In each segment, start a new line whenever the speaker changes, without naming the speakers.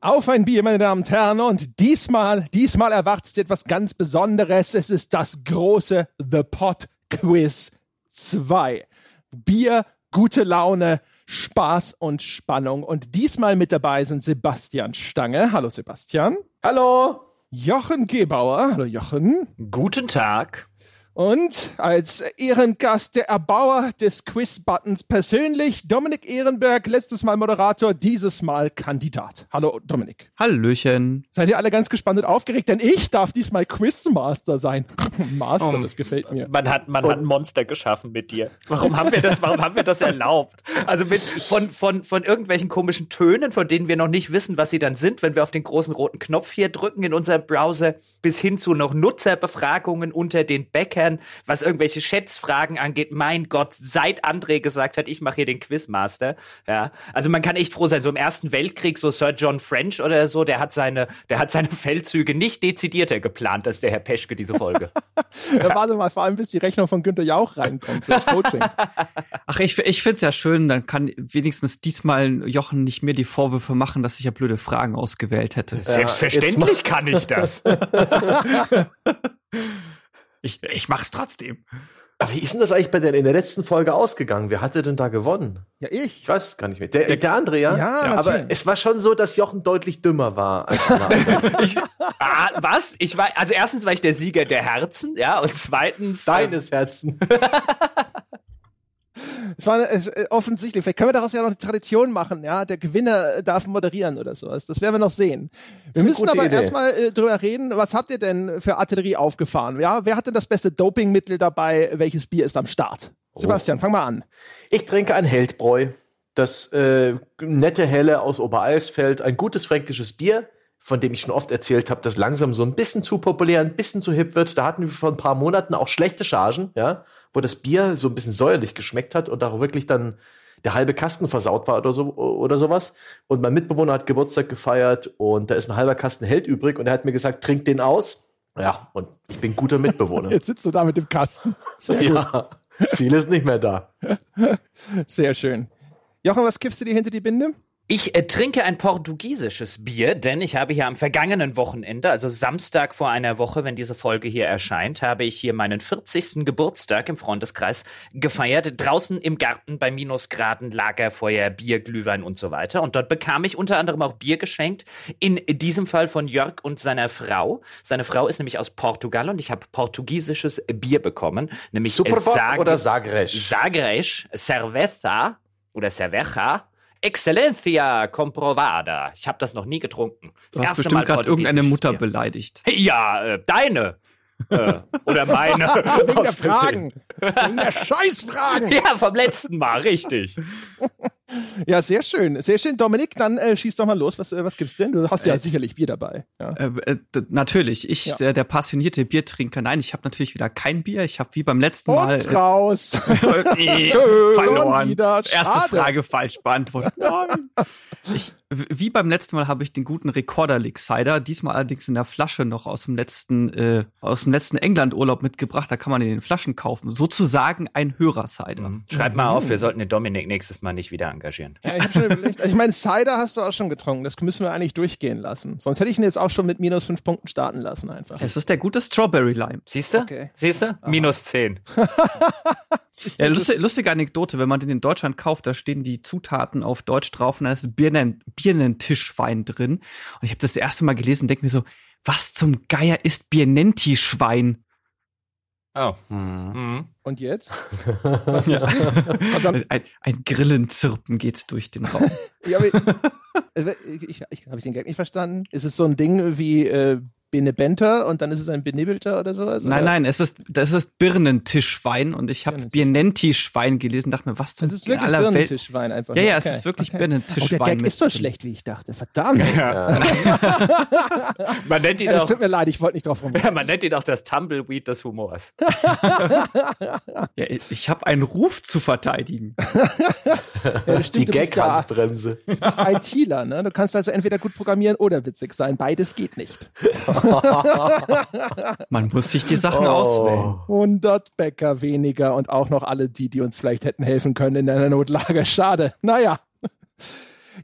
Auf ein Bier, meine Damen und Herren. Und diesmal, diesmal erwartet etwas ganz Besonderes. Es ist das große The Pot Quiz 2. Bier, gute Laune, Spaß und Spannung. Und diesmal mit dabei sind Sebastian Stange. Hallo Sebastian.
Hallo.
Jochen Gebauer. Hallo Jochen.
Guten Tag.
Und als Ehrengast der Erbauer des Quiz-Buttons persönlich, Dominik Ehrenberg, letztes Mal Moderator, dieses Mal Kandidat. Hallo Dominik.
Hallöchen.
Seid ihr alle ganz gespannt und aufgeregt, denn ich darf diesmal Quizmaster sein. Master, das gefällt mir.
Man hat, man hat ein Monster geschaffen mit dir. Warum haben wir das, warum haben wir das erlaubt? Also mit, von, von, von irgendwelchen komischen Tönen, von denen wir noch nicht wissen, was sie dann sind, wenn wir auf den großen roten Knopf hier drücken in unserem Browser, bis hin zu noch Nutzerbefragungen unter den Bäckern was irgendwelche Schätzfragen angeht. Mein Gott, seit André gesagt hat, ich mache hier den Quizmaster. Ja, also man kann echt froh sein. So im Ersten Weltkrieg, so Sir John French oder so, der hat seine, der hat seine Feldzüge nicht dezidierter geplant als der Herr Peschke diese Folge.
ja, warte mal, vor allem bis die Rechnung von Günter Jauch reinkommt fürs Coaching.
Ach, ich, ich finde es ja schön, dann kann wenigstens diesmal Jochen nicht mir die Vorwürfe machen, dass ich ja blöde Fragen ausgewählt hätte.
Selbstverständlich ja, kann ich das. Ich, ich mach's trotzdem.
Aber wie ist denn das eigentlich bei der, in der letzten Folge ausgegangen? Wer hatte denn da gewonnen?
Ja, ich.
Ich weiß es gar nicht mehr. Der, der, der André, ja?
Ja,
aber
natürlich.
es war schon so, dass Jochen deutlich dümmer war als der andere.
Ich, ah, was? Ich war, also erstens war ich der Sieger der Herzen, ja, und zweitens. äh,
Deines Herzen.
Es war es, äh, offensichtlich. Vielleicht können wir daraus ja noch eine Tradition machen. Ja, der Gewinner äh, darf moderieren oder sowas. Das werden wir noch sehen. Wir müssen aber
Idee.
erstmal äh, drüber reden. Was habt ihr denn für Artillerie aufgefahren? Ja, wer hat denn das beste Dopingmittel dabei? Welches Bier ist am Start? Sebastian, fang mal an.
Ich trinke ein Heldbräu. Das äh, nette Helle aus Oberalsfeld. Ein gutes fränkisches Bier, von dem ich schon oft erzählt habe, das langsam so ein bisschen zu populär, ein bisschen zu hip wird. Da hatten wir vor ein paar Monaten auch schlechte Chargen, ja, wo das Bier so ein bisschen säuerlich geschmeckt hat und auch wirklich dann der halbe Kasten versaut war oder so oder sowas. Und mein Mitbewohner hat Geburtstag gefeiert und da ist ein halber Kasten Held übrig und er hat mir gesagt, trink den aus. Ja, und ich bin guter Mitbewohner.
Jetzt sitzt du da mit dem Kasten.
ja, vieles nicht mehr da.
Sehr schön. Jochen, was kippst du dir hinter die Binde?
Ich äh, trinke ein portugiesisches Bier, denn ich habe hier am vergangenen Wochenende, also Samstag vor einer Woche, wenn diese Folge hier erscheint, habe ich hier meinen 40. Geburtstag im Freundeskreis gefeiert. Draußen im Garten bei Minusgraden, Lagerfeuer, Bier, Glühwein und so weiter. Und dort bekam ich unter anderem auch Bier geschenkt, in diesem Fall von Jörg und seiner Frau. Seine Frau ist nämlich aus Portugal und ich habe portugiesisches Bier bekommen, nämlich äh,
Superbock
Sag-
oder Sagres?
Sagres, Cerveza oder Cerveja. Excellencia comprovada. Ich habe das noch nie getrunken. Das
Du hast
erste
bestimmt
Mal
gerade irgendeine
portugiesisches
Mutter
Bier.
beleidigt.
Ja, äh, deine. äh, oder meine.
Wegen der
Aus Versehen.
Fragen. Wegen der Scheißfragen.
ja, vom letzten Mal, richtig.
Ja, sehr schön. Sehr schön, Dominik. Dann äh, schieß doch mal los. Was, äh, was gibt's denn? Du hast ja sicherlich Bier dabei. Ja.
Äh, äh, d- natürlich, ich,
Ja.
der, der passionierte Biertrinker. Nein, ich habe natürlich wieder kein Bier. Ich habe wie beim letzten Mal äh,
Und raus.
Nee,
Schon
verloren.
wieder. Schade.
Erste Frage falsch beantwortet. Nein. Ich, wie beim letzten Mal habe ich den guten Recorder League Cider, diesmal allerdings in der Flasche noch aus dem letzten äh, aus dem letzten England Urlaub mitgebracht. Da kann man in den Flaschen kaufen. Sozusagen ein Hörer Cider.
Schreib mal auf, wir sollten den Dominik nächstes Mal nicht wieder engagieren.
Ja, ich hab schon überlegt. Also Ich meine, Cider hast du auch schon getrunken. Das müssen wir eigentlich durchgehen lassen. Sonst hätte ich ihn jetzt auch schon mit minus fünf Punkten starten lassen einfach.
Es ist der gute Strawberry Lime.
Siehst du?
Okay.
Siehst du? Minus 10.
Ja, lustig, lustige Anekdote, wenn man den in Deutschland kauft, da stehen die Zutaten auf Deutsch drauf und da ist Birnen, Birnentischwein drin. Und ich habe das, das erste Mal gelesen und denke mir so, was zum Geier ist Birnentischwein?
Oh. Mhm.
Und jetzt? Was ist das? Verdammt.
Ein, ein Grillenzirpen geht durch den Raum.
Ja, aber Also, ich, ich, ich, Habe ich den Gag nicht verstanden? Ist es so ein Ding wie äh, Benebenter und dann ist es ein Benebelter oder sowas?
nein,
oder?
nein, es ist, das ist Birnentischwein und ich habe
Birnentisch.
Birnentischwein gelesen, dachte mir, was zum
Es ist wirklich
aller Welt-
Birnentischwein einfach.
Ja,
ne?
ja, es
Okay,
ist wirklich
okay.
Birnentischwein.
Oh, der Gag
mit
ist so
drin.
schlecht, wie ich dachte. Verdammt.
Man nennt ihn
Äh,
Ja, das
auch.
tut mir leid, ich wollte nicht drauf rum.
Man nennt ihn auch das Tumbleweed des Humors.
Ja, ich- ich habe einen Ruf zu verteidigen.
Ja, das
Die
stimmt, du bist ja-
Gag-Handbremse.
bist ITler, ne? Du kannst also entweder gut programmieren oder witzig sein. Beides geht nicht.
Man muss sich die Sachen auswählen.
Oh.
100 Bäcker weniger und auch noch alle die, die uns vielleicht hätten helfen können in einer Notlage. Schade. Naja.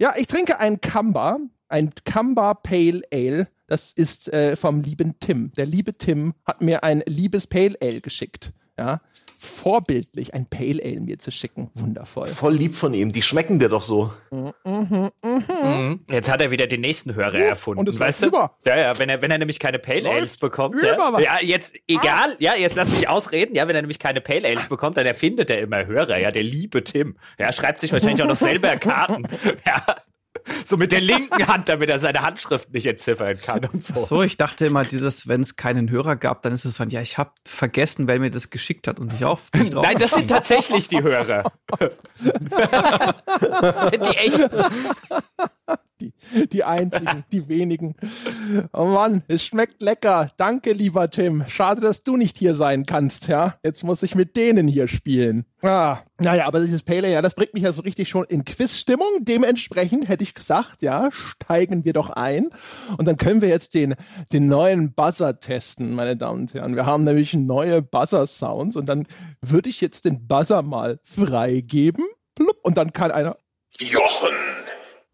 Ja, ich trinke einen Kamba. Ein Camba Pale Ale. Das ist äh, vom lieben Tim. Der liebe Tim hat mir ein liebes Pale Ale geschickt. Ja. Vorbildlich ein Pale Ale mir zu schicken. Wundervoll.
Voll lieb von ihm. Die schmecken dir doch so.
Mhm. Jetzt hat er wieder den nächsten Hörer erfunden.
und es
weißt du?
läuft über.
Ja, ja, wenn er, wenn er nämlich keine Pale
Läuft
Ales bekommt.
über, was- Ah.
ja, ja, jetzt, egal, ja, jetzt lass mich ausreden. Ja, wenn er nämlich keine Pale Ales bekommt, dann erfindet er immer Hörer. Ja, der liebe Tim. Ja, schreibt sich wahrscheinlich auch noch selber Karten. Ja. So mit der linken Hand, damit er seine Handschrift nicht entziffern kann und so.
So, ich dachte immer, dieses, wenn es keinen Hörer gab, dann ist es so, ein, ja, ich habe vergessen, wer mir das geschickt hat und ich auch nicht drauf.
Nein, das sind tatsächlich die Hörer. das sind die echten.
Die, die einzigen, die wenigen. Oh Mann, es schmeckt lecker. Danke, lieber Tim. Schade, dass du nicht hier sein kannst, ja. Jetzt muss ich mit denen hier spielen. Ah, naja, aber dieses Pale Ale, ja, das bringt mich ja so richtig schon in Quizstimmung. Dementsprechend hätte ich gesagt, ja, steigen wir doch ein. Und dann können wir jetzt den, den neuen Buzzer testen, meine Damen und Herren. Wir haben nämlich neue Buzzer-Sounds und dann würde ich jetzt den Buzzer mal freigeben. Plupp. Und dann kann einer.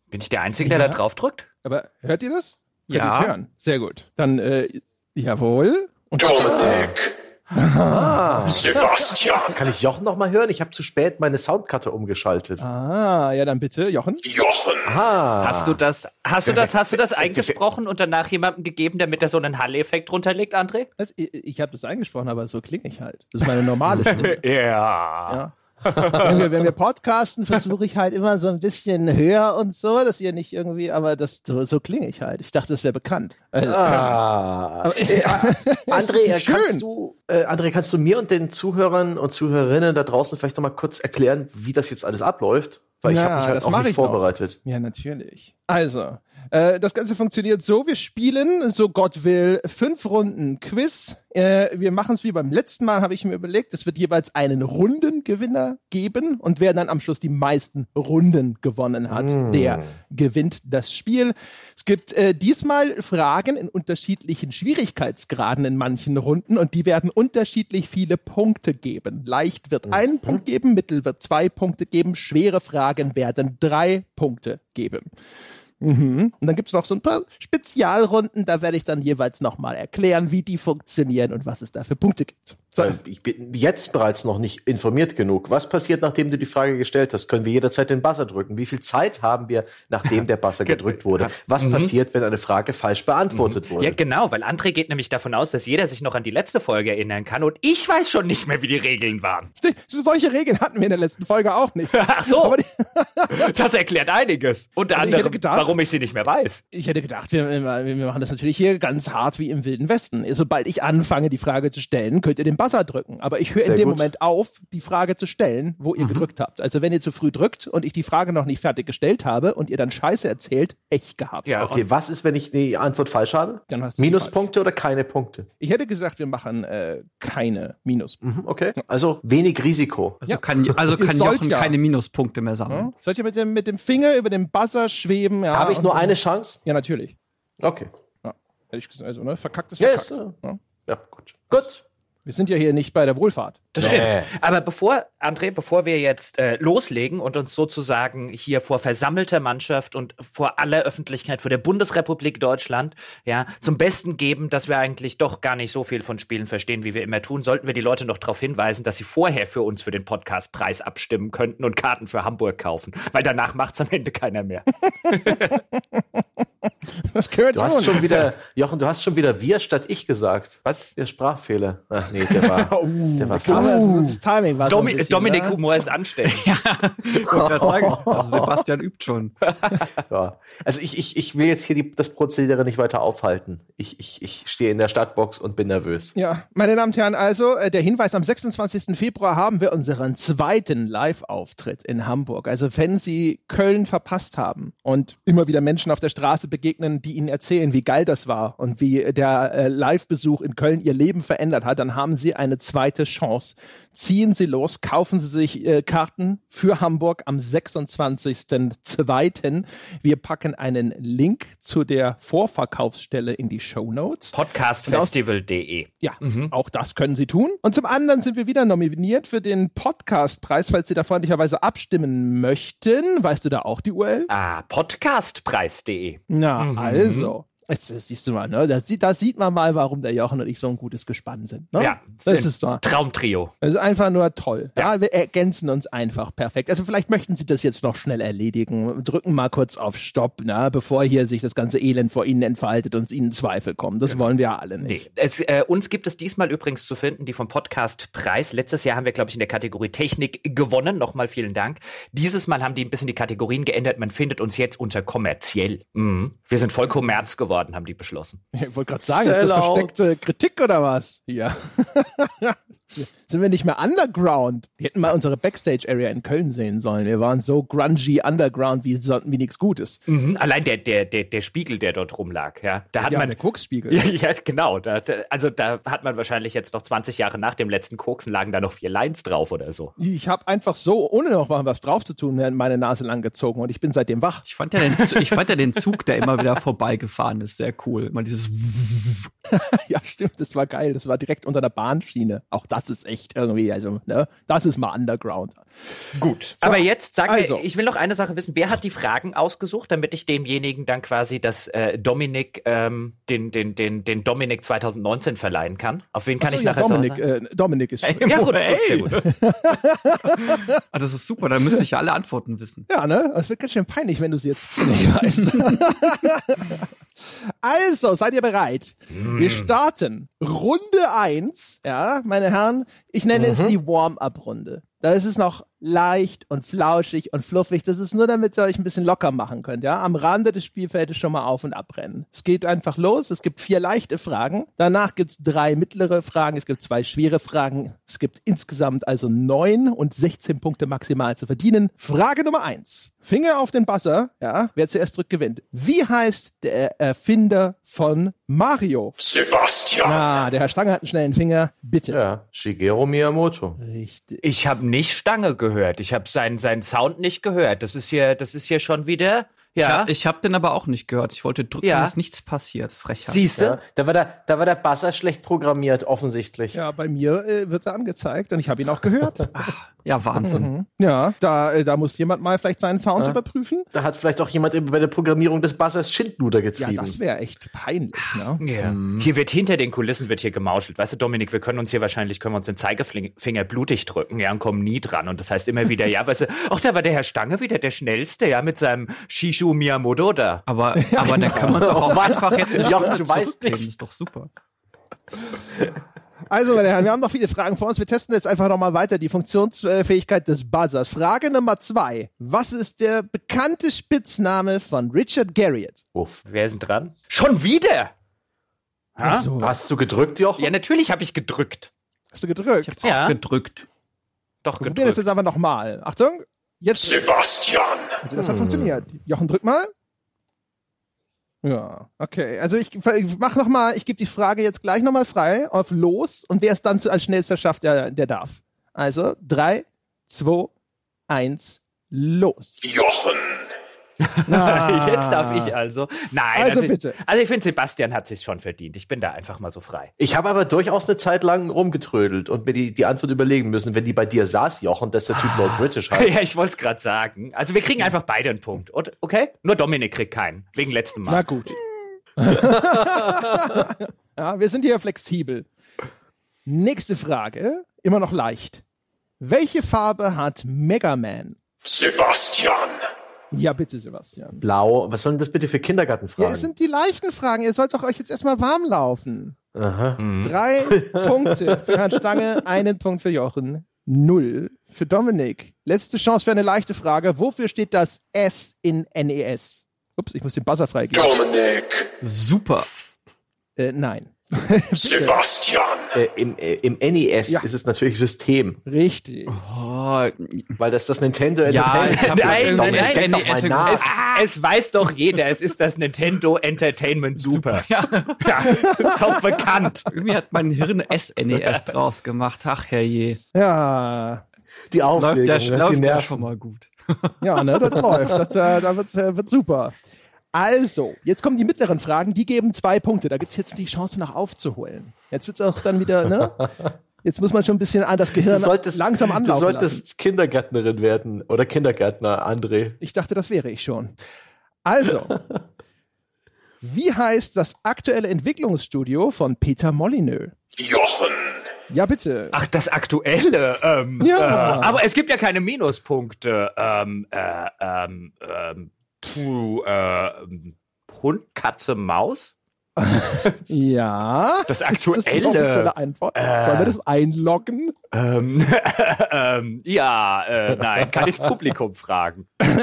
Bin ich der Einzige, der da drauf drückt?
Aber hört ihr das? Könnt
Ja.
ihr's hören? Sehr gut. Dann, äh, jawohl. Und Dominic.
Sebastian,
Kann ich Jochen noch mal hören? Ich habe zu spät meine Soundkarte umgeschaltet.
Ah, ja, dann bitte, Jochen.
Jochen,
Ah.
Hast du das, hast du das, hast du das eingesprochen und danach jemandem gegeben, damit da so einen Hall-Effekt runterlegt, André?
Was? Also, ich ich habe das eingesprochen, aber so klinge ich halt. Das ist meine normale Stimme.
Ja.
ja. wenn, wir, wenn wir podcasten, versuche ich halt immer so ein bisschen höher und so, dass ihr nicht irgendwie, aber das so, so klinge ich halt. Ich dachte, das wäre bekannt. Also,
Ah.
es
André,
ist schön.
kannst du, äh, André, kannst du mir und den Zuhörern und Zuhörerinnen da draußen vielleicht noch mal kurz erklären, wie das jetzt alles abläuft? Weil ich
Ja,
habe mich halt
das
auch
mach
nicht
ich noch.
vorbereitet.
Ja, natürlich. Also, äh, das Ganze funktioniert so, wir spielen, so Gott will, fünf Runden Quiz. Äh, wir machen es wie beim letzten Mal, habe ich mir überlegt. Es wird jeweils einen Rundengewinner geben und wer dann am Schluss die meisten Runden gewonnen hat, der gewinnt das Spiel. Es gibt äh, diesmal Fragen in unterschiedlichen Schwierigkeitsgraden in manchen Runden und die werden unterschiedlich viele Punkte geben. Leicht wird ein Punkt geben, mittel wird zwei Punkte geben, schwere Fragen werden drei Punkte geben. Mhm. Und dann gibt es noch so ein paar Spezialrunden, da werde ich dann jeweils nochmal erklären, wie die funktionieren und was es da für Punkte gibt. So,
Weil Ich bin jetzt bereits noch nicht informiert genug. Was passiert, nachdem du die Frage gestellt hast? Können wir jederzeit den Buzzer drücken? Wie viel Zeit haben wir, nachdem der Buzzer gedrückt wurde? Was passiert, wenn eine Frage falsch beantwortet wurde?
Ja, genau, weil André geht nämlich davon aus, dass jeder sich noch an die letzte Folge erinnern kann und ich weiß schon nicht mehr, wie die Regeln waren.
solche Regeln hatten wir in der letzten Folge auch nicht.
Ach so,
Aber die,
das erklärt einiges. Unter
Also ich
anderem,
hätte gedacht-
warum ich sie nicht mehr weiß.
ich hätte gedacht, wir, wir machen das natürlich hier ganz hart wie im Wilden Westen. Also, Sobald ich anfange, die Frage zu stellen, könnt ihr den Buzzer drücken. Aber ich höre in
Sehr
dem
gut. Mhm.
Moment auf, die Frage zu stellen, wo ihr gedrückt habt. Also wenn ihr zu früh drückt und ich die Frage noch nicht fertig gestellt habe und ihr dann Scheiße erzählt, echt gehabt.
Ja,
Okay, was ist, wenn ich die Antwort falsch habe?
Dann hast du die
Minuspunkte oder keine Punkte?
Ich hätte gesagt, wir machen äh, keine Minus.
Mhm, Okay. Also wenig Risiko.
Also kann, also
Ihr
kann
sollt
Jochen
ja.
keine Minuspunkte mehr sammeln.
Sollt ihr mit dem, mit dem Finger über den Buzzer schweben? Ja,
habe Mhm. ich
und-
nur eine Chance?
Ja, natürlich.
Okay.
Ja. Hätte ich gesagt, also, ne? Verkackt ist
Ja,
verkackt.
ist, äh,
ja.
Ja, gut. Gut.
Wir sind ja hier nicht bei der Wohlfahrt.
Das stimmt. Aber bevor, André, bevor wir jetzt äh, loslegen und uns sozusagen hier vor versammelter Mannschaft und vor aller Öffentlichkeit, vor der Bundesrepublik Deutschland, ja, zum Besten geben, dass wir eigentlich doch gar nicht so viel von Spielen verstehen, wie wir immer tun, sollten wir die Leute noch darauf hinweisen, dass sie vorher für uns für den Podcastpreis abstimmen könnten und Karten für Hamburg kaufen. Weil danach macht es am Ende keiner mehr.
Das gehört
Du hast schon wieder, Jochen, du hast schon wieder wir statt ich gesagt.
Was?
Der Sprachfehler. Ach nee, der war, der war
Aber
klar.
das- das Timing war so ein
Domi
bisschen,
Dominik
ne?
Humor ist anständig.
Ich wollte gerade sagen, also Sebastian übt schon.
Ja. Also ich, ich, ich will jetzt hier die, das Prozedere nicht weiter aufhalten. Ich, ich, ich stehe in der Startbox und bin nervös.
Ja, meine Damen und Herren, also äh, der Hinweis, am 26. Februar haben wir unseren zweiten Live-Auftritt in Hamburg. Also wenn Sie Köln verpasst haben und immer wieder Menschen auf der Straße begegnen, begegnen, die ihnen erzählen, wie geil das war und wie der äh, Live-Besuch in Köln ihr Leben verändert hat, dann haben sie eine zweite Chance. Ziehen Sie los, kaufen Sie sich äh, Karten für Hamburg am 26.02. Wir packen einen Link zu der Vorverkaufsstelle in die Show Notes.
Podcastfestival.de.
Ja, auch das können Sie tun. Und zum anderen sind wir wieder nominiert für den Podcastpreis, falls Sie da freundlicherweise abstimmen möchten. Weißt du da auch die URL?
Ah, podcastpreis.de.
Na, also. Jetzt, äh, siehst du mal, ne? Da, sieht- da sieht man mal, warum der Jochen und ich so ein gutes Gespann sind. Ne?
Ja,
das
sind-
ist doch.
Traumtrio.
Das ist einfach nur toll. Ja. wir ergänzen uns einfach perfekt. Also vielleicht möchten Sie das jetzt noch schnell erledigen. Drücken mal kurz auf Stopp, ne? bevor hier sich das ganze Elend vor Ihnen entfaltet und es Ihnen Zweifel kommen. Das wollen wir alle nicht.
Nee. Es, äh, uns gibt es diesmal übrigens zu finden, die vom Podcast Preis. Letztes Jahr haben wir, glaube ich, in der Kategorie Technik gewonnen. Nochmal vielen Dank. Dieses Mal haben die ein bisschen die Kategorien geändert. Man findet uns jetzt unter kommerziell. Mhm. Wir sind voll kommerz geworden, haben die beschlossen.
Ich wollte gerade sagen, ist das
Sellouts.
versteckte Kritik oder was? Ja. Sind wir nicht mehr underground? Wir hätten mal unsere Backstage-Area in Köln sehen sollen. Wir waren so grungy underground wie, so- wie nichts Gutes.
Mhm. Allein der, der, der, der Spiegel, der dort rumlag, ja. Da hat
ja,
man.
der Koksspiegel.
Ja, ja, genau. Da, da, also da hat man wahrscheinlich jetzt noch 20 Jahre nach dem letzten Koksen lagen da noch vier Lines drauf oder so.
Ich habe einfach so, ohne noch mal was drauf zu tun, meine Nase lang gezogen und ich bin seitdem wach.
Ich fand ja den, Zu- ich fand ja den Zug, der immer wieder vorbeigefahren ist, sehr cool. Mal dieses
Ja, stimmt, das war geil. Das war direkt unter der Bahnschiene. Auch das ist echt irgendwie, also, ne? Das ist mal Underground.
Gut. Aber jetzt sag
also.
mir, ich will noch eine Sache wissen. Wer hat die Fragen ausgesucht, damit ich demjenigen dann quasi das äh, Dominik, ähm, den, den, den, den Dominik 2019 verleihen kann? Auf wen kann
Achso,
ich
ja,
nachher
Dominik,
sagen?
äh, Dominik ist schuld.
Ja, gut, gut, sehr gut.
Ah, das ist super, da müsste ich ja alle Antworten wissen.
Ja, ne? Es wird ganz schön peinlich, wenn du sie jetzt nicht weißt. also, seid ihr bereit? Wir starten Runde 1, ja, meine Herren. Ich nenne es die Warm-up-Runde. Da ist es noch leicht und flauschig und fluffig. Das ist nur, damit ihr euch ein bisschen locker machen könnt, ja. Am Rande des Spielfeldes schon mal auf und abrennen. Es geht einfach los. Es gibt vier leichte Fragen. Danach gibt's drei mittlere Fragen. Es gibt zwei schwere Fragen. Es gibt insgesamt also neun und 16 Punkte maximal zu verdienen. Frage Nummer eins. Finger auf den Buzzer, ja. Wer zuerst drückt, gewinnt. Wie heißt der Erfinder von Mario?
Sebastian.
Ah, der Herr Stange hat einen schnellen Finger. Bitte.
Ja, Shigeru Miyamoto.
Richtig.
Ich habe nicht Stange gehört. Ich habe seinen, seinen Sound nicht gehört. Das ist hier, das ist hier schon wieder. Ja.
Ich habe den aber auch nicht gehört. Ich wollte drücken,
Ja.
dass nichts passiert. Frechheit.
Siehst du?
Ja, da, war der, da war der Basser schlecht programmiert, offensichtlich.
Ja, bei mir äh, wird er angezeigt und ich habe ihn auch gehört.
ja, Wahnsinn.
ja, da, äh, da muss jemand mal vielleicht seinen Sound überprüfen.
Da hat vielleicht auch jemand eben bei der Programmierung des Bassers Schindluder
Ja,
getrieben.
das wäre echt peinlich, ne?
Ja. Mhm. Hier wird hinter den Kulissen wird hier gemauschelt. Weißt du, Dominik, wir können uns hier wahrscheinlich, können wir uns den Zeigefinger blutig drücken, ja, und kommen nie dran. Und das heißt immer wieder, ja, weißt du, ach, da war der Herr Stange wieder der Schnellste, ja, mit seinem Shishu Miyamoto da.
Aber, aber da kann man doch auch einfach jetzt eine
Ja,
Stunde
du weißt
zurückgeben.
nicht.
Ist doch super.
Also, meine Herren, wir haben noch viele Fragen vor uns. Wir testen jetzt einfach nochmal weiter die Funktionsfähigkeit des Buzzers. Frage Nummer zwei. Was ist der bekannte Spitzname von Richard Garriott?
Uff.
Wer ist denn dran? Schon wieder? Ha?
Hast du gedrückt, Jochen?
Ja, natürlich habe ich gedrückt.
Hast du gedrückt?
Ich habe
Ja.
auch gedrückt.
Doch,
Wir probieren das
gedrückt.
jetzt einfach nochmal. Achtung. Jetzt.
Sebastian.
Das hat funktioniert. Jochen, drück mal. Ja, okay. Also ich, ich mach noch mal, ich gebe die Frage jetzt gleich noch mal frei auf los und wer es dann zu, als schnellster schafft, der, der darf. Also drei, zwei, eins, los.
Jochen.
Jetzt darf ich also. Nein,
Also
ich,
bitte.
Also ich finde, Sebastian hat sich schon verdient. Ich bin da einfach mal so frei.
Ich habe aber durchaus eine Zeit lang rumgetrödelt und mir die, die Antwort überlegen müssen, wenn die bei dir saß, Jochen, dass der Typ
Ah.
Lord British heißt.
Ja, ich wollte es gerade sagen. Also wir kriegen einfach beide einen Punkt, oder? okay? Nur Dominik kriegt keinen, wegen letztem Mal.
Na gut. ja, wir sind hier flexibel. Nächste Frage, immer noch leicht. Welche Farbe hat Mega Man?
Sebastian.
Ja, bitte, Sebastian.
Blau. Was sollen das bitte für
Ja,
Kindergartenfragen?
es sind die leichten Fragen. Ihr sollt doch euch jetzt erstmal warm laufen.
Aha.
Hm. Drei Punkte für Herrn Stange, einen Punkt für Jochen, null für Dominik. Letzte Chance für eine leichte Frage. Wofür steht das S in NES? Ups, ich muss den Buzzer freigeben.
Dominik.
Super.
Äh, nein.
Sebastian.
Äh, im, äh, Im NES
Ja.
ist es natürlich System.
Richtig.
oh,
Weil das das Nintendo
ja, E
Entertainment
ich hab
Nein,
nein,
Dominik,
nein,
denk doch mal
NES
nach.
Es, es weiß doch jeder, es ist das Nintendo Entertainment Super. Ja, doch bekannt.
Irgendwie hat mein Hirn SNES draus gemacht. Ach herrje.
Ja,
die Aufregung,
Läuft der,
ne? die
läuft der
Nerven.
schon mal gut.
ja, ne, das läuft. Das, äh, da wird, äh, wird super. Also, jetzt kommen die mittleren Fragen, die geben zwei Punkte. Da gibt es jetzt die Chance, noch aufzuholen. Jetzt wird es auch dann wieder, ne? Jetzt muss man schon ein bisschen an das Gehirn
Du solltest,
langsam anlaufen
du solltest
lassen.
Kindergärtnerin werden oder Kindergärtner, André.
Ich dachte, das wäre ich schon. Also, wie heißt das aktuelle Entwicklungsstudio von Peter Molyneux?
Jochen.
Ja, bitte.
Ach, das Aktuelle. Ähm,
Ja.
äh, aber es gibt ja keine Minuspunkte. Ähm, äh, ähm, ähm, puh, äh, ähm, Hund, Katze, Maus?
Ja.
Das
Das ist die offizielle
Aktuelle.
Antwort.
äh.
Sollen wir das einloggen?
Ähm, ähm, ja, äh, nein, kann ich das Publikum fragen.
Hm.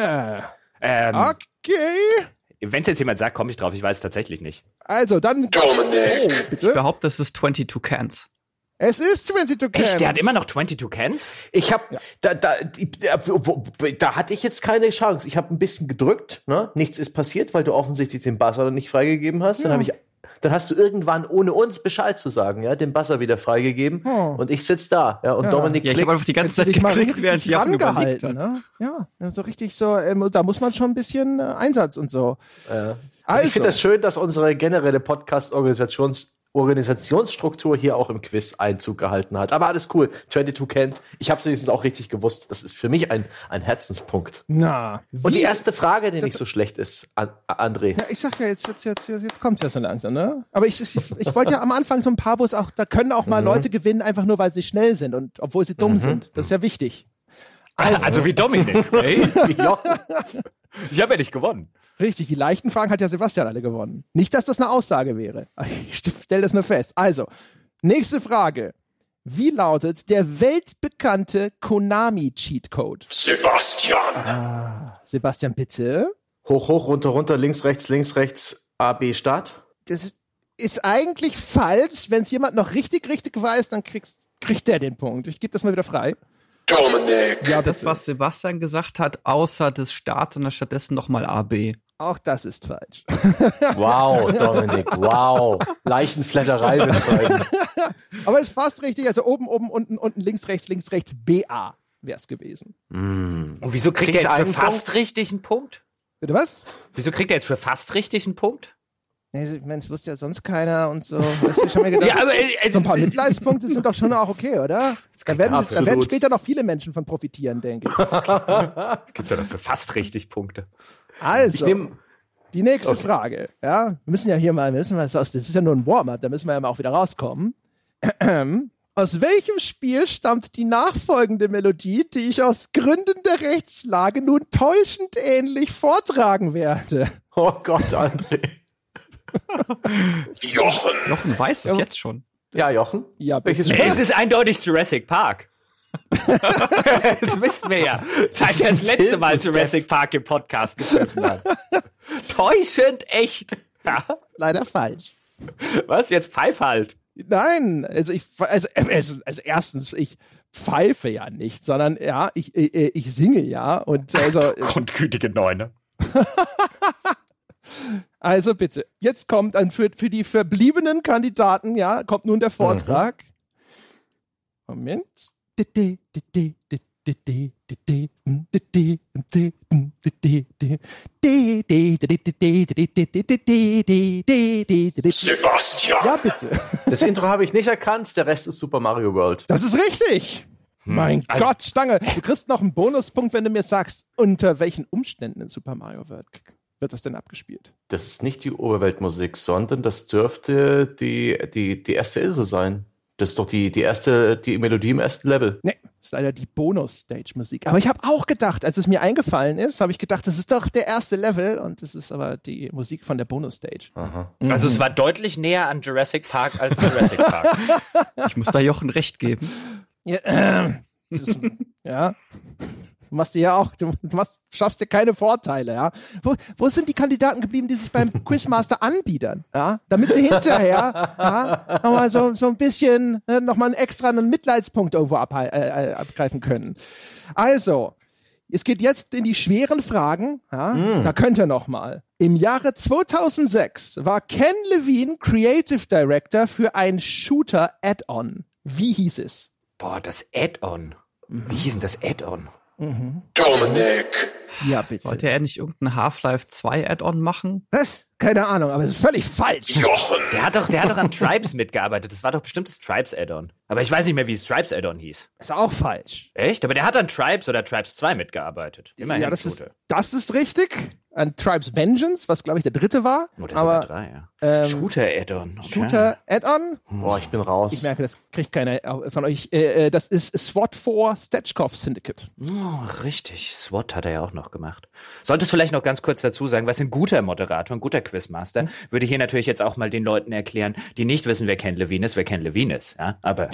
Ähm,
Ah. Okay.
Wenn es jetzt jemand sagt, komme ich drauf. Ich weiß es tatsächlich nicht.
Also, dann.
Dominik.
Oh, bitte.
Behauptet, das ist 22 Cans.
Es ist 22 Cans.
Echt, der hat immer noch 22 Cans?
Ich habe da, da, die- da, wo- wo- da hatte ich jetzt keine Chance. Ich habe ein bisschen gedrückt, ne? nichts ist passiert, weil du offensichtlich den Buzzer nicht freigegeben hast. Dann, hab ich, dann hast du irgendwann, ohne uns Bescheid zu sagen, ja, den Buzzer wieder freigegeben.
Oh.
Und ich sitze da. Hm. Ja, und Dominik
Ja, ich
klickt.
habe einfach die ganze Zeit
dich mal
geklickt, während
richtig
die Affen überlegt
rangehalten.
hat.
Ne? Ja, so richtig so. Ähm, da muss man schon ein bisschen äh, Einsatz und so.
Also. Ich
Also,
finde das schön, dass unsere generelle Podcast-Organisationsstruktur Organisationsstruktur hier auch im Quiz Einzug gehalten hat. Aber alles cool. 22 Cans. Ich habe es wenigstens auch richtig gewusst. Das ist für mich ein, ein Herzenspunkt.
na. Wie,
Und die erste Frage, die nicht so schlecht ist, an, André.
Ja, ich sag ja, jetzt, jetzt, jetzt, jetzt kommt es ja so langsam, ne? Aber ich, ich, ich wollte ja am Anfang so ein paar, wo es auch, da können auch mal
Mhm.
Leute gewinnen, einfach nur, weil sie schnell sind und obwohl sie dumm sind. Das ist ja wichtig.
Also, wie Dominik. Ich habe ja nicht gewonnen.
Richtig, die leichten Fragen hat ja Sebastian alle gewonnen. Nicht, dass das eine Aussage wäre. Ich stelle das nur fest. Also, nächste Frage. Wie lautet der weltbekannte Konami-Cheatcode?
Sebastian.
Sebastian, bitte.
Hoch, hoch, runter, runter, links, rechts, links, rechts, A, B, Start.
Das ist eigentlich falsch. Wenn es jemand noch richtig, richtig weiß, dann kriegst, kriegt der den Punkt. Ich gebe das mal wieder frei.
Dominik.
Ja,
Das,
bitte.
was Sebastian gesagt hat, außer des Start, sondern stattdessen nochmal AB.
Auch das ist falsch.
Wow, Dominik, wow. Leichenflatterei betreiben.
Aber es ist fast richtig. Also oben, oben, unten, unten, links, rechts, links, rechts, BA wäre es gewesen.
Und wieso kriegt
Krieg ich
er jetzt
einen
für fast richtig einen Punkt?
Bitte was?
Wieso kriegt er jetzt für fast richtig einen Punkt?
Nee, Mensch, wusste ja sonst keiner und so. Weißt du, ich habe mir gedacht,
Ja, aber äh, äh,
also so ein paar Mitleidspunkte sind doch schon auch okay, oder? Da werden, da
Absolut.
werden später noch viele Menschen von profitieren, denke ich.
gibt's ja doch für fast richtig Punkte.
Also,
Ich nehme
die nächste Frage. Ja, wir müssen ja hier mal, wir müssen mal aus, das ist ja nur ein Warm-up, da müssen wir ja mal auch wieder rauskommen. Aus welchem Spiel stammt die nachfolgende Melodie, die ich aus Gründen der Rechtslage nun täuschend ähnlich vortragen werde?
Oh Gott, André.
Jochen.
Jochen weiß es jetzt schon.
Ja, Jochen?
Ja,
Welches
bitte.
Spiel?
Es ist eindeutig Jurassic Park. das wissen wir ja. Seit wir das letzte Mal Jurassic Park im Podcast getroffen haben. Täuschend echt. Ja,
Leider falsch.
was? Jetzt pfeif halt.
Nein, also ich, also, äh, also, also erstens, ich pfeife ja nicht, sondern ja, ich, äh, ich singe ja und also,
Grundgütige Neune.
also bitte. Jetzt kommt ein, für, für die verbliebenen Kandidaten, ja, kommt nun der Vortrag. Moment.
Sebastian.
Ja, bitte.
Das Intro habe ich nicht erkannt, der Rest ist Super Mario World.
Das ist richtig. Mein Gott, Stange. Du kriegst noch einen Bonuspunkt, wenn du mir sagst, unter welchen Umständen in Super Mario wird, wird das denn abgespielt.
Das ist nicht die Oberweltmusik, sondern das dürfte die, die, die erste Ilse sein. Das ist doch die, die erste, die Melodie im ersten Level.
Nee, ist leider die Bonus-Stage-Musik. Aber ich habe auch gedacht, als es mir eingefallen ist, habe ich gedacht, das ist doch der erste Level und das ist aber die Musik von der Bonus-Stage.
Also es war deutlich näher an Jurassic Park als Jurassic Park.
Ich muss da Jochen recht geben.
Ja, ähm, das, ja. Du machst dir ja auch, du machst, schaffst dir keine Vorteile, ja. Wo, wo sind die Kandidaten geblieben, die sich beim Quizmaster anbiedern, ja? Damit sie hinterher, ja, nochmal so, so ein bisschen, äh, nochmal einen extra einen Mitleidspunkt irgendwo abhal- äh, äh, abgreifen können. Also, es geht jetzt in die schweren Fragen. Ja? Da könnt ihr noch mal. Im Jahre 2006 war Ken Levine Creative Director für ein Shooter-Add-on. Wie hieß es?
Boah, das Add-on. Wie hieß denn das Add-on?
Dominic.
Ja, bitte.
Sollte er nicht irgendein Half-Life 2 Add-on machen?
Was? Keine Ahnung, aber es ist völlig falsch.
Jochen.
Der hat doch, der hat doch an Tribes mitgearbeitet. Das war doch bestimmt das Tribes Add-on. Aber ich weiß nicht mehr, wie das Tribes Add-on hieß.
Ist auch falsch.
Echt? Aber der hat an Tribes oder Tribes 2 mitgearbeitet. Immerhin.
ja, das ist,
Gute.
das ist richtig. An Tribes Vengeance, was glaube ich der dritte war.
Oder sogar
Oh, aber
drei, ja.
ähm,
Shooter Add-on. Okay.
Shooter-Add-on.
Boah, ich bin raus.
Ich merke, das kriegt keiner von euch. Äh, äh, das ist SWAT 4 Stetchkov Syndicate.
Oh, richtig. SWAT hat er ja auch noch gemacht. Solltest vielleicht noch ganz kurz dazu sagen, was ein guter Moderator, ein guter Quizmaster, würde hier natürlich jetzt auch mal den Leuten erklären, die nicht wissen, wer Ken Levine ist, wer Ken Levine ist. Ja, aber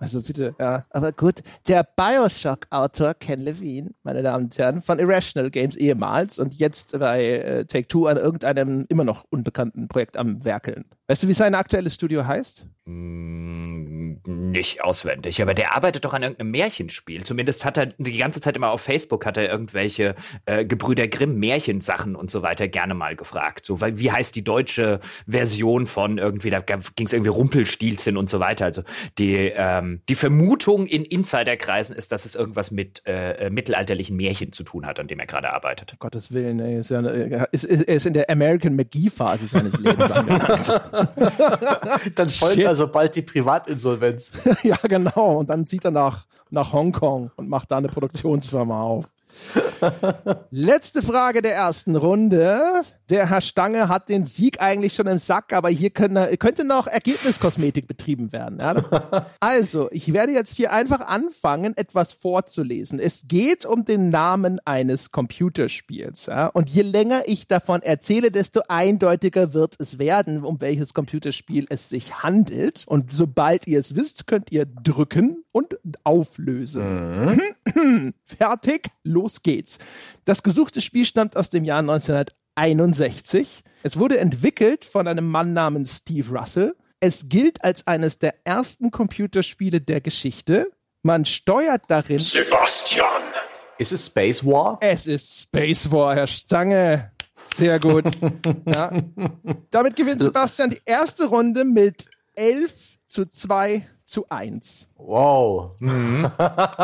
Also bitte, ja. Aber gut, der Bioshock-Autor Ken Levine, meine Damen und Herren, von Irrational Games ehemals und jetzt bei äh, Take-Two an irgendeinem immer noch unbekannten Projekt am Werkeln. Weißt du, wie sein aktuelles Studio heißt?
Mm, nicht auswendig. Aber der arbeitet doch an irgendeinem Märchenspiel. Zumindest hat er die ganze Zeit immer auf Facebook hat er irgendwelche äh, Gebrüder Grimm Märchensachen und so weiter gerne mal gefragt. So, weil, wie heißt die deutsche Version von irgendwie, da ging es irgendwie Rumpelstilzchen und so weiter. Also die, ähm, die Vermutung in Insiderkreisen ist, dass es irgendwas mit äh, äh, mittelalterlichen Märchen zu tun hat, an dem er gerade arbeitet.
Um Gottes Willen, ey, ist ja eine, äh, ist, ist, er ist in der American McGee-Phase seines Lebens angelangt.
Dann folgt
Shit.
also bald die Privatinsolvenz.
ja, genau. Und dann zieht er nach, nach Hongkong und macht da eine Produktionsfirma auf. Letzte Frage der ersten Runde. Der Herr Stange hat den Sieg eigentlich schon im Sack, aber hier können, könnte noch Ergebniskosmetik betrieben werden. Ja? Also, ich werde jetzt hier einfach anfangen, etwas vorzulesen. Es geht um den Namen eines Computerspiels. Ja? Und je länger ich davon erzähle, desto eindeutiger wird es werden, um welches Computerspiel es sich handelt. Und sobald ihr es wisst, könnt ihr drücken und auflösen. Fertig, los geht's. Das gesuchte Spiel stammt aus dem Jahr 1961. Es wurde entwickelt von einem Mann namens Steve Russell. Es gilt als eines der ersten Computerspiele der Geschichte. Man steuert darin.
Sebastian.
Ist es Space War?
Es ist Space War, Herr Stange. Sehr gut. ja. Damit gewinnt Sebastian die erste Runde mit 11 zu 2 zu 1.
Wow.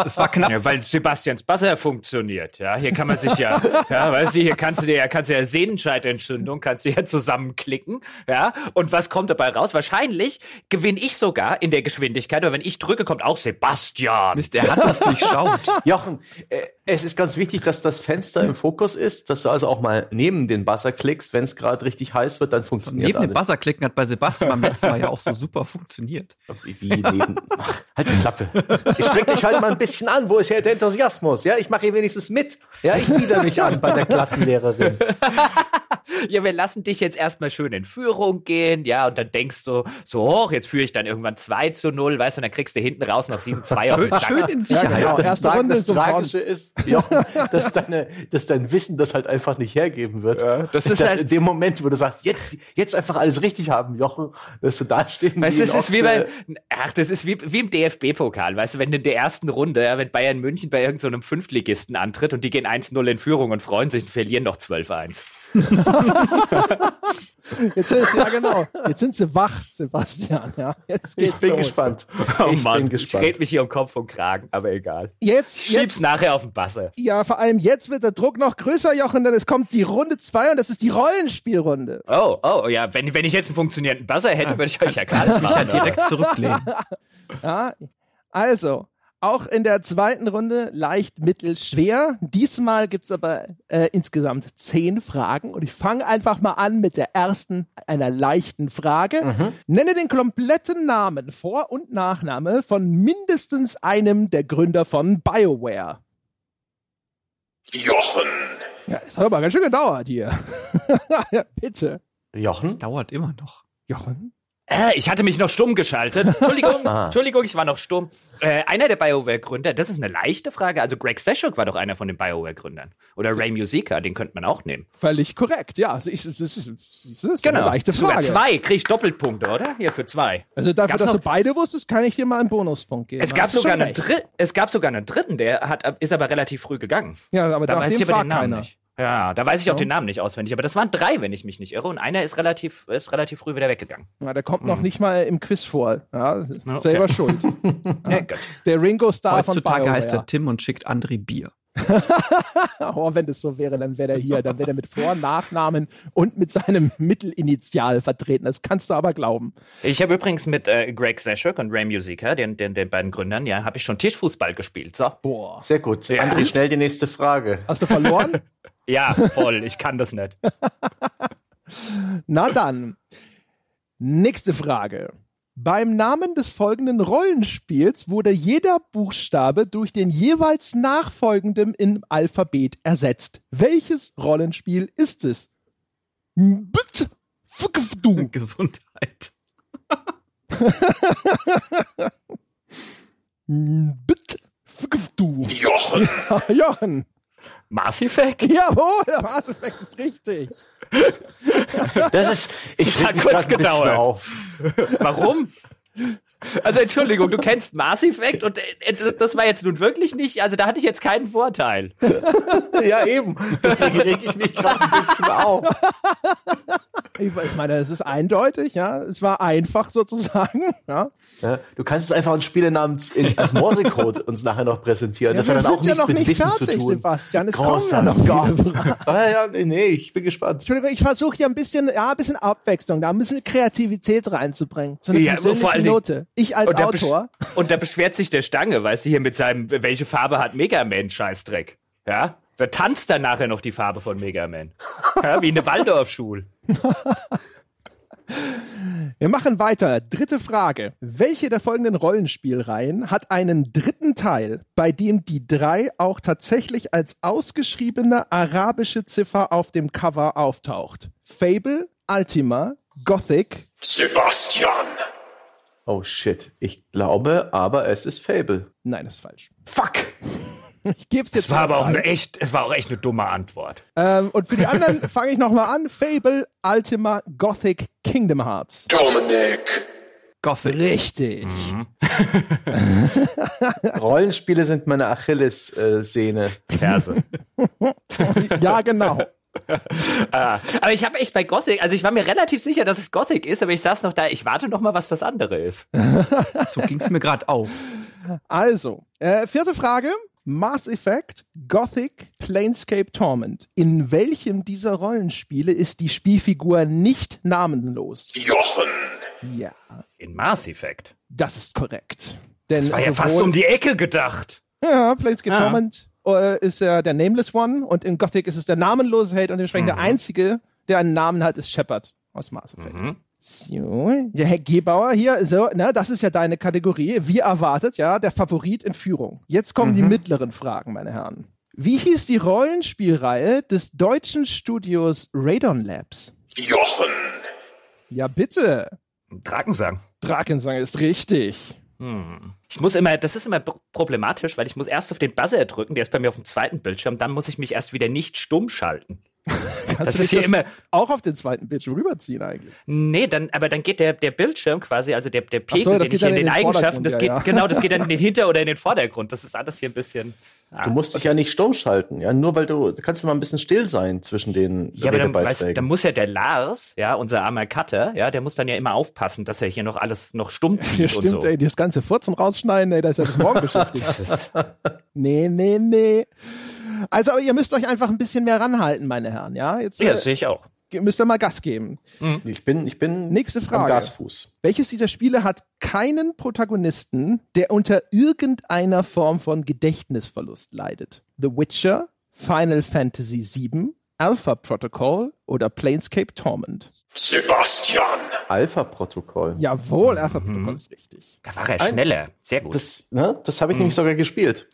Es war knapp.
Ja, weil Sebastians Buzzer funktioniert. Ja, hier kann man sich ja, ja, weißt du, hier kannst du dir ja, kannst du ja Sehnenscheidentzündung, kannst du ja zusammenklicken. Ja, und was kommt dabei raus? Wahrscheinlich gewinne ich sogar in der Geschwindigkeit, aber wenn ich drücke, kommt auch Sebastian.
Mist, er hat das durchschaut.
Jochen, äh, es ist ganz wichtig, dass das Fenster im Fokus ist, dass du also auch mal neben den Buzzer klickst. Wenn es gerade richtig heiß wird, dann funktioniert
Neben dem
alles.
Buzzer klicken hat bei Sebastian beim letzten Mal ja auch so super funktioniert.
Wie wie neben. Ach, halt die Klappe. Ich sprich dich halt mal ein bisschen an. Wo ist hier der Enthusiasmus? Ja, ich mache hier wenigstens mit. Ja, ich biete mich an bei der Klassenlehrerin.
Ja, wir lassen dich jetzt erstmal schön in Führung gehen. Ja, und dann denkst du so, hoch, jetzt führe ich dann irgendwann 2 zu 0, weißt du, und dann kriegst du hinten raus noch 7 2 auf den
Schön,
Sack.
schön in Sicherheit.
genau.
Das,
Erste
Tra-
Runde
das
ist umsonst.
Tragische ist, Jochen, dass, deine, dass dein Wissen das halt einfach nicht hergeben wird.
das ist
dass
halt-
in dem Moment, wo du sagst, jetzt, jetzt einfach alles richtig haben, Jochen, dass du da stehen
Weißt du, es
ein
ist wie bei,
Ochse.
ach, das ist wie, wie im DFB-Pokal, weißt du, wenn in der ersten Runde, ja, wenn Bayern München bei irgendeinem so einem Fünftligisten antritt und die gehen 1-0 in Führung und freuen sich und verlieren noch 12-1.
Jetzt ist ja genau. Jetzt sind sie wach, Sebastian. Ja, jetzt geht's
Ich bin
los.
gespannt.
Oh
ich bin
ich
gespannt.
red mich hier um Kopf und Kragen, aber egal.
Jetzt,
Ich
jetzt
schieb's nachher auf den Basse.
Ja, vor allem jetzt wird der Druck noch größer, Jochen, denn es kommt die Runde 2 und das ist die Rollenspielrunde.
Oh, oh, ja, wenn, wenn ich jetzt einen funktionierenden Basser hätte, würde ich euch ja gar nicht machen. oder?
halt Direkt zurücklehnen.
Ja, also, auch in der zweiten Runde leicht, mittel, schwer. Diesmal gibt's aber äh, insgesamt zehn Fragen und ich fange einfach mal an mit der ersten, einer leichten Frage. Nenne den kompletten Namen, Vor- und Nachname von mindestens einem der Gründer von BioWare.
Jochen.
Ja, das hat aber ganz schön gedauert hier. ja, bitte.
Jochen?
Dauert immer noch.
Jochen?
Äh, ich hatte mich noch stumm geschaltet. Entschuldigung, Entschuldigung, ich war noch stumm. Äh, einer der BioWare-Gründer, das ist eine leichte Frage. Also Greg Seshok war doch einer von den BioWare-Gründern. Oder Ray Musica, den könnte man auch nehmen.
Völlig korrekt, ja. Es ist, es ist, es ist eine leichte
Genau. Sogar
Frage.
zwei krieg ich Doppelpunkte, oder? Hier für zwei.
Also dafür,
Gab's
dass du
noch-
beide wusstest, kann ich dir mal einen Bonuspunkt geben.
Es
Da
gab,
hast du
sogar
schon
einen
recht.
Dri es gab sogar einen dritten, der hat, ist aber relativ früh gegangen.
Ja, aber
Da
nach
weiß ich
dem
aber den
fragt
Namen
keiner.
nicht. Ja, da weiß ich auch den Namen nicht auswendig. Aber das waren drei, wenn ich mich nicht irre. Und einer ist relativ, ist relativ früh wieder weggegangen.
Ja, der kommt noch nicht mal im Quiz vor. Ja,
Hm. okay.
Selber schuld.
Ja, Gott.
Der Ringo Star von
Heutzutage
BioWare.
heißt er Tim und schickt André Bier.
Oh, wenn das so wäre, dann wäre er hier. Dann wäre er mit Vor-, Nachnamen und mit seinem Mittelinitial vertreten. Das kannst du aber glauben.
Ich habe übrigens mit äh, Greg Seshok und Ray Musica, den, den, den beiden Gründern, ja, habe ich schon Tischfußball gespielt. So.
Boah.
Sehr gut. André, schnell die nächste Frage.
Hast du verloren?
Ja, voll, ich kann das nicht.
Na dann. Nächste Frage. Beim Namen des folgenden Rollenspiels wurde jeder Buchstabe durch den jeweils nachfolgenden im Alphabet ersetzt. Welches Rollenspiel ist es? Bitte. Du.
Gesundheit.
Bitte. Du.
Jochen,
Jochen.
Mass Effect?
Jawohl, der Mass Effect ist richtig.
Das ist, ich
hat
reg mich
kurz
grad ein bisschen
gedauert.
auf.
Warum? Also Entschuldigung, du kennst Mass Effect und äh, äh, das war jetzt nun wirklich nicht, also da hatte ich jetzt keinen Vorteil.
Ja, eben. Deswegen reg ich mich gerade ein bisschen auf.
Ich, ich meine, es ist eindeutig, ja. Es war einfach sozusagen, ja.
Ja, du kannst uns einfach einen Spieler namens in, als Morsecode uns nachher noch präsentieren.
Ja,
das hat
wir
dann auch
sind ja
nichts
noch
mit
nicht
Wissen zu
fertig,
tun.
Sebastian. Es kommen ja
Großer
noch viele
Gott. Ah, ja, nee, nee, ich bin gespannt.
Entschuldigung, ich versuche hier ein bisschen, ja, ein bisschen Abwechslung, da ein bisschen Kreativität reinzubringen. So eine
Ja, aber vor
persönliche
allen Dingen-
Note. Ich als
Und da besch-
Autor.
Und da beschwert sich der Stange, weißt du, hier mit seinem, welche Farbe hat Mega Man, Scheißdreck. Ja? Da tanzt dann nachher noch die Farbe von Mega Man. Ja, wie eine Waldorfschule.
Wir machen weiter. Dritte Frage. Welche der folgenden Rollenspielreihen hat einen dritten Teil, bei dem die drei auch tatsächlich als ausgeschriebene arabische Ziffer auf dem Cover auftaucht? Fable, Ultima, Gothic.
Sebastian,
Oh shit. Ich glaube, aber es ist Fable.
Nein, das ist falsch.
Fuck!
Ich gebe es dir
Das war aber auch
Frage.
eine echt, es war auch echt eine dumme Antwort.
ähm, Und für die anderen fange ich nochmal an. Fable, Ultima, Gothic, Kingdom Hearts.
Dominik,
Gothic.
Richtig.
Rollenspiele sind meine Achillessehne.
Verse.
Ja, genau.
Ah, aber ich habe echt bei Gothic, also ich war mir relativ sicher, dass es Gothic ist, aber ich saß noch da, ich warte noch mal, was das andere ist.
So ging es mir gerade auch.
Also, äh, vierte Frage. Mass Effect, Gothic, Planescape Torment. In welchem dieser Rollenspiele ist die Spielfigur nicht namenlos?
Jochen,
Ja,
In Mass Effect.
das ist korrekt. Denn
War ja fast
sowohl-
um die Ecke gedacht.
ja, Planescape
Ah.
Torment äh, ist ja der Nameless One und in Gothic ist es der namenlose Held und entsprechend
Mhm.
der einzige, der einen Namen hat, ist Shepard aus Mass Effect.
Mhm.
So, der Herr Gebauer hier, so, ne, das ist ja deine Kategorie. Wie erwartet, ja, der Favorit in Führung. Jetzt kommen
Mhm.
die mittleren Fragen, meine Herren. Wie hieß die Rollenspielreihe des deutschen Studios Radon Labs?
Jochen,
Ja, bitte.
Drakensang.
Drakensang ist richtig.
Ich muss immer, das ist immer pro- problematisch, weil ich muss erst auf den Buzzer drücken, der ist bei mir auf dem zweiten Bildschirm, dann muss ich mich erst wieder nicht stumm schalten.
Kannst
ist hier immer-
auch auf den zweiten Bildschirm rüberziehen eigentlich?
Nee, dann, aber dann geht der, der Bildschirm quasi, also der, der Pegel,
so, das
den
geht
ich hier
dann
in
in
den,
den
Eigenschaften,
Vordergrund,
das
ja,
geht,
ja.
genau, das geht dann in den Hinter- oder in den Vordergrund. Das ist alles hier ein bisschen.
Du musst dich ja nicht stumm schalten, ja. Nur weil du, du kannst du mal ein bisschen still sein zwischen den
Ja, aber dann, weißt, du,
Redebeiträgen.
dann muss ja der Lars, ja, unser armer Cutter, ja, der muss dann ja immer aufpassen, dass er hier noch alles noch stumm
Ja,
zieht und
stimmt,
so.
ey, das ganze Furzen rausschneiden, ey, da ist ja bis morgen beschäftigt. Nee, nee, nee. Also, aber ihr müsst euch einfach ein bisschen mehr ranhalten, meine Herren, ja? Jetzt
Ja,
äh,
das sehe ich auch.
ge- müsst ihr mal Gas geben.
ich bin, ich bin
Nächste
am
Frage.
Gasfuß.
Welches dieser Spiele hat keinen Protagonisten, der unter irgendeiner Form von Gedächtnisverlust leidet? The Witcher, Final Fantasy VII, Alpha Protocol oder Planescape Torment?
Sebastian,
Alpha-Protokoll.
Jawohl, Alpha
Mhm.
Protocol ist richtig.
Da war er schneller. Sehr gut.
Das, ne, das habe ich nämlich sogar gespielt.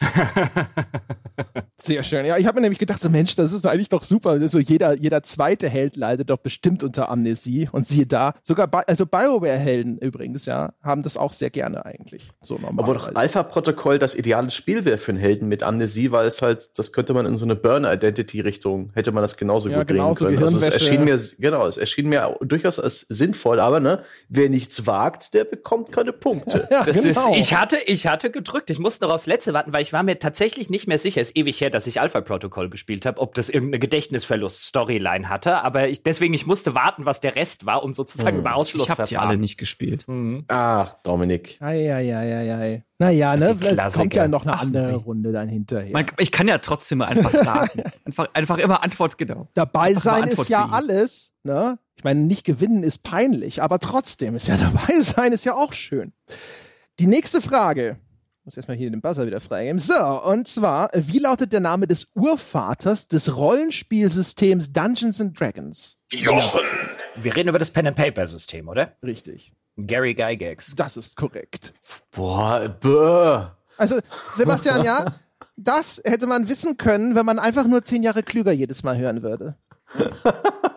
Sehr schön. Ja, ich habe mir nämlich gedacht, so Mensch, das ist eigentlich doch super. Also jeder, jeder zweite Held leidet doch bestimmt unter Amnesie. Und siehe da, sogar Bi also Bioware-Helden übrigens, ja, haben das auch sehr gerne eigentlich. So
Obwohl doch
normalerweise.
Alpha-Protokoll das ideale Spiel wäre für einen Helden mit Amnesie, weil es halt, das könnte man in so eine Burner-Identity-Richtung, hätte man das genauso
Ja,
gut
genauso
bringen können. Also es
Gehirnwäsche.
erschien mir, genau, es erschien mir durchaus als sinnvoll, aber ne, wer nichts wagt, der bekommt keine Punkte.
ja,
Das
genau.
ist, ich, hatte, ich hatte gedrückt. Ich musste noch aufs letzte warten, weil ich war mir tatsächlich nicht mehr sicher. Es ist ewig her, dass ich Alpha Protocol gespielt habe, ob das irgendeine Gedächtnisverlust-Storyline hatte. Aber ich, deswegen, ich musste warten, was der Rest war, um
Mhm.
sozusagen über
Ich habe die alle
Ausschlussverfahren.
nicht gespielt.
Ach, Dominik.
Eieieiei. Naja, ne?
Die
Es kommt ja
Klassiker.
noch eine andere Runde dann hinterher.
Man, ich kann ja trotzdem mal einfach raten. einfach, einfach immer Antwort genau.
dabei
mal
sein
Antwort
ist ja
kriegen.
alles, ne? Ich meine, nicht gewinnen ist peinlich, aber trotzdem ist ja dabei sein ist ja auch schön. Die nächste Frage. Ich muss erstmal hier den Buzzer wieder freigeben. So, und zwar, wie lautet der Name des Urvaters des Rollenspielsystems Dungeons and Dragons?
Jochen,
Wir reden über das Pen-and-Paper-System, oder?
Richtig.
Gary Gygax.
Das ist korrekt.
Boah, bäh.
Also, Sebastian, ja, das hätte man wissen können, wenn man einfach nur zehn Jahre klüger jedes Mal hören würde.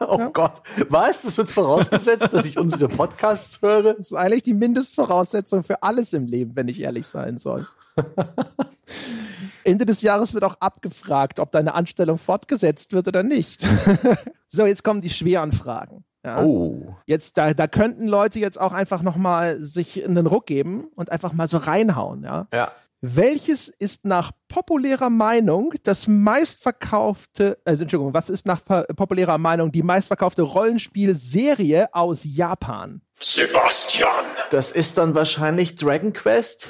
Oh Gott. Was? Das wird vorausgesetzt, dass ich unsere Podcasts höre?
Das ist eigentlich die Mindestvoraussetzung für alles im Leben, wenn ich ehrlich sein soll. Ende des Jahres wird auch abgefragt, ob deine Anstellung fortgesetzt wird oder nicht. so, jetzt kommen die schweren Fragen. Ja.
Oh.
Jetzt, da, da könnten Leute jetzt auch einfach nochmal sich einen Ruck geben und einfach mal so reinhauen. Ja?
Ja.
Welches ist nach populärer Meinung das meistverkaufte, also Entschuldigung, was ist nach pa- populärer Meinung die meistverkaufte Rollenspielserie aus Japan?
Sebastian,
Das ist dann wahrscheinlich Dragon Quest?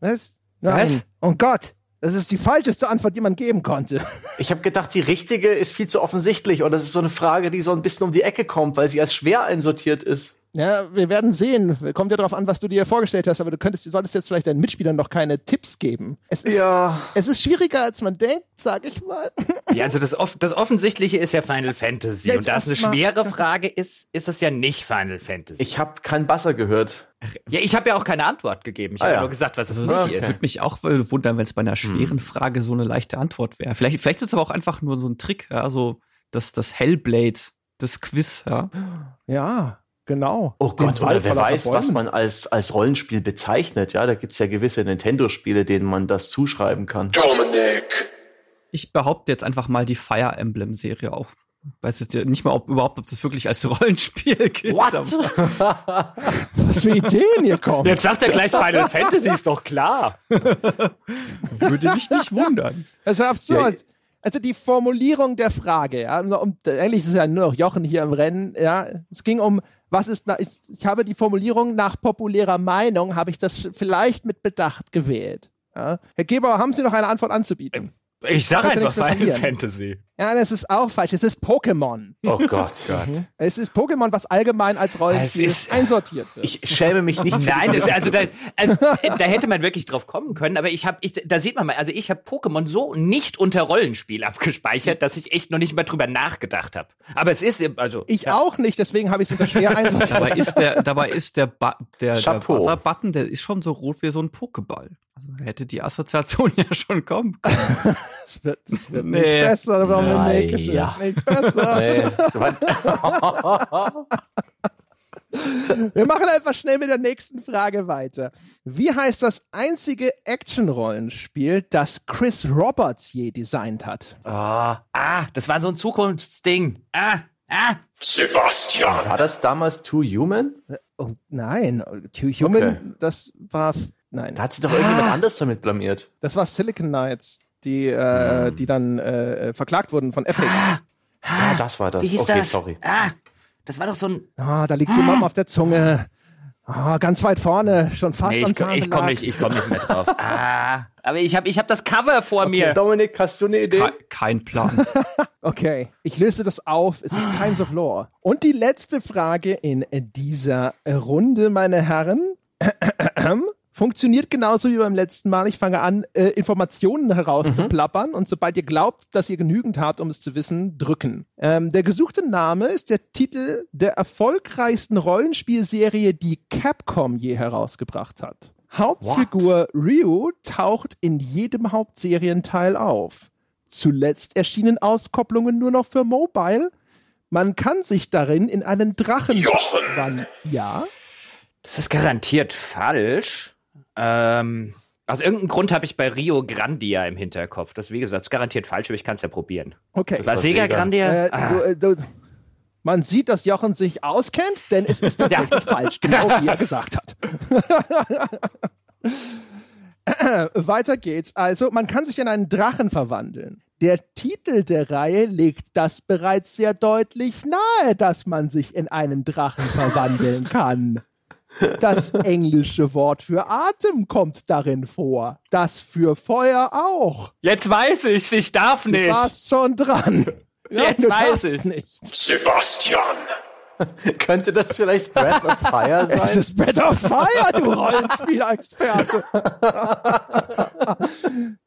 Was? Nein. Oh Gott, das ist die falscheste Antwort, die man geben konnte.
Ich habe gedacht, die richtige ist viel zu offensichtlich und das ist so eine Frage, die so ein bisschen um die Ecke kommt, weil sie als schwer einsortiert ist.
Ja, wir werden sehen. Kommt ja darauf an, was du dir vorgestellt hast, aber du könntest, du solltest jetzt vielleicht deinen Mitspielern noch keine Tipps geben. Es ist,
Ja.
es ist schwieriger, als man denkt, sag ich mal.
Ja, also das, off das Offensichtliche ist ja Final Fantasy.
Jetzt
Und da es eine
erst mal-
schwere Frage ist, ist es ja nicht Final Fantasy.
Ich habe kein Basser gehört.
ja, ich habe ja auch keine Antwort gegeben. Ich
Ah,
habe
ja.
nur gesagt, was es
Also,
nicht
das
okay.
ist.
würde mich auch wundern, wenn es bei einer schweren Frage so eine leichte Antwort wäre. Vielleicht, vielleicht ist es aber auch einfach nur so ein Trick, ja, so das, das Hellblade, das Quiz, ja.
Ja, genau.
Oh
Den Wald
Gott, oder wer
voller
weiß, was
Bäume.
man als, als Rollenspiel bezeichnet. Ja, da gibt's ja gewisse Nintendo-Spiele, denen man das zuschreiben kann.
Dominik,
Ich behaupte jetzt einfach mal die Fire Emblem-Serie auch. Weiß jetzt ja nicht mal, ob überhaupt, ob das wirklich als Rollenspiel gilt. aber-
Was für Ideen hier kommen.
Jetzt sagt er gleich Final Fantasy, ist doch klar.
Würde mich nicht wundern.
Das ist absurd. also die Formulierung der Frage, ja, und um, eigentlich ist ja nur noch Jochen hier im Rennen, ja. Es ging um, was ist, na, ich, ich habe die Formulierung nach populärer Meinung, habe ich das vielleicht mit Bedacht gewählt. Ja. Herr Gebauer, haben Sie noch eine Antwort anzubieten?
Ich sag
Kannst du
einfach
nichts mehr
Final
verlieren.
Fantasy.
Ja, das ist auch falsch. Es ist Pokémon.
Oh Gott, Gott.
Mhm.
Es ist Pokémon, was allgemein als Rollenspiel
Es ist-
einsortiert wird.
Ich schäme mich nicht. für
Nein,
diese
das, also, da, also da hätte man wirklich drauf kommen können, aber ich habe, ich, da sieht man mal, also ich habe Pokémon so nicht unter Rollenspiel abgespeichert, dass ich echt noch nicht mal drüber nachgedacht habe. Aber es ist, eben- also
ich auch nicht, deswegen habe ich es unter schwer einsortiert.
Dabei ist der, dabei ist der, ba der, der
Chapeau.
Buzzer-Button, der ist schon so rot wie so ein Pokéball. Also da hätte die Assoziation ja schon kommen können.
Es wird, es wird
Nee.
nicht besser, Dominik. Es
Naja.
wird nicht besser.
Nee.
Wir machen einfach schnell mit der nächsten Frage weiter. Wie heißt das einzige Action-Rollenspiel, das Chris Roberts je designt hat?
ah, ah, das war so ein Zukunftsding. Ah, ah.
Sebastian,
War das damals Too Human?
Oh nein, Two Human,
Okay.
das war nein,
Da hat sich doch irgendjemand
Ah.
anders damit blamiert.
das war Silicon Knights, die
Ah.
äh, die dann äh, verklagt wurden von Epic.
Ah, das war das.
Wie hieß
okay,
das?
sorry.
Ah, das war doch so ein.
Ah, da liegt sie Mom auf der Zunge. Ah, ganz weit vorne, schon fast
Nee,
am
ich, komm- ich komme
Zahnbelag.
nicht, ich komm nicht mehr drauf. Ah, aber ich habe ich hab das Cover vor mir.
Dominik, hast du eine Idee?
Ke- Kein Plan.
Okay, ich löse das auf. Es ist
Ah.
Times of Lore. Und die letzte Frage in dieser Runde, meine Herren. Funktioniert genauso wie beim letzten Mal. Ich fange an, äh, Informationen herauszuplappern und sobald ihr glaubt, dass ihr genügend habt, um es zu wissen, drücken. Ähm, der gesuchte Name ist der Titel der erfolgreichsten Rollenspielserie, die Capcom je herausgebracht hat. Hauptfigur Ryu taucht in jedem Hauptserienteil auf. zuletzt erschienen Auskopplungen nur noch für Mobile. Man kann sich darin in einen Drachen
Jochen.
wandeln. Ja,
Das ist garantiert falsch. Ähm, aus irgendeinem Grund habe ich bei Rio Grandia im Hinterkopf. Das, wie gesagt, ist garantiert falsch, aber ich kann es ja probieren.
okay.
War
war
Sega
Sega.
Grandia? Ah.
Äh, du, äh, du, man sieht, dass Jochen sich auskennt, denn es ist tatsächlich falsch, genau wie er gesagt hat. Weiter geht's. Also, man kann sich in einen Drachen verwandeln. Der Titel der Reihe legt das bereits sehr deutlich nahe, dass man sich in einen Drachen verwandeln kann. Das englische Wort für Atem kommt darin vor. Das für Feuer auch.
Jetzt weiß ich, ich darf
Du warst schon dran. Ja,
Jetzt
du
weiß
darfst
ich.
nicht.
Sebastian.
Könnte das vielleicht Breath of Fire
Es
sein?
ist Better Fire, du Rollenspielexperte.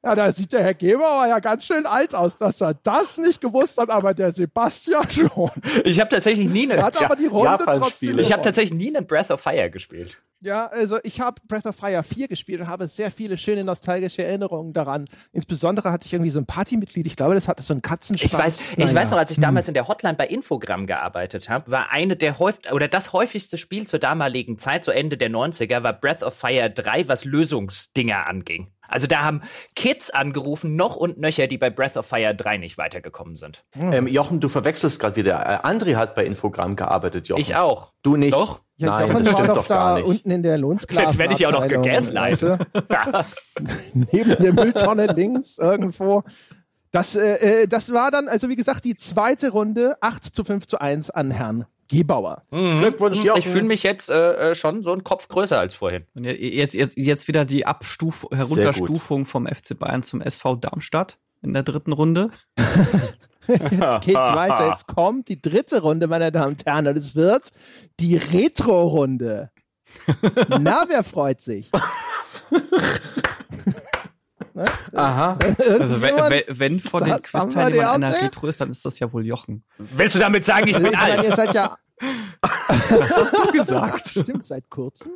ja, da sieht der Herr Gebauer ja ganz schön alt aus, dass er das nicht gewusst hat, aber der Sebastian schon.
Ich habe tatsächlich nie
Er
einen.
hat aber die Runde
Japan-Spiele.
trotzdem.
Ich habe
gewonnen.
tatsächlich nie einen Breath of Fire gespielt.
Ja, also ich habe Breath of Fire 4 gespielt und habe sehr viele schöne nostalgische Erinnerungen daran. Insbesondere hatte ich irgendwie so ein Partymitglied, ich glaube, das hatte so einen Katzenschwanz.
Ich weiß, ich weiß noch, als
Hm.
ich damals in der Hotline bei Infogramm gearbeitet habe, war eine der häufig oder das häufigste Spiel zur damaligen Zeit, so Ende der 90er, war Breath of Fire 3, was Lösungsdinger anging. Also da haben Kids angerufen, noch und nöcher, die bei Breath of Fire 3 nicht weitergekommen sind.
Ähm, Jochen, du verwechselst gerade wieder. Äh, André hat bei Infogramm gearbeitet, Jochen.
Ich auch.
Du nicht.
Doch.
Ja,
Nein,
Jochen war
das stimmt
doch,
doch
da
gar nicht.
unten in der Lohnsklaven.
Jetzt werde ich ja auch noch
Abteilung,
gegaslightet.
weißt du? neben der Mülltonne links irgendwo. Das, äh, äh, das war dann, also wie gesagt, die zweite Runde 8 zu 5 zu 1 an Herrn Gebauer.
Glückwunsch, Jochen.
Ich fühle mich jetzt äh, äh, schon so einen Kopf größer als vorhin.
Und je- jetzt, jetzt, jetzt wieder die Abstuf Herunterstufung vom FC Bayern zum SV Darmstadt in der dritten Runde.
Jetzt geht's weiter. Jetzt kommt die dritte Runde, meine Damen und Herren, und es wird die Retro-Runde. Na, wer freut sich?
Aha.
Also wenn,
Irgendjemand-
wenn- wenn von
Sa-
den
sagen wir die
Quizteilnehmern
auch,
einer
ne?
Retro ist, dann ist das ja wohl Jochen.
Willst du damit sagen, ich
Also,
bin
ich meine,
alt?
ihr seid ja,
Das hast du gesagt.
stimmt, seit kurzem.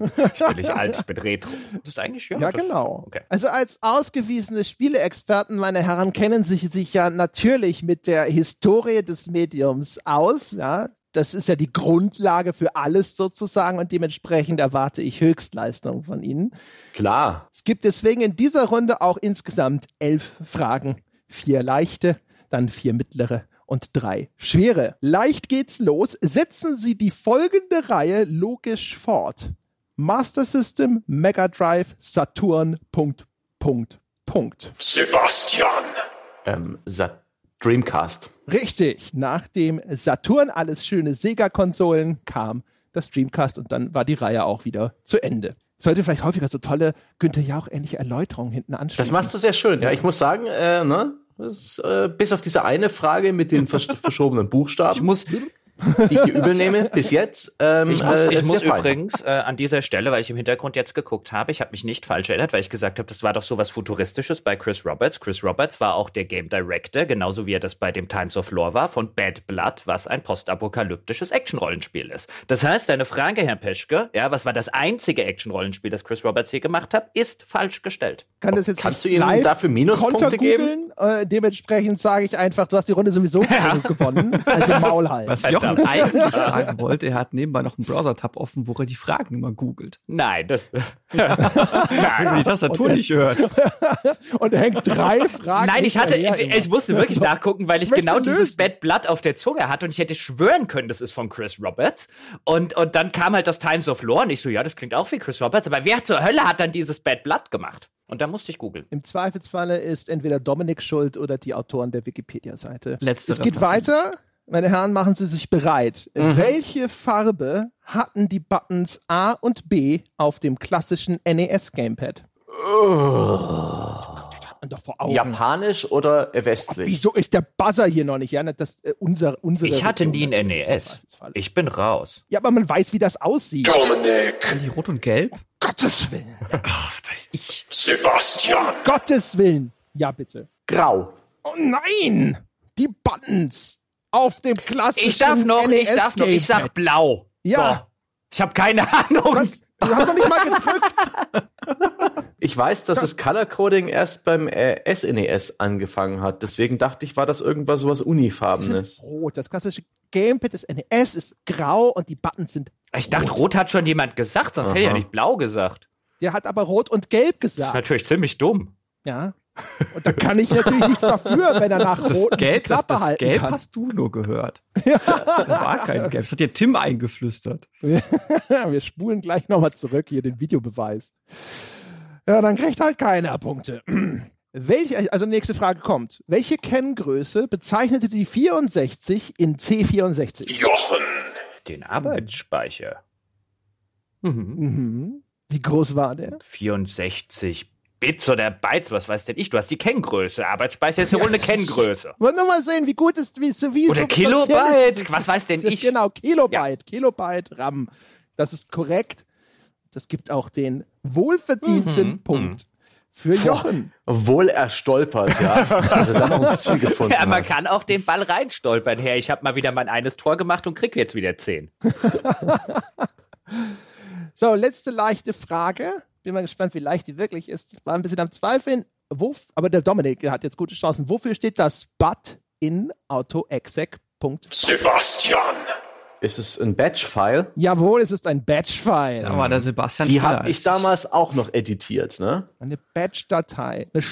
Ich bin nicht alt, ich bin Retro. Das ist eigentlich ja.
Ja,
das-
genau.
Okay.
Also als ausgewiesene Spieleexperten, meine Herren, kennen sich, sich ja natürlich mit der Historie des Mediums aus. Ja? Das ist ja die Grundlage für alles sozusagen und dementsprechend erwarte ich Höchstleistung von Ihnen.
Klar.
Es gibt deswegen in dieser Runde auch insgesamt elf Fragen. Vier leichte, dann vier mittlere und drei schwere. Leicht geht's los. Setzen Sie die folgende Reihe logisch fort. Master System, Mega Drive, Saturn, Punkt, Punkt, Punkt.
Sebastian.
Ähm, Sa- Dreamcast.
Richtig. Nach dem Saturn, alles schöne Sega-Konsolen, kam das Dreamcast und dann war die Reihe auch wieder zu Ende. Sollte vielleicht häufiger so tolle Günther Jauch-ähnliche Erläuterungen hinten anschließen.
Das machst du sehr schön. Ja, ich muss sagen, äh, ne? Das ist, äh, bis auf diese eine Frage mit den versch verschobenen Buchstaben,
Ich muss,
die ich dir übel nehme, bis jetzt. Ähm,
Ich muss,
äh,
ich
ist
muss
sehr fein.
übrigens äh, an dieser Stelle, weil ich im Hintergrund jetzt geguckt habe, ich habe mich nicht falsch erinnert, weil ich gesagt habe, das war doch sowas Futuristisches bei Chris Roberts. Chris Roberts war auch der Game Director, genauso wie er das bei dem Times of Lore war, von Bad Blood, was ein postapokalyptisches Action-Rollenspiel ist. Das heißt, deine Frage, Herr Peschke, ja, was war das einzige Action-Rollenspiel, das Chris Roberts hier gemacht hat, ist falsch gestellt.
kann das jetzt
Kannst
nicht
du ihm
live
dafür Minuspunkte
kontergoogeln. Äh, dementsprechend sage ich einfach, du hast die Runde sowieso gewonnen. Also Maul halt.
Was Jochen eigentlich sagen wollte, er hat nebenbei noch einen Browser-Tab offen, wo er die Fragen immer googelt.
Nein, das.
Wenn die Tastatur nicht hört.
Und hängt drei Fragen.
Nein, ich hatte,
hinterher
ich
immer.
musste wirklich nachgucken, weil ich
Möchte
genau dieses
lösen.
Bad Blood auf der Zunge hatte und ich hätte schwören können, das ist von Chris Roberts. Und, und dann kam halt das Times of Lore und ich so, ja, das klingt auch wie Chris Roberts, aber wer zur Hölle hat dann dieses Bad Blood gemacht? Und da musste ich googeln.
Im Zweifelsfalle ist entweder Dominik schuld oder die Autoren der Wikipedia-Seite.
Letzteres
Es geht weiter. Meine Herren, machen Sie sich bereit. Welche Farbe hatten die Buttons A und B auf dem klassischen E NES-Gamepad? Das hat man doch vor Augen.
Japanisch oder äh, westlich?
Wieso ist der Buzzer hier noch nicht? Ja, das, äh, unser, unsere
Ich hatte nie
Region
ein E
natürlich im
NES.
Zweifelsfalle.
Ich bin raus.
Ja, aber man weiß, wie das aussieht.
Dominik.
Die Rot und Gelb?
Gottes Willen.
Ach, weiß ich.
Sebastian.
Gottes Willen. Ja, bitte.
Grau.
Oh nein! Die Buttons auf dem klassischen E
Ich darf noch, ich darf noch, ich sag
NES-Gamepad.
blau.
Ja.
So. Ich habe keine Ahnung.
Was? Du hast doch nicht mal gedrückt.
Ich weiß, dass das Color Coding erst beim äh, SNES angefangen hat. Deswegen dachte ich, war das irgendwas sowas
Das ist
Unifarbenes.
rot. Das klassische Gamepad des NES ist grau und die Buttons sind.
Ich dachte, rot hat schon jemand gesagt, sonst hätte ich ja
Aha.
nicht blau gesagt.
Der hat aber rot und gelb
Das ist
gesagt.
natürlich ziemlich dumm.
Ja. Und da kann ich natürlich nichts dafür, wenn er nach
Das
rot die
Gelb, das,
Klappe
das
halten
Gelb
kann.
hast du nur gehört. Da war kein Gelb. Das hat dir Tim eingeflüstert.
Wir spulen gleich nochmal zurück hier den Videobeweis. Ja, dann kriegt halt keiner Punkte. Welche, also nächste Frage kommt. Welche Kenngröße bezeichnete die 64 in C64?
Jochen.
Den Arbeitsspeicher. Mhm.
Mhm. Wie groß war der?
64 Bits oder Bytes, was weiß denn ich? Du hast die Kenngröße. Arbeitsspeicher ist ja wohl eine Kenngröße.
Wollen wir mal sehen, wie gut ist, wie, wie
Oder
substanziell ist
Kilobyte.
dieses-
Was weiß denn ich?
Genau, Kilobyte, Kilobyte RAM. Das ist korrekt. Das gibt auch den wohlverdienten
Mhm,
Punkt für Jochen.
Wohl erstolpert, ja. Also dann noch ein Ziel gefunden.
Ja, man
hat.
kann auch den Ball reinstolpern. Herr, ich habe mal wieder mein eines Tor gemacht und krieg jetzt wieder 10.
So, letzte leichte Frage. Bin mal gespannt, wie leicht die wirklich ist. War ein bisschen am Zweifeln. Wo, aber der Dominik hat jetzt gute Chancen. Wofür steht das But in AutoExec? Punkt.
Sebastian.
Ist es ein Batch-File?
Jawohl, es ist ein Batch-File.
Da war der Sebastian
Die
schneller
habe
als
ich damals auch noch editiert, ne?
Eine Batch-Datei. Eine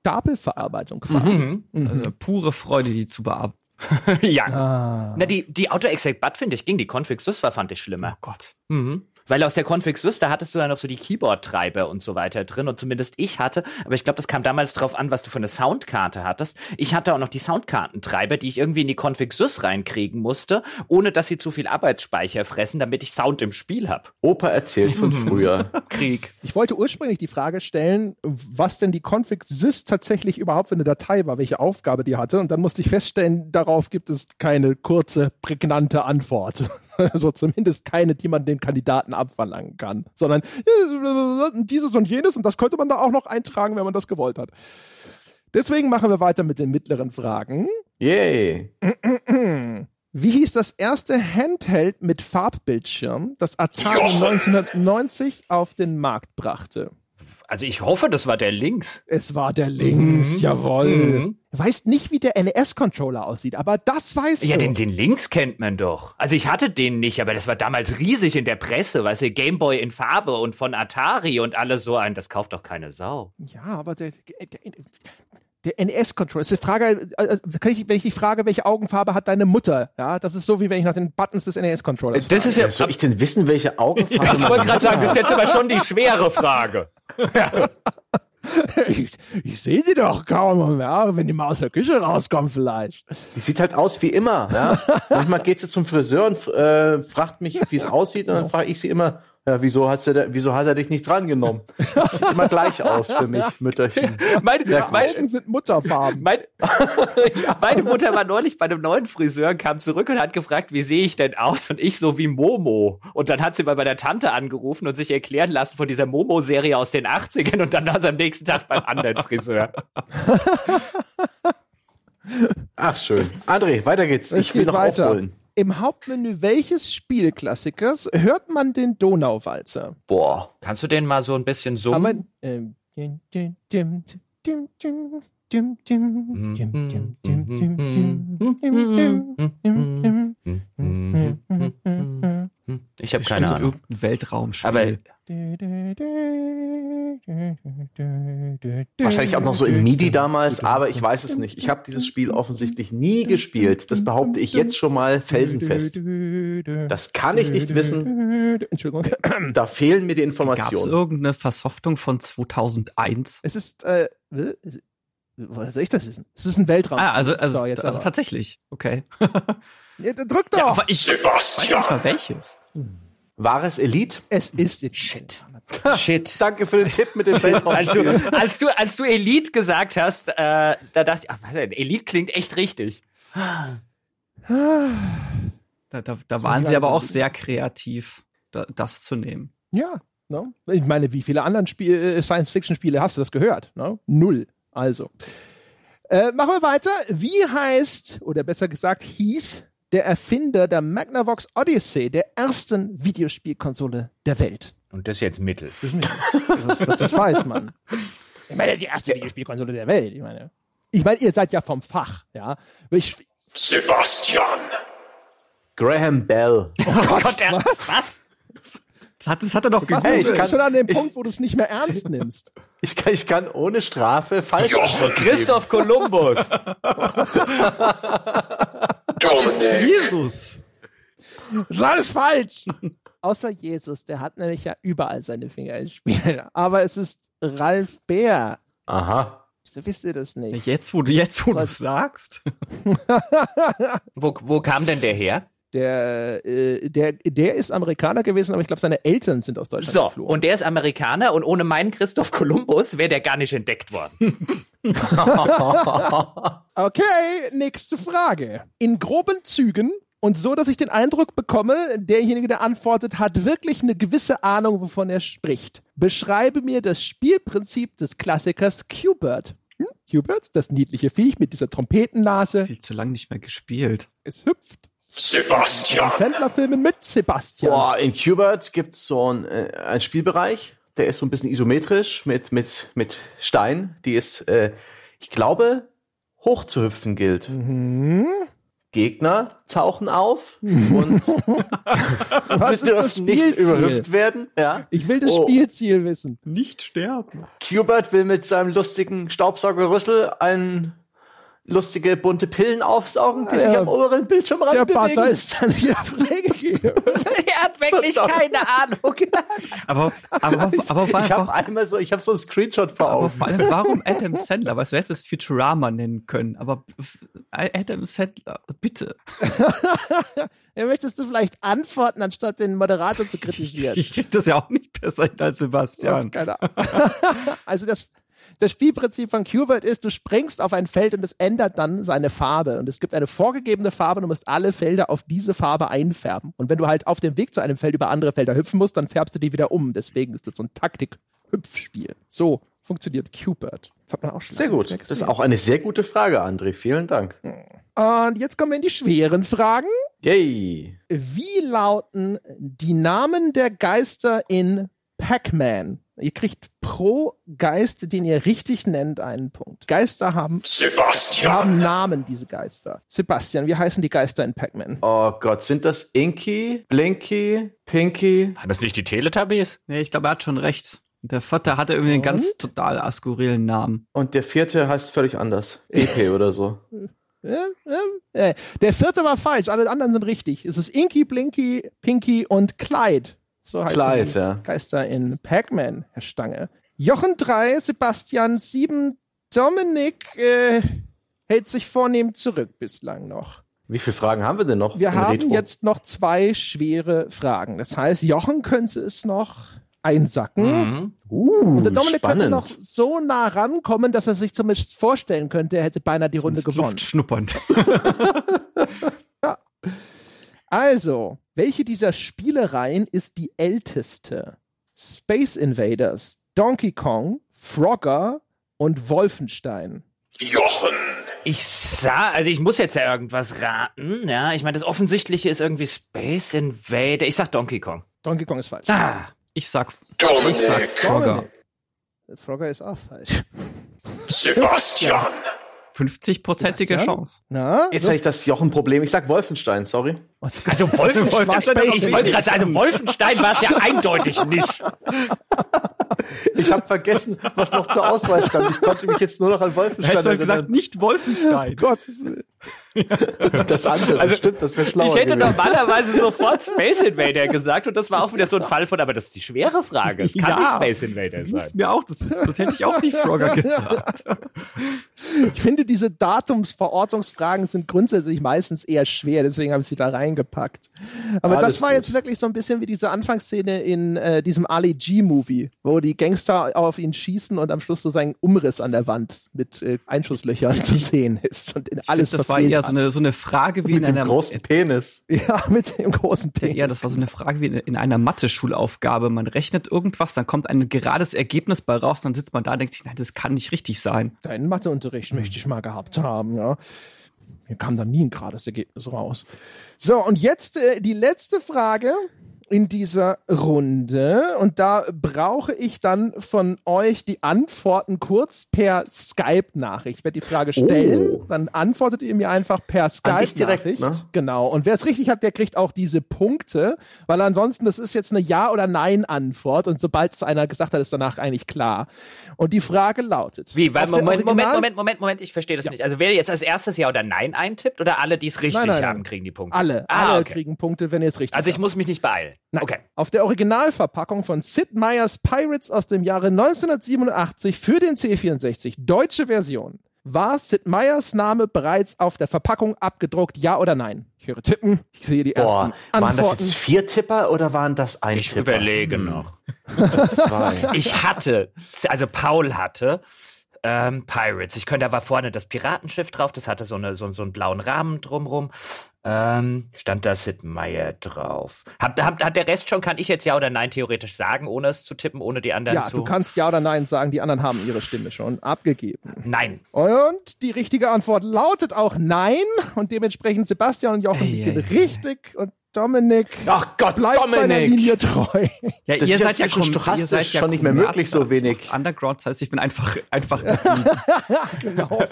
Stapelverarbeitung quasi.
Eine Äh, pure Freude, die zu bearbeiten.
ja. Na, die, die Auto-Exact-Bud, finde ich, ging. Die Config-Sys-War fand ich schlimmer.
Gott.
Mhm. Weil aus der Config-Sys, da hattest du dann noch so die Keyboard-Treiber und so weiter drin. Und zumindest ich hatte, aber ich glaube, das kam damals drauf an, was du für eine Soundkarte hattest. Ich hatte auch noch die Soundkartentreiber, die ich irgendwie in die Config-Sys reinkriegen musste, ohne dass sie zu viel Arbeitsspeicher fressen, damit ich Sound im Spiel habe.
Opa erzählt von
Mhm.
früher.
Krieg.
Ich wollte ursprünglich die Frage stellen, was denn die Config-Sys tatsächlich überhaupt für eine Datei war, welche Aufgabe die hatte. Und dann musste ich feststellen, darauf gibt es keine kurze, prägnante Antwort. Also zumindest keine, die man den Kandidaten abverlangen kann. Sondern dieses und jenes und das könnte man da auch noch eintragen, wenn man das gewollt hat. Deswegen machen wir weiter mit den mittleren Fragen.
Yay.
Wie hieß das erste Handheld mit Farbbildschirm, das Atari
Jochen.
1990 auf den Markt brachte?
Also ich hoffe, das war der Links.
Es war der Links, jawohl.
Mhm.
Weißt nicht, wie der NES-Controller aussieht, aber das weißt
Ja,
du.
den, den Links kennt man doch. Also ich hatte den nicht, aber das war damals riesig in der Presse, weißt du, Gameboy in Farbe und von Atari und alles so ein, das kauft doch keine Sau.
ja, aber der, der, der NES-Controller. Ist die Frage, also, kann ich, wenn ich dich frage, welche Augenfarbe hat deine Mutter? Ja, das ist so, wie wenn ich nach den Buttons des NES-Controllers.
Das ist ja,
Soll ich denn wissen, welche Augenfarbe
Ich wollte gerade sagen, das ist jetzt aber schon die schwere Frage.
ich ich sehe die doch kaum, ja, wenn die mal aus der Küche rauskommt, vielleicht.
Die sieht halt aus wie immer. Ja? Manchmal geht sie zum Friseur und äh, fragt mich, wie es aussieht, und dann frage ich sie immer, ja, wieso, hat's er da, wieso hat er dich nicht drangenommen? Das sieht immer gleich aus für mich, Mütterchen.
Mein,
Augen sind Mutterfarben.
mein, meine Mutter war neulich bei einem neuen Friseur, kam zurück und hat gefragt, wie sehe ich denn aus? Und ich so wie Momo. Und dann hat sie mal bei der Tante angerufen und sich erklären lassen von dieser Momo-Serie aus den 80ern und dann war sie am nächsten Tag beim anderen Friseur.
Ach, schön. André, weiter geht's.
Es
Ich will
geht
noch
weiter.
aufholen.
Im Hauptmenü welches Spielklassikers hört man den Donauwalzer?
Boah.
Kannst du den mal so ein bisschen
Aber.
summen?
Ähm, dim, dim, dim, dim, dim, dim,
Mhm.
dim, dim, dim, dim, dim, dim, dim, dim, dim,
Ich habe
Bestimmt
keine Ahnung.
irgendein Weltraumspiel.
Aber
dü, dü, dü, dü, dü, dü, dü.
Wahrscheinlich auch noch so im MIDI damals, aber ich weiß es nicht. Ich habe dieses Spiel offensichtlich nie gespielt. Das behaupte ich jetzt schon mal felsenfest.
Dü, dü, dü,
Das kann ich nicht
dü,
wissen.
dü, dü. Entschuldigung.
Da fehlen mir die
gab es
Informationen.
irgendeine Versoftung von 2001?
Es ist, äh, äh, was soll ich das wissen? Es ist ein Weltraum.
Ah, also, also,
So, jetzt
also
aber.
tatsächlich. Okay.
Ja, d- drück doch!
Aber ich weiß
Sebastian.
nicht mal welches.
War es Elite?
es ist in Shit.
Shit.
Danke für den Tipp mit dem
Als du,
Weltraumspiel.
als, du, als du Elite gesagt hast, äh, da dachte ich, ach, was denn, Elite klingt echt richtig.
Da, da, da waren sie aber auch sehr kreativ, da, das zu nehmen.
Ja, ne? ich meine, wie viele anderen Spiel- äh, Science-Fiction-Spiele hast du das gehört? Ne? Null. Also. Äh, machen wir weiter. Wie heißt, oder besser gesagt, hieß der Erfinder der Magnavox Odyssey, der ersten Videospielkonsole der Welt?
Und das ist jetzt Mittel.
Das, das ist falsch, Mann. Ich meine, die erste Videospielkonsole der Welt. Ich meine, ich meine, ihr seid ja vom Fach, ja. Ich,
Sebastian.
Graham Bell.
Oh Gott, er, was?
Das hat, das hat er doch
was
gegoogelt.
ich
ich kann-
schon an dem Punkt, wo du es nicht mehr ernst nimmst.
Ich kann, ich kann ohne Strafe falsch
Jochen.
Christoph Kolumbus.
Dominik.
Jesus.
Das ist alles falsch. Außer Jesus, der hat nämlich ja überall seine Finger im Spiel. Aber es ist Ralf Bär.
Aha.
Wieso wisst ihr das nicht?
Jetzt, wo du jetzt, wo du
Was?
sagst.
Wo, wo kam denn der her?
Der, äh, der, der ist Amerikaner gewesen, aber ich glaube, seine Eltern sind aus Deutschland
So,
geflohen.
und der ist Amerikaner und ohne meinen Christoph Kolumbus wäre der gar nicht entdeckt worden.
Okay, nächste Frage. In groben Zügen und so, dass ich den Eindruck bekomme, derjenige, der antwortet, hat wirklich eine gewisse Ahnung, wovon er spricht. Beschreibe mir das Spielprinzip des Klassikers Q-Bird. Hm? Q-Bird, das niedliche Viech mit dieser Trompetennase,
Viel zu lang nicht mehr gespielt.
es hüpft.
Sebastian.
Sandler-Filmen mit Sebastian.
Boah, in Qbert gibt es so einen, äh, einen Spielbereich, der ist so ein bisschen isometrisch mit, mit, mit Stein, die ist, äh, ich glaube, hoch zu hüpfen gilt.
Mhm.
Gegner tauchen auf und
Was
sie dürfen nicht überhüpft werden. Ja.
Ich will das
Oh.
Spielziel wissen.
Nicht sterben.
Qbert will mit seinem lustigen Staubsaugerrüssel einen lustige bunte Pillen aufsaugen, die
Ja.
sich am oberen Bildschirmrand
Der
bewegen.
Buzzer ist dann wieder freigegeben.
er hat wirklich keine Ahnung.
Aber, aber, aber,
ich habe
aber,
einmal so, ich habe so einen Screenshot vor
aber
Augen.
vor allem, warum Adam Sandler? Weißt du, du hättest es Futurama nennen können, aber f- Adam Sandler, bitte.
Ja, möchtest du vielleicht antworten, anstatt den Moderator zu kritisieren?
Ich krieg das ja auch nicht besser hin als
Du hast
Sebastian.
keine Ahnung. also das, das Spielprinzip von Qbert ist, du springst auf ein Feld und es ändert dann seine Farbe. Und es gibt eine vorgegebene Farbe und du musst alle Felder auf diese Farbe einfärben. Und wenn du halt auf dem Weg zu einem Feld über andere Felder hüpfen musst, dann färbst du die wieder um. Deswegen ist das so ein Taktik-Hüpfspiel. So funktioniert Qbert. Das hat man auch schon
Sehr
lange
gut.
nicht mehr
Das ist
gesehen.
auch eine sehr gute Frage, André. Vielen Dank.
Und jetzt kommen wir in die schweren Fragen.
Yay.
Wie lauten die Namen der Geister in Pac-Man? Ihr kriegt pro Geist, den ihr richtig nennt, einen Punkt. Geister haben,
Sebastian.
haben Namen, diese Geister. Sebastian, wie heißen die Geister in Pac-Man?
Oh Gott, sind das Inky, Blinky, Pinky?
Waren das nicht die Teletubbies?
Nee, ich glaube, er hat schon recht. Der vierte hatte irgendwie einen ganz total askurilen Namen.
Und der vierte heißt völlig anders. BP oder so.
Äh, äh, äh. Der vierte war falsch, alle anderen sind richtig. Es ist Inky, Blinky, Pinky und Clyde. So heißen
Clyde,
die
ja.
Geister in Pac-Man, Herr Stange. Jochen 3, Sebastian 7, Dominik äh, hält sich vornehm zurück bislang noch.
Wie viele Fragen haben wir denn noch?
Wir
in
haben
Retro?
jetzt noch zwei schwere Fragen. Das heißt, Jochen könnte es noch
Hm.
einsacken.
Mhm.
Uh,
Und der Dominik
spannend.
könnte noch so nah rankommen, dass er sich zumindest vorstellen könnte, er hätte beinahe die Runde
Das
gewonnen.
Luft schnuppernd.
Also, welche dieser Spielereien ist die älteste? Space Invaders, Donkey Kong, Frogger und Wolfenstein.
Jochen.
Ich sah, also ich muss jetzt ja irgendwas raten. Ja, ich meine, das Offensichtliche ist irgendwie Space Invader. Ich sag Donkey Kong.
Donkey Kong ist falsch.
Ah,
Ich sag, ich sag
Dominik.
Frogger.
Dominik. Frogger ist auch falsch.
Sebastian.
50-prozentige
Sebastian?
Chance.
Na?
Jetzt habe ich das Jochen-Problem. Ich sag Wolfenstein, sorry.
also Wolfenstein.
War Space
Ich wollte gerade sagen, also Wolfenstein war es ja eindeutig nicht.
Ich habe vergessen, was noch zur Auswahl stand. Ich konnte mich jetzt nur noch an Wolfenstein
Hättest du halt gesagt,
erinnern.
nicht Wolfenstein.
Gottes Willen.
das andere. Also, stimmt, das wäre schlauer
Ich hätte
gewesen.
normalerweise sofort Space Invader gesagt und das war auch wieder so ein Fall von, aber das ist die schwere Frage. Es kann
Ja.
nicht Space Invader
Das ist
sein.
mir auch, das, das hätte ich auch nicht Frogger gesagt.
Ich finde, diese Datumsverortungsfragen sind grundsätzlich meistens eher schwer, deswegen habe ich sie da reingepackt. Aber
Alles
das war
gut.
jetzt wirklich so ein bisschen wie diese Anfangsszene in äh, diesem Ali G-Movie, wo die Gangster auf ihn schießen und am Schluss so seinen Umriss an der Wand mit äh, Einschusslöchern zu sehen ist und in alles
das war
verfehlt
eher
hat.
so eine, so eine Frage wie in
Mit
einer
dem großen Penis.
ja, mit dem großen Penis.
Ja, das war so eine Frage wie in- in einer Mathe-Schulaufgabe. Man rechnet irgendwas, dann kommt ein gerades Ergebnis bei raus, dann sitzt man da und denkt sich, nein, das kann nicht richtig sein.
Deinen Matheunterricht möchte
Mhm.
ich mal gehabt haben, ja. Mir kam da nie ein gerades Ergebnis raus. So, und jetzt äh, die letzte Frage. in dieser Runde. Und da brauche ich dann von euch die Antworten kurz per Skype-Nachricht. Ich werde die Frage stellen,
Oh.
dann antwortet ihr mir einfach per
dich direkt,
Skype-Nachricht.
ne?
Genau. Und wer es richtig hat, der kriegt auch diese Punkte, weil ansonsten, das ist jetzt eine Ja- oder Nein-Antwort. Und sobald es einer gesagt hat, ist danach eigentlich klar. Und die Frage lautet:
Wie? Weil,
auf der
Moment, Moment,
Original-
Moment, Moment, Moment, ich verstehe das nicht. Also wer jetzt als erstes Ja oder Nein eintippt oder alle, die es richtig
Nein, nein,
haben,
nein.
kriegen die Punkte?
Alle,
Ah,
alle
okay.
kriegen Punkte, wenn ihr es richtig
Also ich
habt.
muss mich nicht beeilen.
Nein.
Okay.
Auf der Originalverpackung von Sid Meier's Pirates aus dem Jahre 1987 für den C64, deutsche Version, war Sid Meier's Name bereits auf der Verpackung abgedruckt, ja oder nein? Ich höre Tippen, ich sehe die ersten
Boah, waren das
Antworten.
jetzt vier Tipper oder waren das ein
Ich
Tipper?
überlege noch.
Zwei.
Ich hatte, also Paul hatte ähm, Pirates. Ich könnte, da war vorne das Piratenschiff drauf, das hatte so, eine, so, so einen blauen Rahmen drumrum. Ähm, stand da Sid Meier drauf. Hab, hab, hat der Rest schon, kann ich jetzt ja oder nein theoretisch sagen, ohne es zu tippen, ohne die anderen
ja,
zu.
du kannst ja oder nein sagen, die anderen haben ihre Stimme schon abgegeben.
nein.
Und die richtige Antwort lautet auch nein und dementsprechend Sebastian und Jochen liegen richtig und Dominik
Ach Gott,
bleibt seiner
Dominik!
Linie treu.
Ja,
Das
ihr
ist ja
seid ja
inzwischen
kom- ihr
stochastisch
seid ja
schon nicht mehr möglich, so
Kommerz,
wenig.
einfach Underground, das heißt, ich bin einfach, einfach.
genau.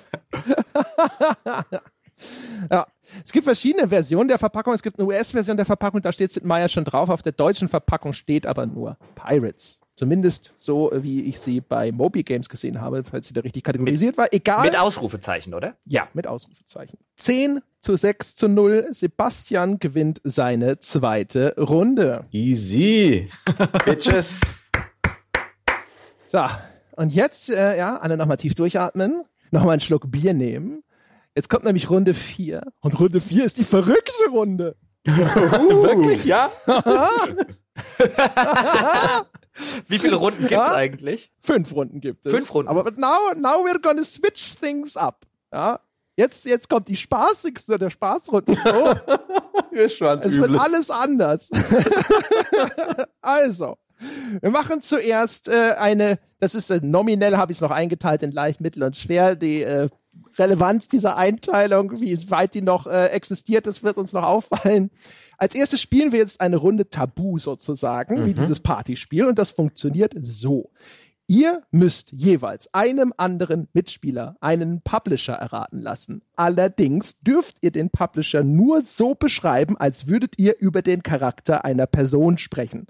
ja. Es gibt verschiedene Versionen der Verpackung. Es gibt eine US-Version der Verpackung, da steht Sid Meier schon drauf. Auf der deutschen Verpackung steht aber nur Pirates. Zumindest so, wie ich sie bei Moby Games gesehen habe, falls sie da richtig kategorisiert war. Egal.
Mit Ausrufezeichen, oder?
ja, mit Ausrufezeichen. 10 zu 6 zu 0. Sebastian gewinnt seine zweite Runde.
Easy. Bitches.
So, und jetzt, äh, ja, alle nochmal tief durchatmen, nochmal einen Schluck Bier nehmen. Jetzt kommt nämlich Runde 4. Und Runde 4 ist die verrückte Runde.
Wirklich, ja?
Wie viele Runden gibt's
Ja?
eigentlich?
Fünf Runden gibt es.
Fünf Runden.
Aber but now, now we're gonna switch things up. Ja. Jetzt, jetzt kommt die spaßigste der Spaßrunden. So,
Ist schon
es wird alles anders. also, wir machen zuerst äh, eine, das ist äh, nominell, habe ich es noch eingeteilt in leicht, mittel und schwer. Die äh, Relevanz dieser Einteilung, wie weit die noch äh, existiert, das wird uns noch auffallen. Als erstes spielen wir jetzt eine Runde Tabu sozusagen,
Mhm.
wie dieses Partyspiel. Und das funktioniert so. Ihr müsst jeweils einem anderen Mitspieler einen Publisher erraten lassen. Allerdings dürft ihr den Publisher nur so beschreiben, als würdet ihr über den Charakter einer Person sprechen.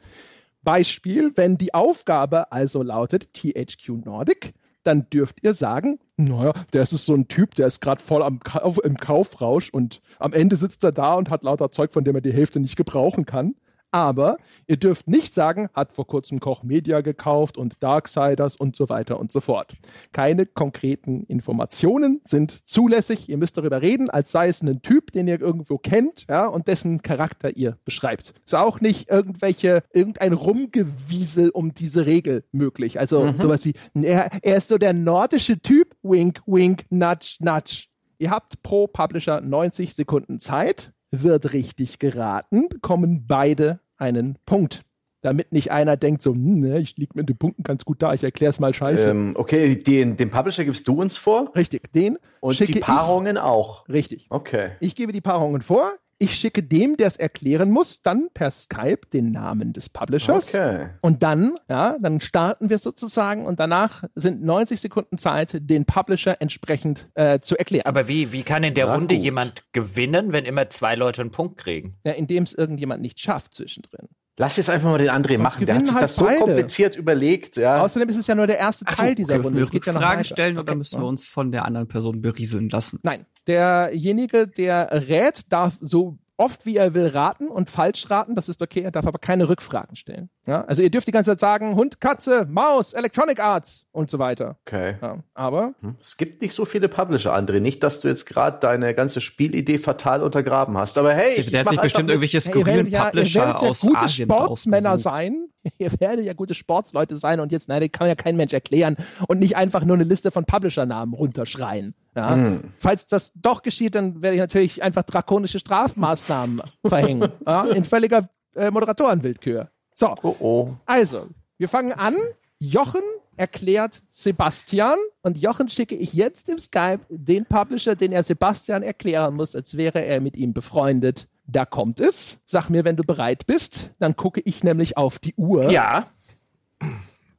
Beispiel, wenn die Aufgabe also lautet THQ Nordic, dann dürft ihr sagen, naja, der ist so ein Typ, der ist gerade voll am Kauf, im Kaufrausch und am Ende sitzt er da und hat lauter Zeug, von dem er die Hälfte nicht gebrauchen kann. Aber ihr dürft nicht sagen, hat vor kurzem Koch Media gekauft und Darksiders und so weiter und so fort. Keine konkreten Informationen sind zulässig. Ihr müsst darüber reden, als sei es ein Typ, den ihr irgendwo kennt, ja, und dessen Charakter ihr beschreibt. Ist auch nicht irgendwelche, irgendein Rumgewiesel um diese Regel möglich. Also sowas wie, er, er ist so der nordische Typ, wink, wink, nudge, nudge. Ihr habt pro Publisher 90 Sekunden Zeit. Wird richtig geraten, bekommen beide einen Punkt. Damit nicht einer denkt so, hm, ne, ich lieg mit den Punkten ganz gut da, ich erklär's mal scheiße.
Ähm, okay, den, den Publisher gibst du uns vor
Richtig, den
und
schicke
die Paarungen auch.
ich. Richtig.
Okay.
Ich gebe die Paarungen vor. Ich schicke dem, der es erklären muss, dann per Skype den Namen des Publishers.
Okay.
Und dann, ja, dann starten wir sozusagen und danach sind 90 Sekunden Zeit, den Publisher entsprechend äh, zu erklären.
Aber wie, wie kann in der
Na
Runde
gut.
jemand gewinnen, wenn immer zwei Leute einen Punkt kriegen?
ja, indem es irgendjemand nicht schafft zwischendrin.
Lass jetzt einfach mal den André machen. Der
gewinnen
hat sich
halt
das so
beide.
kompliziert überlegt. Ja.
Außerdem ist es ja nur der erste Teil dieser
Dürfen
Runde.
wir
Es geht ja noch
Fragen
weiter.
stellen oder
Okay.
müssen wir uns von der anderen Person berieseln lassen?
Nein, derjenige, der rät, darf so oft wie er will raten und falsch raten, das ist okay, er darf aber keine Rückfragen stellen. Ja? Also ihr dürft die ganze Zeit sagen, Hund, Katze, Maus, Electronic Arts und so weiter.
Okay.
Ja, aber
Hm. Es gibt nicht so viele Publisher, André. Nicht, dass du jetzt gerade deine ganze Spielidee fatal untergraben hast. Aber hey, ich
der hat
mach
sich
einfach
bestimmt
mit.
irgendwelche
ja, ihr
skurrilen
werdet ja, ihr
Publisher
werdet ja
aus
gute
Asien
Sportsmänner
rausgesucht.
sein. Ihr werdet ja gute Sportsleute sein und jetzt, nein, das kann ja kein Mensch erklären und nicht einfach nur eine Liste von Publisher-Namen runterschreien. Ja?
Hm.
Falls das doch geschieht, dann werde ich natürlich einfach drakonische Strafmaßnahmen verhängen. Ja? In völliger äh, Moderatorenwildkür. So.
Oh, oh.
Also, wir fangen an. Jochen erklärt Sebastian und Jochen schicke ich jetzt im Skype den Publisher, den er Sebastian erklären muss, als wäre er mit ihm befreundet. Da kommt es. Sag mir, wenn du bereit bist. Dann gucke ich nämlich auf die Uhr.
Ja,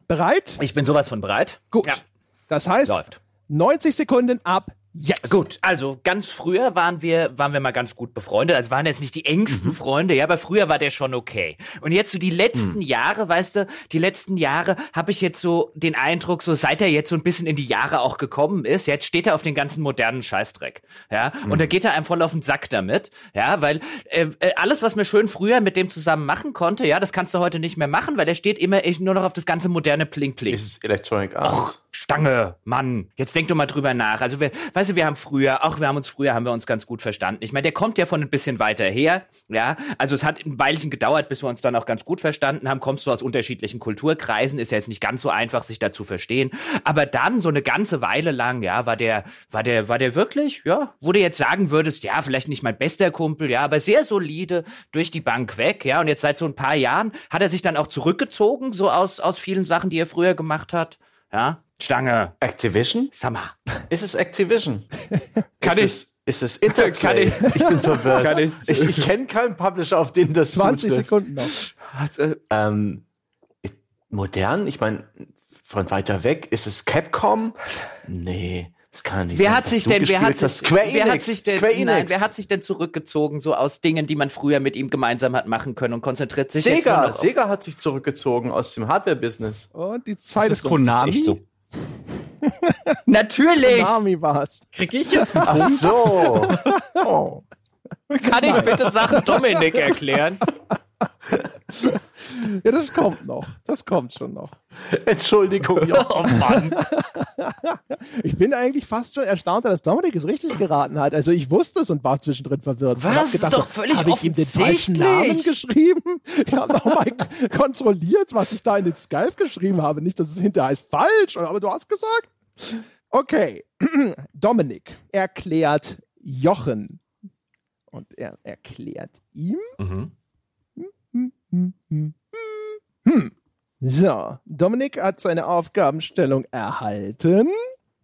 Bereit?
ich bin sowas von bereit.
Gut.
Ja,
Das heißt,
läuft.
90 Sekunden ab jetzt.
Gut, also ganz früher waren wir, waren wir mal ganz gut befreundet. Also waren jetzt nicht die engsten Freunde, ja, aber früher war der schon okay. Und jetzt so die letzten Jahre, weißt du, die letzten Jahre habe ich jetzt so den Eindruck, so seit er jetzt so ein bisschen in die Jahre auch gekommen ist, jetzt steht er auf den ganzen modernen Scheißdreck. Ja, und da geht er einem voll auf den Sack damit. Ja, weil äh, äh, alles, was mir schön früher mit dem zusammen machen konnte, ja, das kannst du heute nicht mehr machen, weil er steht immer echt nur noch auf das ganze moderne Pling-Pling.
Ist es Electronic Arts?
Stange, Mann, jetzt denk doch mal drüber nach. Also, wir, weißt du, wir haben früher, auch wir haben uns früher, haben wir uns ganz gut verstanden. Ich meine, der kommt ja von ein bisschen weiter her, ja. Also, es hat ein Weilchen gedauert, bis wir uns dann auch ganz gut verstanden haben. Kommst du aus unterschiedlichen Kulturkreisen, ist ja jetzt nicht ganz so einfach, sich da zu verstehen. Aber dann, so eine ganze Weile lang, ja, war der, war der, war der wirklich, ja, wo du jetzt sagen würdest, ja, vielleicht nicht mein bester Kumpel, ja, aber sehr solide durch die Bank weg, ja. Und jetzt seit so ein paar Jahren hat er sich dann auch zurückgezogen, so aus, aus vielen Sachen, die er früher gemacht hat. Ja? Stange.
Activision?
Summer.
Ist es Activision?
Kann
ist
ich-
Es, ist es Interplay?
Kann ich-
Ich bin verwirrt.
Kann ich-
ich ich kenne keinen Publisher, auf den das
20
zutrifft.
Sekunden noch.
äh,
Ähm, modern? Ich meine, von weiter weg? Ist es Capcom? Nee, das kann nicht
Wer
sein.
hat
Was
sich
du
denn, wer
gespielt
hat
hast.
sich,
Square Enix,
wer hat sich denn,
Square
nein,
Enix.
wer hat sich denn zurückgezogen, so aus Dingen, die man früher mit ihm gemeinsam hat machen können und konzentriert sich jetzt nur
Sega,
noch auf-
Sega hat sich zurückgezogen aus dem Hardware-Business.
Und die
Ist
Zeit
das
ist
Konami?
Natürlich!
Konami war's.
Krieg ich jetzt einen
Ach so.
Kann ich bitte Sachen Dominik erklären?
Ja, das kommt noch. Das kommt schon noch.
Entschuldigung, ja.
Oh Mann.
Ich bin eigentlich fast schon erstaunt, dass Dominik es richtig geraten hat. Also ich wusste es und war zwischendrin verwirrt.
Was?
Ich hab
Ist doch völlig
Habe ich ihm den falschen
offensichtlich.
Namen geschrieben? Ich habe nochmal kontrolliert, was ich da in den Skype geschrieben habe. Nicht, dass es hinterher ist falsch, aber du hast gesagt. Okay, Dominik erklärt Jochen. Und er erklärt ihm. Hm, hm, hm, hm. So, Dominik hat seine Aufgabenstellung erhalten.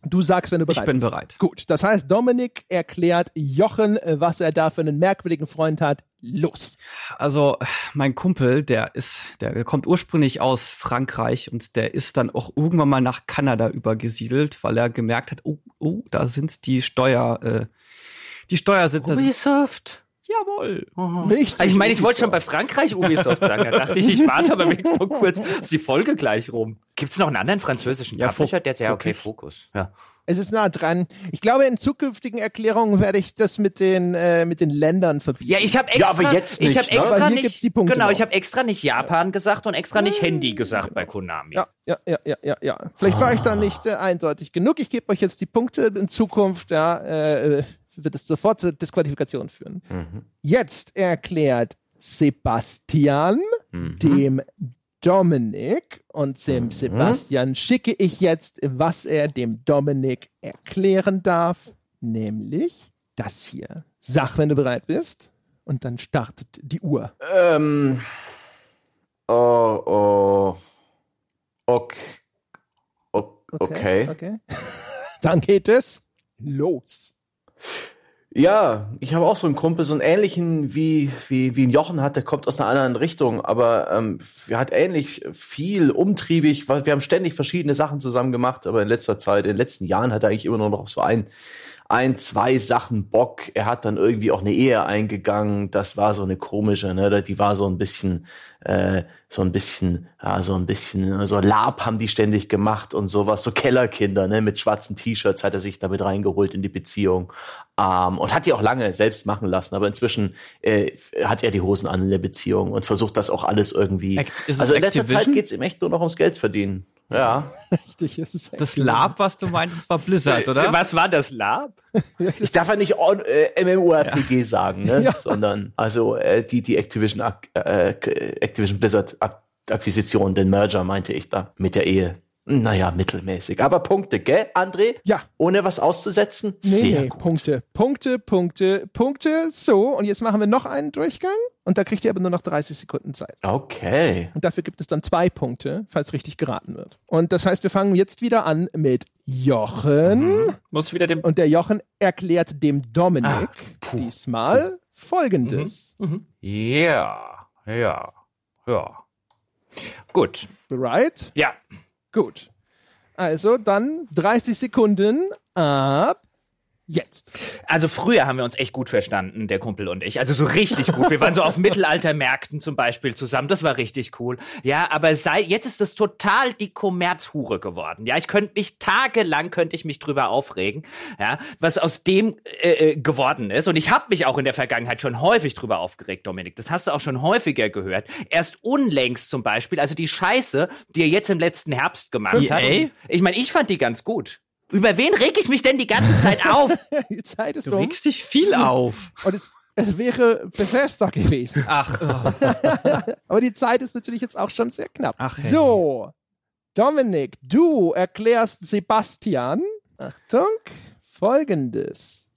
Du sagst, wenn du bereit
Ich bin
bist.
bereit.
Gut, das heißt, Dominik erklärt Jochen, äh, was er da für einen merkwürdigen Freund hat. Los.
Also, mein Kumpel, der ist, der kommt ursprünglich aus Frankreich und der ist dann auch irgendwann mal nach Kanada übergesiedelt, weil er gemerkt hat, oh, oh, da sind die Steuer, äh, die Steuersitzer. sind-
Ubisoft.
Jawohl.
Richtig.
Also ich meine, ich wollte schon
Ubisoft.
bei Frankreich Ubisoft sagen. Da dachte ich, ich warte aber wenigstens noch kurz. Ist die Folge gleich rum?
Gibt's noch einen anderen französischen
Ja,
Publisher, der, ja, okay, Fokus. Ja.
Es ist nah dran. Ich glaube, in zukünftigen Erklärungen werde ich das mit den, äh, mit den Ländern verbieten.
Ja, ich habe extra,
aber jetzt
ich hab
nicht, ne?
extra
Weil hier
nicht,
gibt's die Punkte
genau,
noch.
ich habe extra nicht Japan gesagt und extra nicht Handy gesagt bei Konami.
Ja, ja, ja, ja, ja, ja. Vielleicht war ich da nicht äh, eindeutig genug. Ich gebe euch jetzt die Punkte in Zukunft. Ja, äh, äh, wird es sofort zur Disqualifikation führen. Jetzt erklärt Sebastian dem Dominik und dem Sebastian schicke ich jetzt, was er dem Dominik erklären darf, nämlich das hier. Sag, wenn du bereit bist. Und dann startet die Uhr.
ähm. Oh, oh. Ok. Ok. okay.
okay. Dann geht es los.
Ja, ich habe auch so einen Kumpel, so einen ähnlichen wie, wie, wie ein Jochen hat, der kommt aus einer anderen Richtung, aber ähm, er hat ähnlich viel umtriebig, weil wir haben ständig verschiedene Sachen zusammen gemacht, aber in letzter Zeit, in den letzten Jahren hat er eigentlich immer nur noch so ein, ein, zwei Sachen Bock. Er hat dann irgendwie auch eine Ehe eingegangen, das war so eine komische, ne? die war so ein bisschen, äh, so ein bisschen, ja, so ein bisschen, ne? so Lab haben die ständig gemacht und sowas, so Kellerkinder, ne, mit schwarzen T-Shirts hat er sich damit reingeholt in die Beziehung. Ähm, und hat die auch lange selbst machen lassen, aber inzwischen äh, hat er die Hosen an in der Beziehung und versucht das auch alles irgendwie.
Act- ist es
also in letzter
Activision?
Zeit geht's ihm echt nur noch ums Geld verdienen. Ja.
Richtig, es ist
Das Lab, was du meintest, war Blizzard, oder?
Was war das Lab?
Ich darf ja nicht on, äh, MMORPG sagen, ne? sondern also äh, die, die Activision, Ak- äh, Activision Blizzard Ak Akquisition, den Merger meinte ich da mit der Ehe. Naja, mittelmäßig. Aber Punkte, gell, André?
Ja.
Ohne was auszusetzen?
Nee,
Sehr
nee,
gut.
Punkte, Punkte, Punkte, Punkte. So, und jetzt machen wir noch einen Durchgang und da kriegt ihr aber nur noch 30 Sekunden Zeit.
Okay.
Und dafür gibt es dann zwei Punkte, falls richtig geraten wird. Und das heißt, wir fangen jetzt wieder an mit Jochen.
Muss wieder dem.
Und der Jochen erklärt dem Dominik diesmal, folgendes.
Ja, ja, ja. Gut.
Bereit?
Ja.
Gut. Also dann 30 Sekunden ab jetzt.
Also früher haben wir uns echt gut verstanden, der Kumpel und ich. Also so richtig gut. Wir waren so auf Mittelaltermärkten zum Beispiel zusammen. Das war richtig cool. Ja, aber sei, jetzt ist das total die Kommerzhure geworden. Ja, ich könnte mich tagelang könnte ich mich drüber aufregen. Ja, was aus dem äh, äh, geworden ist. Und ich habe mich auch in der Vergangenheit schon häufig drüber aufgeregt, Dominik. Das hast du auch schon häufiger gehört. Erst unlängst zum Beispiel. Also die Scheiße, die er jetzt im letzten Herbst gemacht hat.
EA?
Ich meine, ich fand die ganz gut. Über wen reg ich mich denn die ganze Zeit auf?
Die Zeit ist
Du
um.
regst dich viel auf.
Und es, es wäre Bethesda gewesen.
Ach, oh.
Aber die Zeit ist natürlich jetzt auch schon sehr knapp.
Ach, hey.
So, Dominik, du erklärst Sebastian, Achtung, folgendes.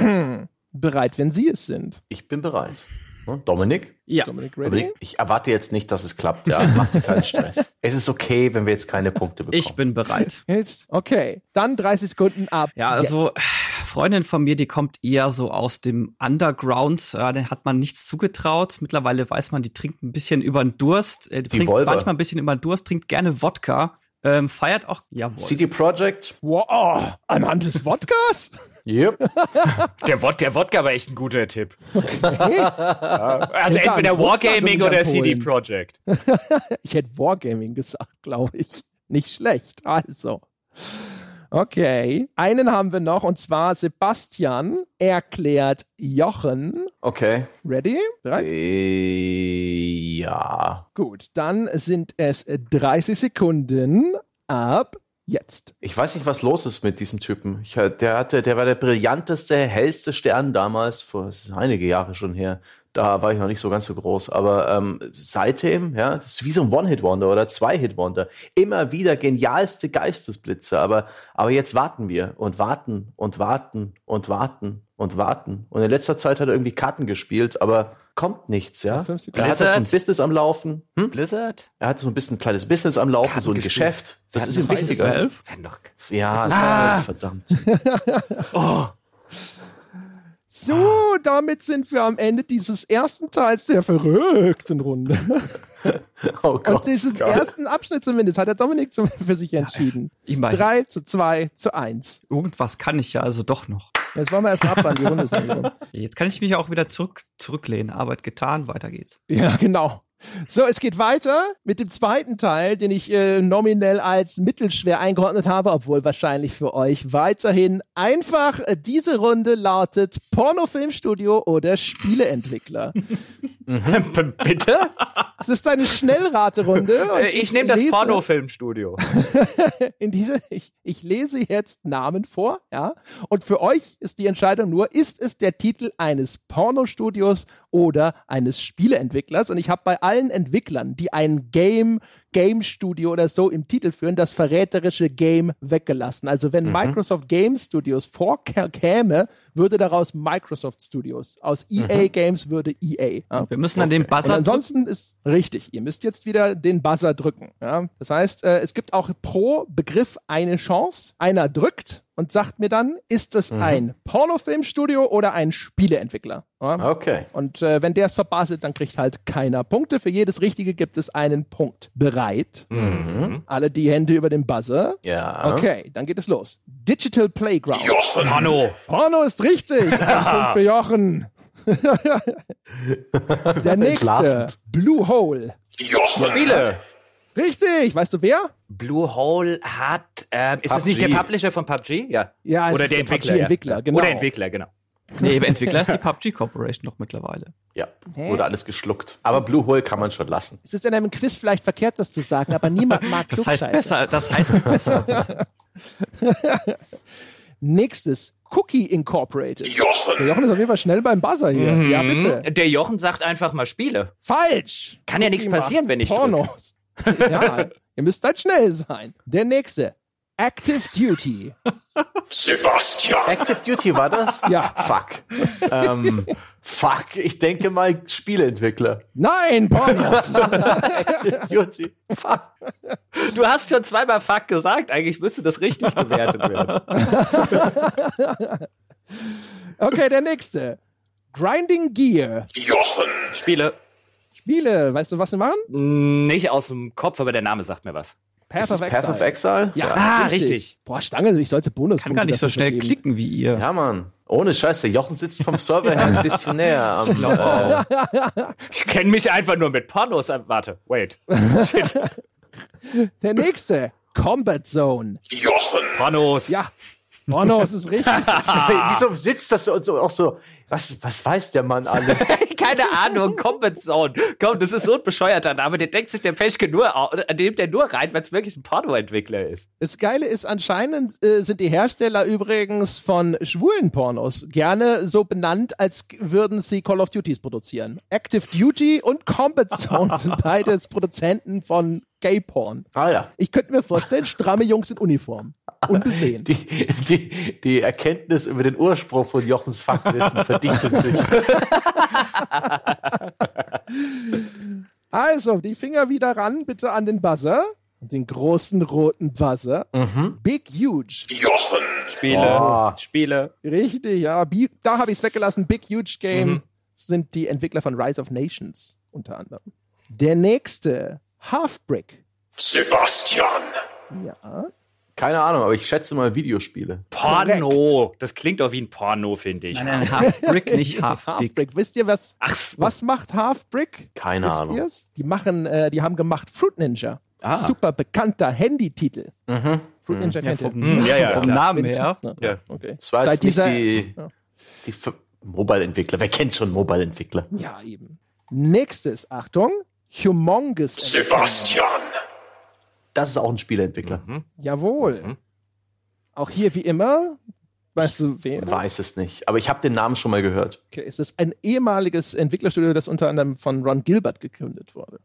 Bereit, wenn Sie es sind.
Ich bin bereit. Hm, Dominik?
ja.
Dominik,
Dominik,
ready?
ich erwarte jetzt nicht, dass es klappt. Ja, mach dir keinen Stress. Es ist okay, wenn wir jetzt keine Punkte bekommen.
Ich bin bereit.
Jetzt, okay, dann 30 Sekunden ab.
Ja, also Freundin von mir, die kommt eher so aus dem Underground. Ja, der hat man nichts zugetraut. Mittlerweile weiß man, die trinkt ein bisschen über den Durst. Äh, die trinkt
Volver.
manchmal ein bisschen über den Durst, trinkt gerne Wodka. Ähm, feiert auch, jawohl.
CD Projekt?
Wow, oh, anhand des Wodkas?
Yep.
Der, Wod der Wodka war echt ein guter Tipp. Also
Hätte
entweder
an Russland und
Wargaming
nicht an
oder CD
Polen.
Projekt.
Ich hätte Wargaming gesagt, glaube ich. Nicht schlecht. Also. Okay. Einen haben wir noch und zwar Sebastian erklärt Jochen.
Okay.
Ready? Bereit?
Äh, ja.
Gut, dann sind es 30 Sekunden ab jetzt.
Ich weiß nicht, was los ist mit diesem Typen. Ich, halt- der, hatte, der war der brillanteste, hellste Stern damals, vor es ist einige Jahre schon her. Da war ich noch nicht so ganz so groß. Aber ähm, seitdem, ja, das ist wie so ein One-Hit-Wonder oder Zwei-Hit-Wonder. Immer wieder genialste Geistesblitze. Aber, aber jetzt warten wir und warten und warten und warten und warten. Und in letzter Zeit hat er irgendwie Karten gespielt, aber kommt nichts, ja.
fünf Sekunden.
Er hat jetzt ein
Blizzard?
Business am Laufen. Hm?
Blizzard?
Er hat so ein bisschen ein kleines Business am Laufen, so ein
gespielt.
Geschäft. Das
Hatten
ist ihm
wir es
wichtiger.
12?
Wenn doch.
Ja,
ist-
ah.
Ah.
verdammt. Ah.
So, damit sind wir am Ende dieses ersten Teils der verrückten Runde.
Oh
Und
Gott.
diesen ersten Abschnitt zumindest hat der Dominik zum- für sich entschieden.
Ich meine,
3 zu 2 zu 1.
irgendwas kann ich ja also doch noch.
Jetzt wollen wir erstmal abwarten, die Runde ist angekommen.
Jetzt kann ich mich ja auch wieder zurück, zurücklehnen. Arbeit getan, weiter geht's.
Ja, genau. So, es geht weiter mit dem zweiten Teil, den ich äh, nominell als mittelschwer eingeordnet habe, obwohl wahrscheinlich für euch weiterhin einfach äh, diese Runde lautet Pornofilmstudio oder Spieleentwickler.
B- Bitte?
es ist eine Schnellraterunde. und
Äh, ich nehme das
lese-
Pornofilmstudio.
in diese, ich, ich lese jetzt Namen vor, ja. Und für euch ist die Entscheidung nur, ist es der Titel eines Pornostudios oder eines Spieleentwicklers? Und ich habe bei allen Entwicklern, die ein Game, Game Studio oder so im Titel führen, das verräterische Game weggelassen. Also wenn Microsoft Game Studios vorkäme, würde daraus Microsoft Studios. Aus EA Games würde E EA. Ja.
Wir müssen an den
Und
Buzzer.
ansonsten ist richtig, ihr müsst jetzt wieder den Buzzer drücken. Ja? Das heißt, äh, es gibt auch pro Begriff eine Chance. Einer drückt und sagt mir dann, ist es ein Pornofilmstudio oder ein Spieleentwickler? Ja?
Okay.
Und äh, wenn der es verbaselt, dann kriegt halt keiner Punkte. Für jedes Richtige gibt es einen Punkt. Bereit? Alle die Hände über den Buzzer.
Ja.
Okay, dann geht es los. Digital Playground.
Jochen.
Porno.
Porno ist richtig. Ein Punkt für Jochen. Der nächste.
Entlarvend.
Blue Hole.
Jochen.
Spiele.
Richtig. Weißt du wer?
Blue Hole hat. Ähm, ist das nicht der
PUBG.
Publisher von PUBG? Ja.
Ja, es
Oder
ist der
der Entwickler.
PUBG
ja.
Entwickler, genau.
Oder Entwickler, genau.
nee, Entwickler ist die PUBG Corporation noch mittlerweile.
Ja. Wurde alles geschluckt. Aber Blue Hole kann man schon lassen.
Es ist in einem Quiz vielleicht verkehrt, das zu sagen, aber niemand mag
Das heißt
Klugscheiße.
besser, das heißt besser.
Nächstes. Cookie Incorporated. Der
Jochen.
Jochen ist auf jeden Fall schnell beim Buzzer hier.
Mhm.
Ja, bitte.
Der Jochen sagt einfach mal Spiele.
Falsch.
Kann ja
Cookie
nichts passieren,
macht
wenn ich
Pornos. ja, ihr müsst halt schnell sein. Der nächste. Active Duty.
Sebastian.
Active Duty war das?
Ja.
Fuck. ähm, fuck. Ich denke mal Spieleentwickler.
Nein, Pornos.
Active Duty. Fuck.
Du hast schon zweimal Fuck gesagt. Eigentlich müsste das richtig bewertet werden.
Okay, der nächste. Grinding Gear.
Jochen.
Spiele
Spiele, weißt du, was sie machen?
nicht aus dem Kopf, aber der Name sagt mir was.
Path
Ist das Path of Exile?
Ja,
Ah,
richtig.
richtig.
Boah, Stange, ich sollte Bonus.
Kann gar nicht so schnell klicken wie ihr.
Ja, Mann. Ohne Scheiße, Jochen sitzt vom Server her ein bisschen näher am äh, Lauf.
Ich kenne mich einfach nur mit Pornos. an- Warte, wait.
Der nächste, Combat Zone.
Jochen.
Pornos.
Ja, Pornos ist richtig.
Wieso sitzt das so, so, auch so? Was, was weiß der Mann alles?
Keine Ahnung, Combat Zone. Komm, das ist so ein bescheuerter Name. Der denkt sich der Peschke nur, au- äh, nimmt der nur rein, weil es wirklich ein Pornoentwickler ist.
Das Geile ist, anscheinend äh, sind die Hersteller übrigens von schwulen Pornos gerne so benannt, als k- würden sie Call of Duties produzieren. Active Duty und Combat Zone sind beides Produzenten von Gay Porn.
Ah ja.
Ich könnte mir vorstellen, stramme Jungs in Uniform. Unbesehen.
Die, die, die Erkenntnis über den Ursprung von Jochens Fachwissen verdichtet sich.
Also, die Finger wieder ran, bitte an den Buzzer. Den großen roten Buzzer.
Mhm.
Big Huge.
Jochen.
Spiele,
Oh.
Spiele.
Richtig, ja. Bi da habe ich es weggelassen. Big Huge Game
Mhm.
sind die Entwickler von Rise of Nations unter anderem. Der nächste, Halfbrick.
Sebastian.
Ja.
Keine Ahnung, aber ich schätze mal Videospiele.
Porno. Das klingt doch wie ein Porno, finde ich.
Nein, nein, Halfbrick, nicht Halfdick.
Halfbrick. Wisst ihr, was,
Ach, so.
was macht Halfbrick?
Keine
Wisst
Ahnung. Ah.
ihr's? Die machen, äh, die haben gemacht Fruit Ninja. Super bekannter Handy-Titel.
Mhm.
Fruit Ninja
Ja,
kennt ihr.
vom
Hm, ja, ja,
vom
klar.
Namen her.
Ja.
ne? Okay.
Das war
Seit
jetzt nicht
dieser-
die, die F- Mobile-Entwickler. Wer kennt schon Mobile-Entwickler?
Ja, eben. Nächstes, Achtung, Humongous.
Sebastian.
Das ist auch ein Spieleentwickler.
Mhm.
Jawohl. Auch hier wie immer, weißt du, wer?
Weiß es nicht. Aber ich habe den Namen schon mal gehört.
Okay, es ist ein ehemaliges Entwicklerstudio, das unter anderem von Ron Gilbert gegründet wurde.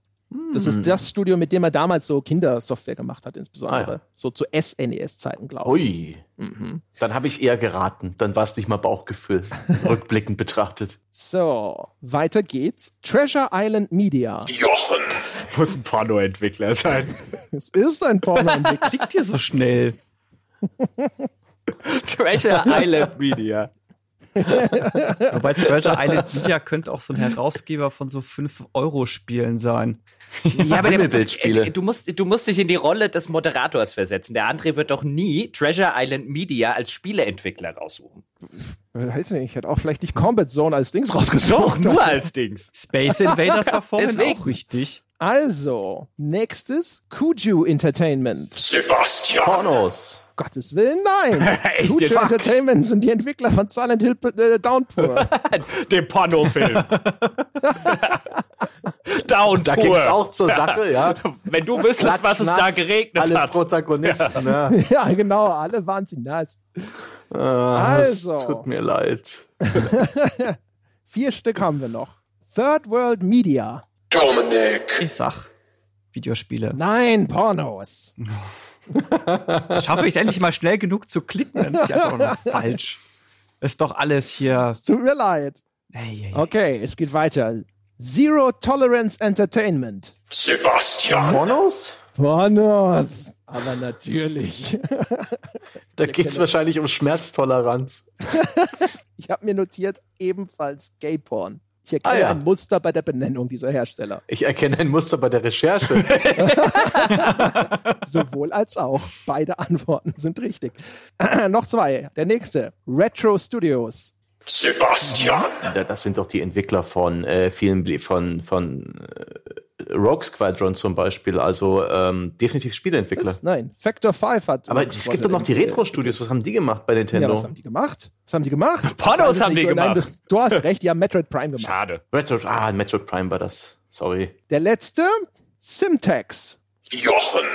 Das ist das Studio, mit dem er damals so Kindersoftware gemacht hat, insbesondere.
Ah, ja.
So zu E SNES-Zeiten, glaube ich.
Ui.
Mhm.
Dann habe ich eher geraten. Dann war es nicht mal Bauchgefühl, rückblickend betrachtet.
So, weiter geht's. Treasure Island Media.
Jochen.
muss ein Porno-Entwickler sein.
Es ist ein Pornoentwickler.
Klickt ihr so schnell?
Treasure Island Media.
Wobei Treasure Island Media könnte auch so ein Herausgeber von so 5-Euro-Spielen sein.
Ja, aber
Wimmelbildspiele.
äh, Du musst, du musst dich in die Rolle des Moderators versetzen. Der André wird doch nie Treasure Island Media als Spieleentwickler raussuchen.
Äh, Weiß nicht, ich hätte auch vielleicht nicht Combat Zone als Dings
Doch,
rausgesucht.
nur als Dings.
Space Invaders war vorhin
Deswegen.
auch richtig.
Also, nächstes, Kuju Entertainment.
Sebastian.
Pornos.
Gottes Willen, nein!
Echt
Future
jetzt?
Entertainment sind die Entwickler von Silent Hill äh, Downpour.
Den Pornofilm. Down
Da ging es auch zur Sache, ja.
Wenn du wüsstest, was es da
Klatschnass,
geregnet
alle
hat.
Protagonisten, ne? ja.
ja, genau, alle waren sie nass.
Ah,
Also.
Es tut mir leid.
Vier Stück haben wir noch. Third World Media.
Dominik.
Ich sag Videospiele.
Nein, Pornos.
Schaffe ich es endlich mal schnell genug zu klicken, dann ist die einfach noch falsch. Ist doch alles hier.
Tut mir leid.
Ey, ey, ey.
Okay, es geht weiter. Zero Tolerance Entertainment.
Sebastian.
Pornos?
Pornos. Aber natürlich.
Da geht es wahrscheinlich um Schmerztoleranz.
Ich habe mir notiert, ebenfalls Gay Porn. Ich erkenne
Ah, ja.
ein Muster bei der Benennung dieser Hersteller.
Ich erkenne ein Muster bei der Recherche.
Sowohl als auch. Beide Antworten sind richtig. Noch zwei. Der nächste. Retro Studios.
Sebastian.
Da- Das sind doch die Entwickler von äh, vielen, Blie- von, von äh, Rogue Squadron zum Beispiel. Also ähm, definitiv Spieleentwickler.
Was? Nein. Factor 5 hat.
Aber es gibt doch noch die Retro-Studios. Was haben die gemacht bei
Ja,
Nintendo?
was haben die gemacht? Was haben die gemacht?
Pornos haben die
Nein,
gemacht.
du, du hast recht, die haben Metroid Prime gemacht.
Schade.
Retro, ah, Metroid Prime war das. Sorry.
Der letzte, Simtex.
Jochen.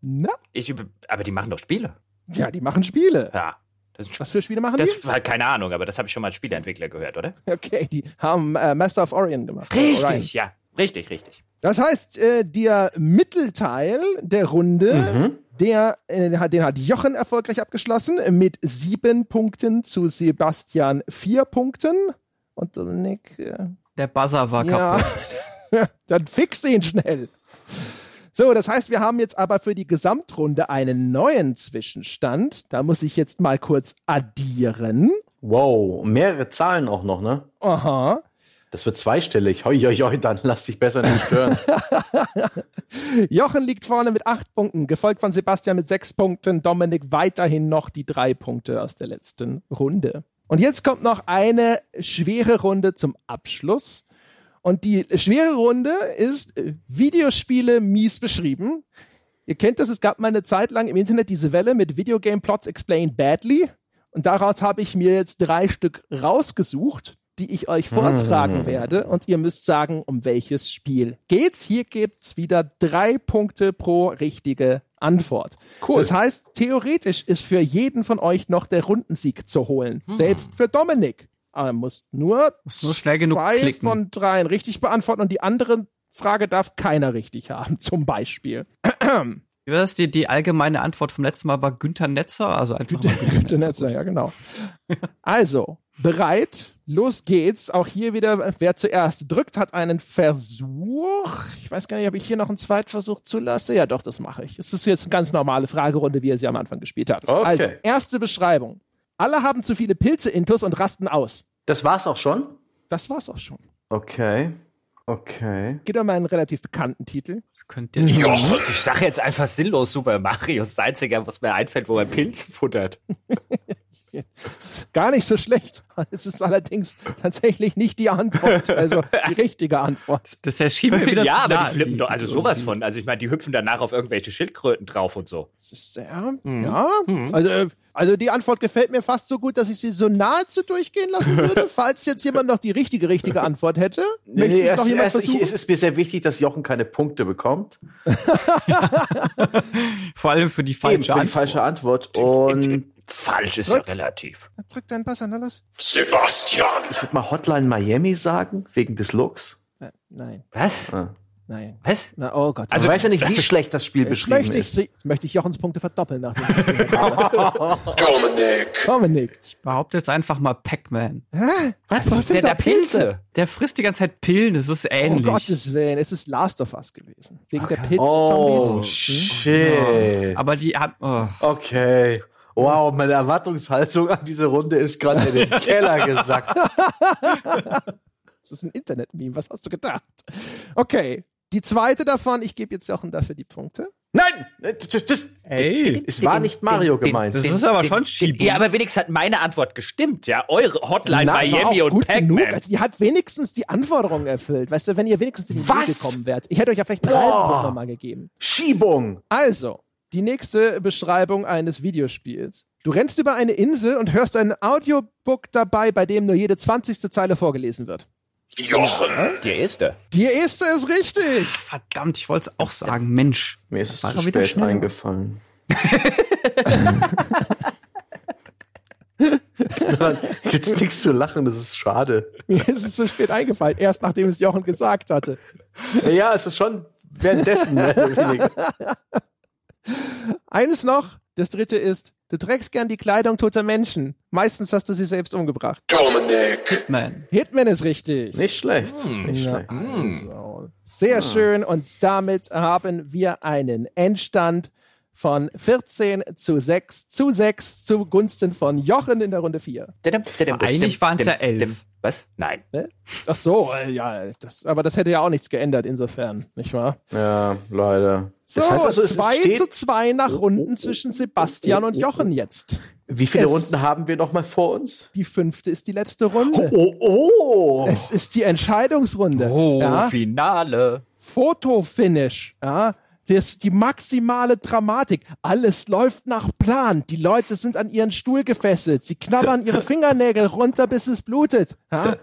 Na?
Ich, übe- aber die machen doch Spiele.
Ja, die machen Spiele.
Ja. Das, ist ein
Was für Spiele machen
Sp- das war halt keine Ahnung, aber das habe ich schon mal als Spieleentwickler gehört, oder?
die? Okay, die haben äh, Master of Orion gemacht. Orion.
Richtig, ja. Richtig, richtig.
Das heißt, äh, der Mittelteil der Runde, der, äh, den hat- den hat Jochen erfolgreich abgeschlossen mit sieben Punkten zu Sebastian vier Punkten. Und Dominik, äh,
Der Buzzer war
ja,
kaputt.
dann fix ihn schnell. So, das heißt, wir haben jetzt aber für die Gesamtrunde einen neuen Zwischenstand. Da muss ich jetzt mal kurz addieren.
Wow, mehrere Zahlen auch noch, ne?
Aha.
Das wird zweistellig. Hoi, hoi, hoi, dann lass dich besser nicht stören.
Jochen liegt vorne mit acht Punkten, gefolgt von Sebastian mit sechs Punkten, Dominik weiterhin noch die drei Punkte aus der letzten Runde. Und jetzt kommt noch eine schwere Runde zum Abschluss. Und die schwere Runde ist äh, Videospiele mies beschrieben. Ihr kennt das, es gab mal eine Zeit lang im Internet diese Welle mit Videogame Plots Explained Badly. Und daraus habe ich mir jetzt drei Stück rausgesucht, die ich euch vortragen
Hm.
werde. Und ihr müsst sagen, um welches Spiel geht's. Hier gibt's wieder drei Punkte pro richtige Antwort.
Cool.
Das heißt, theoretisch ist für jeden von euch noch der Rundensieg zu holen. Selbst für Dominik. Aber er muss nur,
Hm. Muss nur schnell genug
zwei
klicken.
von dreien richtig beantworten und die andere Frage darf keiner richtig haben, zum Beispiel.
Wie war das? Die, die allgemeine Antwort vom letzten Mal war Günther Netzer, also einfach mal Günther
Günther Netzer, ja, genau. Also, bereit, los geht's. Auch hier wieder, wer zuerst drückt, hat einen Versuch. Ich weiß gar nicht, ob ich hier noch einen Zweitversuch zulasse. Ja, doch, das mache ich. Es ist jetzt eine ganz normale Fragerunde, wie ihr sie am Anfang gespielt habt.
Okay.
Also, erste Beschreibung. Alle haben zu viele Pilze intus und rasten aus.
Das war's auch schon?
Das war's auch schon.
Okay. Okay.
Geht um einen relativ bekannten Titel.
Das könnt ihr schon.
Ich sage jetzt einfach sinnlos Super Mario. Das Einzige, was mir einfällt, wo er Pilze futtert.
Das ist gar nicht so schlecht. Es ist allerdings tatsächlich nicht die Antwort, also die richtige Antwort.
Genau, Das erschien mir wieder
ja,
zu
aber
nah,
die flippen doch, also sowas von. Also ich meine, die hüpfen danach auf irgendwelche Schildkröten drauf und so.
Das ist sehr,
Mhm.
ja. Also, äh, also die Antwort gefällt mir fast so gut, dass ich sie so nahezu durchgehen lassen würde, falls jetzt jemand noch die richtige, richtige Antwort hätte.
Nee,
Möchte es
erst,
noch jemand
erst, ich,
versuchen?
es ist mir sehr wichtig, dass Jochen keine Punkte bekommt.
Vor allem für die
Eben,
falsche
für die
Antwort.
falsche Antwort. Und
Falsch ist ja relativ.
Drück deinen Pass an, na los.
Sebastian.
ich würde mal Hotline Miami sagen, wegen des Looks. Ah.
Äh, nein,
Was?
nein.
Was?
Na, oh Gott.
Also, ich weiß ja nicht, wie schlecht das Spiel
jetzt
beschrieben
möchte ich,
ist.
sie, jetzt möchte ich Jochens Punkte verdoppeln nach dem
Dominik.
Dominik.
Ich behaupte jetzt einfach mal Pac-Man.
Hä? Was,
ist denn da Pilze?
Der frisst die ganze Zeit Pillen, das ist
Um
ähnlich.
Gottes Willen, es ist Last of Us gewesen. Wegen der
Oh,
Pilz-Zombies.
shit.
aber die haben. Oh.
Okay. Wow, meine Erwartungshaltung an diese Runde ist gerade in den Keller gesackt.
Das ist ein Internet-Meme. Was hast du gedacht? Okay. Die zweite davon, ich gebe jetzt Jochen dafür die Punkte.
Nein! Das, das,
Ey,
es war nicht Mario gemeint.
das ist aber schon schieb.
Ja, aber wenigstens hat meine Antwort gestimmt, ja. Eure Hotline
Na, war
Miami
auch
und Pac-Man.
Also, die hat wenigstens die Anforderungen erfüllt. Weißt du, wenn ihr wenigstens in die Idee
Was?
gekommen wärt. Ich hätte euch ja vielleicht einen halben Punkt nochmal gegeben.
Schiebung!
Also, die nächste Beschreibung eines Videospiels. Du rennst über eine Insel und hörst ein Audiobook dabei, bei dem nur jede 20. Zeile vorgelesen wird.
Jochen.
Der erste.
Die erste ist richtig.
Verdammt, ich wollte es auch sagen, Mensch.
Mir ist es
War
zu
wieder
spät
schneller.
eingefallen. Jetzt nichts zu lachen, das ist schade.
Mir ist es so spät eingefallen, erst nachdem es Jochen gesagt hatte.
Ja, es ist schon währenddessen. Ne?
Eines noch, das dritte ist, du trägst gern die Kleidung toter Menschen. Meistens hast du sie selbst umgebracht.
Dominik.
Man.
Hitman ist richtig.
Nicht schlecht. Nicht
Ja,
schlecht.
also. Sehr schön. Und damit haben wir einen Endstand von 14 zu 6 zu 6 zugunsten von Jochen in der Runde 4.
eigentlich waren's ja elf.
Was? Nein.
Ach so, äh, ja, das, aber das hätte ja auch nichts geändert insofern, nicht wahr?
Ja, leider.
So,
das heißt also, es
2
steht, Oh,
zu 2 nach Runden zwischen Sebastian und Jochen jetzt.
wie viele
es-
Runden haben wir noch mal vor uns?
Die fünfte ist die letzte Runde.
Oh, oh!
Es ist die Entscheidungsrunde.
Oh,
ja?
Finale.
Fotofinish, ja, das, die maximale Dramatik. Alles läuft nach Plan. Die Leute sind an ihren Stuhl gefesselt. Sie knabbern ihre Fingernägel runter, bis es blutet. Ja?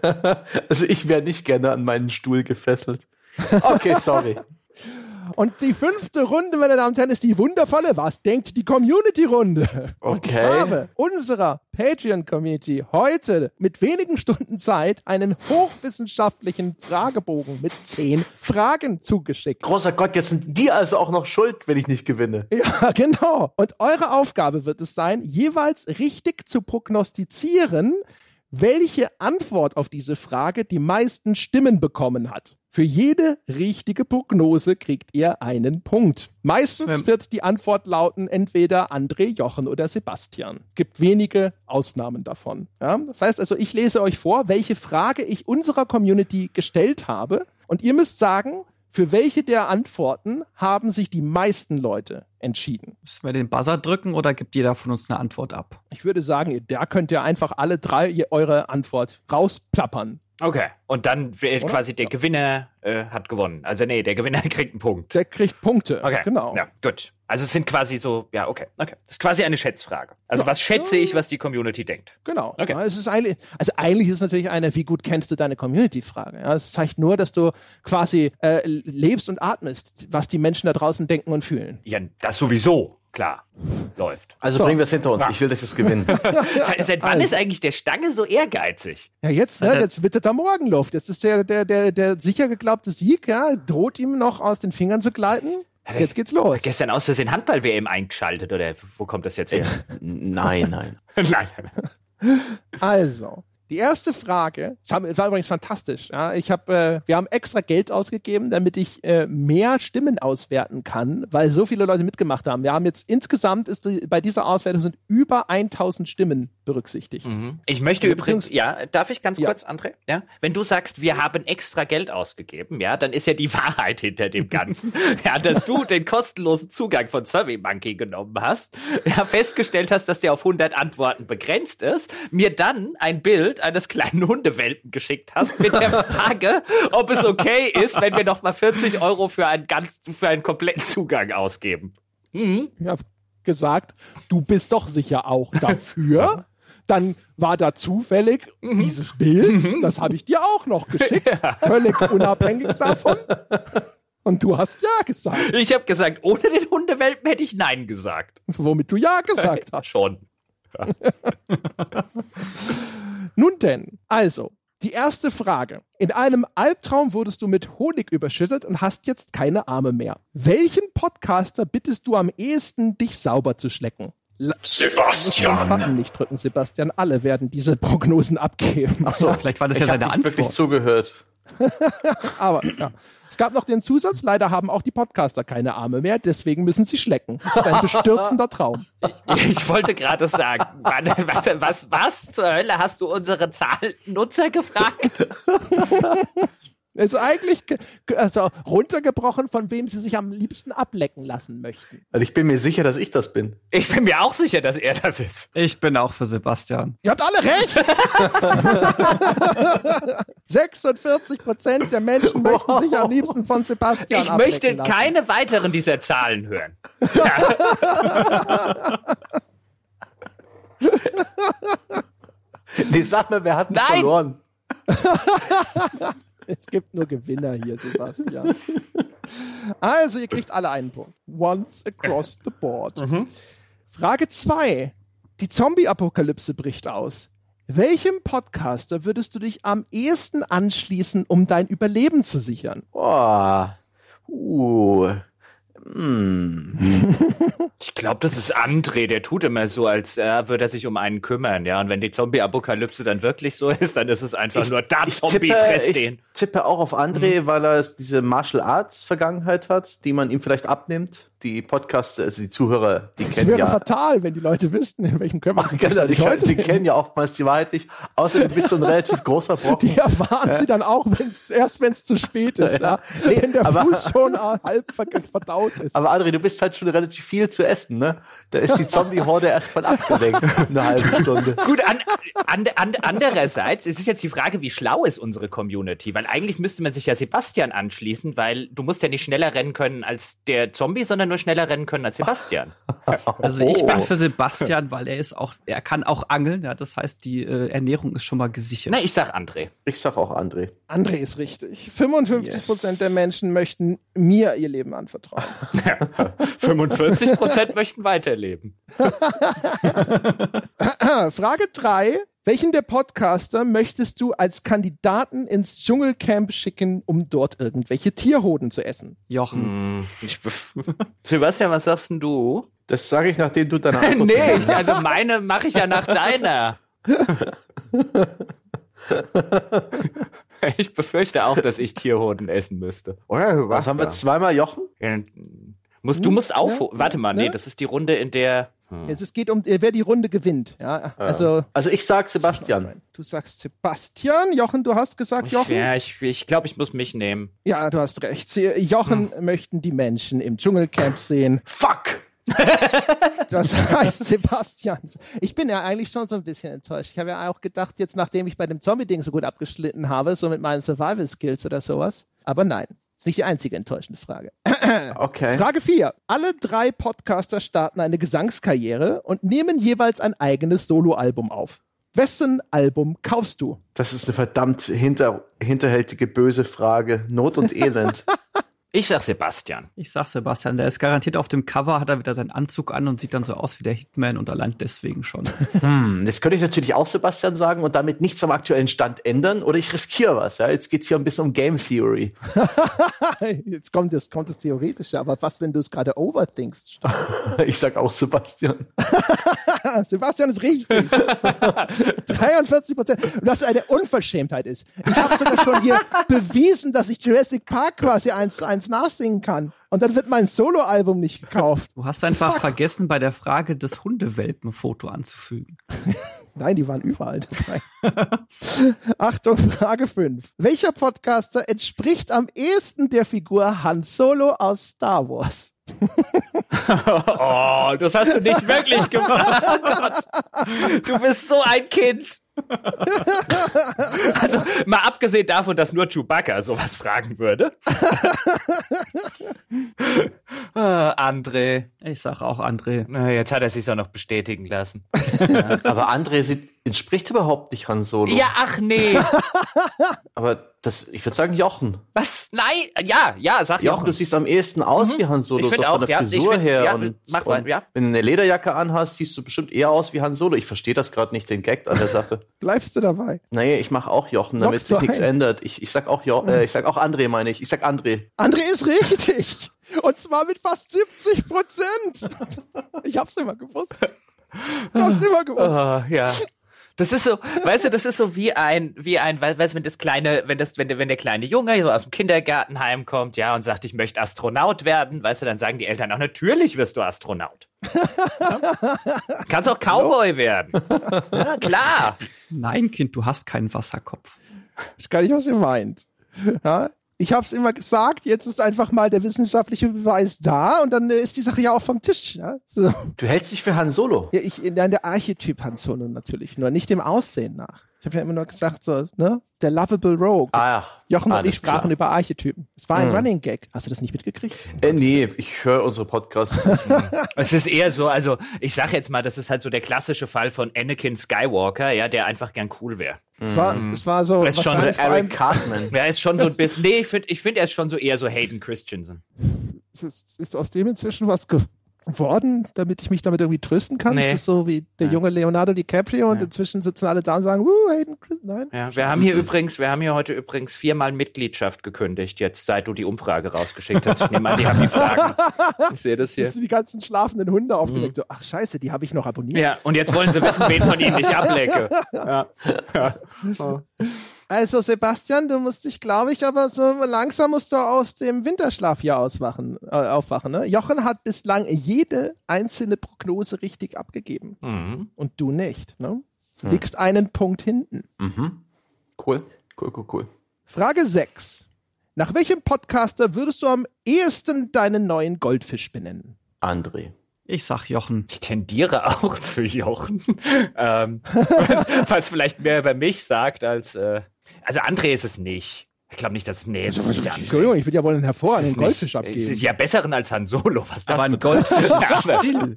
Also ich wäre nicht gerne an meinen Stuhl gefesselt. Okay, sorry.
Und die fünfte Runde, meine Damen und Herren, ist die wundervolle Was denkt die Community-Runde? Und ich
Okay.
habe unserer Patreon-Community heute mit wenigen Stunden Zeit einen hochwissenschaftlichen Fragebogen mit zehn Fragen zugeschickt.
Großer Gott, jetzt sind die also auch noch schuld, wenn ich nicht gewinne.
Ja, genau. Und eure Aufgabe wird es sein, jeweils richtig zu prognostizieren, welche Antwort auf diese Frage die meisten Stimmen bekommen hat. Für jede richtige Prognose kriegt ihr einen Punkt. Meistens
Ähm.
wird die Antwort lauten entweder André, Jochen oder Sebastian. Gibt wenige Ausnahmen davon. Ja? Das heißt also, ich lese euch vor, welche Frage ich unserer Community gestellt habe. Und ihr müsst sagen, für welche der Antworten haben sich die meisten Leute entschieden.
Müssen wir den Buzzer drücken oder gibt jeder von uns eine Antwort ab?
Ich würde sagen, ihr- da könnt ihr einfach alle drei ihr- eure Antwort rausplappern.
Okay. Und dann äh,
Oder?
quasi der Gewinner äh, hat gewonnen. Also nee, der Gewinner kriegt einen Punkt.
Der kriegt Punkte.
Okay.
Genau.
Ja, gut. Also es sind quasi so, ja, okay. Okay. Das ist quasi eine Schätzfrage. Also was schätze ich, was die Community denkt?
Genau.
Okay.
Ja, es ist eigentlich, also eigentlich ist es natürlich eine, wie gut kennst du deine Community-Frage. Ja, es zeigt nur, dass du quasi äh, lebst und atmest, was die Menschen da draußen denken und fühlen.
Ja, das sowieso, klar, läuft.
Also
So.
bringen wir es hinter uns. Ich will, dass es gewinnen.
Seit, seit wann
also.
ist eigentlich der Stange so ehrgeizig?
Ja, jetzt,
Also-
ne, jetzt wittert er Morgenluft. Jetzt ist der, der, der, der sicher geglaubte Sieg, ja, droht ihm noch aus den Fingern zu gleiten. Jetzt geht's los.
Gestern aus Versehen Handball-WM eingeschaltet oder wo kommt das jetzt her?
nein, nein.
nein, nein.
Also, die erste Frage, es haben- es war übrigens fantastisch. Ja, ich hab, äh, wir haben extra Geld ausgegeben, damit ich äh, mehr Stimmen auswerten kann, weil so viele Leute mitgemacht haben. Wir haben jetzt insgesamt ist die, bei dieser Auswertung sind über 1000 Stimmen berücksichtigt.
Mhm. Ich möchte
Ja,
übrigens, ja, darf ich ganz
Ja.
kurz, André? Ja? Wenn du sagst, wir haben extra Geld ausgegeben, ja, dann ist ja die Wahrheit hinter dem Ganzen, ja, dass du den kostenlosen Zugang von SurveyMonkey genommen hast, ja, festgestellt hast, dass der auf 100 Antworten begrenzt ist, mir dann ein Bild eines kleinen Hundewelpen geschickt hast mit der Frage, ob es okay ist, wenn wir nochmal 40 Euro für einen, ganz, für einen kompletten Zugang ausgeben. Mhm.
Ich habe gesagt, du bist doch sicher auch dafür. Dann war da zufällig dieses Bild, das habe ich dir auch noch geschickt, völlig unabhängig davon. Und du hast ja gesagt,
Ich habe gesagt, ohne den Hundewelpen hätte ich Nein gesagt.
womit du ja gesagt hast.
Schon.
Nun denn, also, die erste Frage. In einem Albtraum wurdest du mit Honig überschüttet und hast jetzt keine Arme mehr. Welchen Podcaster bittest du am ehesten, dich sauber zu schlecken? Den
Sebastian.
Button nicht drücken, Sebastian. Alle werden diese Prognosen abgeben.
Achso, vielleicht war das ja
ich habe
seine
nicht wirklich
Antwort.
zugehört.
Aber ja. es gab noch den Zusatz, leider haben auch die Podcaster keine Arme mehr, deswegen müssen sie schlecken. Das ist ein bestürzender Traum.
Ich wollte gerade sagen, Mann, was, was, was zur Hölle hast du unsere Zahlennutzer gefragt?
Es ist eigentlich ge- ge- also runtergebrochen, von wem sie sich am liebsten ablecken lassen möchten.
Also ich bin mir sicher, dass ich das bin.
Ich bin mir auch sicher, dass er das ist.
Ich bin auch für Sebastian.
Ihr habt alle recht! 46 Prozent der Menschen möchten sich am liebsten von Sebastian
Ich möchte
ablecken lassen.
keine weiteren dieser Zahlen hören. Ja,
Nee, sag mal, wer hat denn
Nein!
verloren?
Es gibt nur Gewinner hier, Sebastian. Also, ihr kriegt alle einen Punkt. Once across the board.
Mhm.
Frage 2. Die Zombie-Apokalypse bricht aus. Welchem Podcaster würdest du dich am ehesten anschließen, um dein Überleben zu sichern?
Boah. Uh. Hm.
ich glaube, das ist André, der tut immer so, als äh, würde er sich um einen kümmern. Ja, und wenn die Zombie-Apokalypse dann wirklich so ist, dann ist es einfach nur da
Ich,
Zombie,
tippe,
fress
ich
den.
tippe auch auf André, weil er diese Martial Arts Vergangenheit hat, die man ihm vielleicht abnimmt. Die Podcasts, also die Zuhörer, die
Es
kennen
wäre
ja.
fatal, wenn die Leute wüssten, in welchem Körper sie
Genau, die,
sich heute
die kennen ja oftmals die Wahrheit nicht. Außerdem bist du ein relativ großer Brocken.
Die erfahren sie dann auch, wenn's, erst wenn es zu spät ist. Ja,
Nee,
wenn der
aber-
Fuß schon äh, halb ver verdaut ist.
Aber André, du bist halt schon relativ viel zu essen, ne? Da ist die Zombie-Horde erstmal abgelenkt. Eine halbe Stunde.
Gut, an, an, an, andererseits, es ist jetzt die Frage, wie schlau ist unsere Community? Weil eigentlich müsste man sich ja Sebastian anschließen, weil du musst ja nicht schneller rennen können als der Zombie, sondern nur schneller rennen können als Sebastian.
Also ich
Oh.
bin für Sebastian, weil er ist auch, er kann auch angeln, ja, das heißt, die äh, Ernährung ist schon mal gesichert.
Na, ich sag André.
Ich sag auch André.
André ist richtig. 55 Prozent
Yes.
der Menschen möchten mir ihr Leben anvertrauen.
45 Prozent möchten weiterleben.
Ah, Frage 3. Welchen der Podcaster möchtest du als Kandidaten ins Dschungelcamp schicken, um dort irgendwelche Tierhoden zu essen?
Jochen.
Hm.
Sebastian, was sagst denn du?
Das sage ich, nachdem du deine Antwort
nee, ich, also meine mache ich ja nach deiner. Ich befürchte auch, dass ich Tierhoden essen müsste.
Oder?
Was haben wir zweimal, Jochen?
Musst, du musst aufholen.
ne,
Warte mal, nee,
ne?
das ist die Runde, in der.
Hm.
Es es geht um, äh, wer die Runde gewinnt. Ja, also,
Also ich sag Sebastian.
du sagst Sebastian. Jochen, du hast gesagt
Oh,
Jochen.
Ja, ich, ich glaube, ich muss mich nehmen.
Ja, du hast recht. Sie, Jochen
Hm.
möchten die Menschen im Dschungelcamp sehen.
Fuck!
Das heißt, Sebastian, ich bin ja eigentlich schon so ein bisschen enttäuscht. Ich habe ja auch gedacht, jetzt nachdem ich bei dem Zombie-Ding so gut abgeschlitten habe, so mit meinen Survival-Skills oder sowas. Aber nein, ist nicht die einzige enttäuschende Frage.
Okay.
Frage 4. Alle drei Podcaster starten eine Gesangskarriere und nehmen jeweils ein eigenes Soloalbum auf. Wessen Album kaufst du?
Das ist eine verdammt hinter, hinterhältige, böse Frage. Not und Elend.
Ich sag Sebastian.
Ich sag Sebastian, der ist garantiert auf dem Cover, hat er wieder seinen Anzug an und sieht dann so aus wie der Hitman und allein deswegen schon.
Hm, Jetzt könnte ich natürlich auch Sebastian sagen und damit nichts am aktuellen Stand ändern oder ich riskiere was. Ja? Jetzt geht es hier ein bisschen um Game Theory.
Jetzt kommt es, kommt das Theoretische, aber was, wenn du es gerade overthinkst?
Ich sag auch Sebastian.
Sebastian ist richtig. 43 Prozent. Was eine Unverschämtheit ist. Ich habe sogar schon hier bewiesen, dass ich Jurassic Park quasi eins zu eins nachsingen kann. Und dann wird mein Soloalbum nicht gekauft.
Du hast einfach vergessen, bei der Frage das Hundewelpenfoto anzufügen.
Nein, die waren überall dabei. Achtung, Frage 5. Welcher Podcaster entspricht am ehesten der Figur Han Solo aus Star Wars?
Oh, das hast du nicht wirklich gemacht. Oh Gott. Du bist so ein Kind. Also, mal abgesehen davon, dass nur Chewbacca sowas fragen würde. äh, André.
Ich sag auch André.
Na, Jetzt hat er sich auch noch bestätigen lassen.
Aber André sieht, entspricht überhaupt nicht Han Solo.
Ja, ach nee.
Aber das, ich würde sagen Jochen.
Was? Nein. Ja, ja, sag
Jochen,
Jochen.
du siehst am ehesten aus wie Han Solo,
Ich
so
find
von
auch,
der
ja, ich
Frisur
find-
her.
ja,
und,
mach weiter,
und
ja.
Wenn du eine Lederjacke anhast, siehst du bestimmt eher aus wie Han Solo. Ich verstehe das gerade nicht, den Gag an der Sache.
Bleibst du dabei?
nee, ich mache auch Jochen, damit
Lockst du
sich nichts
ein.
ändert. Ich, ich sag auch jo äh, ich sag auch André, meine ich. Ich sag André.
André ist richtig. Und zwar mit fast 70 Prozent. Ich hab's immer gewusst. Ich hab's immer gewusst.
Oh, ja. Das ist so, weißt du, das ist so wie ein, wie ein, we- weißt du, wenn das kleine, wenn das, wenn der, wenn der kleine Junge so aus dem Kindergarten heimkommt, ja, und sagt, ich möchte Astronaut werden, weißt du, dann sagen die Eltern auch, natürlich wirst du Astronaut. ja? Kannst auch Cowboy werden. Ja, klar.
Nein, Kind, du hast keinen Wasserkopf.
Ich kann nicht, was ihr meint. Ja? Ich hab's immer gesagt, jetzt ist einfach mal der wissenschaftliche Beweis da und dann äh, ist die Sache ja auch vom Tisch. Ja? So.
Du hältst dich für Han Solo.
Ja, ich, nein, der Archetyp Han Solo natürlich, nur nicht dem Aussehen nach. Ich habe ja immer nur gesagt, so, ne? Der Lovable Rogue.
Ach,
Jochen und
Ah, alles
ich sprachen
klar.
über Archetypen. Es war ein Running Gag. Hast du das nicht mitgekriegt?
Äh, nee, ich höre unsere Podcasts. nicht.
Es ist eher so, also, ich sag jetzt mal, das ist halt so der klassische Fall von Anakin Skywalker, ja, der einfach gern cool wäre.
Es, war, es war so.
Das ist schon
wahrscheinlich vor allem-
Eric Cartman.
Ja, ist schon so ein bisschen, nee, ich finde, ich find, er ist schon so eher so Hayden Christensen.
Es ist, ist aus dem inzwischen was geworden, damit ich mich damit irgendwie trösten kann?
Nee.
Ist das so wie der junge Leonardo DiCaprio und inzwischen sitzen alle da und sagen, uh, Hayden Chris, nein.
Ja, wir haben hier übrigens, wir haben hier heute übrigens viermal Mitgliedschaft gekündigt, jetzt seit du die Umfrage rausgeschickt hast. Ich nehme an, die haben die Fragen. Ich sehe das
Das
hier.
sind die ganzen schlafenden Hunde aufgeweckt. So, ach scheiße, die habe ich noch abonniert.
Mhm. Ja, und jetzt wollen sie wissen, wen von ihnen ich ablecke. Ja.
Also Sebastian, du musst dich, glaube ich, aber so langsam musst du aus dem Winterschlaf hier auswachen, äh, aufwachen. Ne? Jochen hat bislang jede einzelne Prognose richtig abgegeben
Mhm.
und du nicht. Ne?
Hm.
Liegst einen Punkt hinten.
Mhm. Cool, cool, cool, cool.
Frage 6. Nach welchem Podcaster würdest du am ehesten deinen neuen Goldfisch benennen?
André.
Ich sag Jochen.
Ich tendiere auch zu Jochen, ähm, was, was vielleicht mehr über mich sagt als. Äh, also André ist es nicht. Ich glaube nicht, dass es
Also,
nee, es ist nicht André.
Entschuldigung, ich würde ja wohl einen hervorragenden
Es ist
Goldfisch
nicht- Es
abgeben.
ist ja besseren als Han Solo, was das
Aber ein
betrifft.
Goldfisch ist
Ja, aber-
still.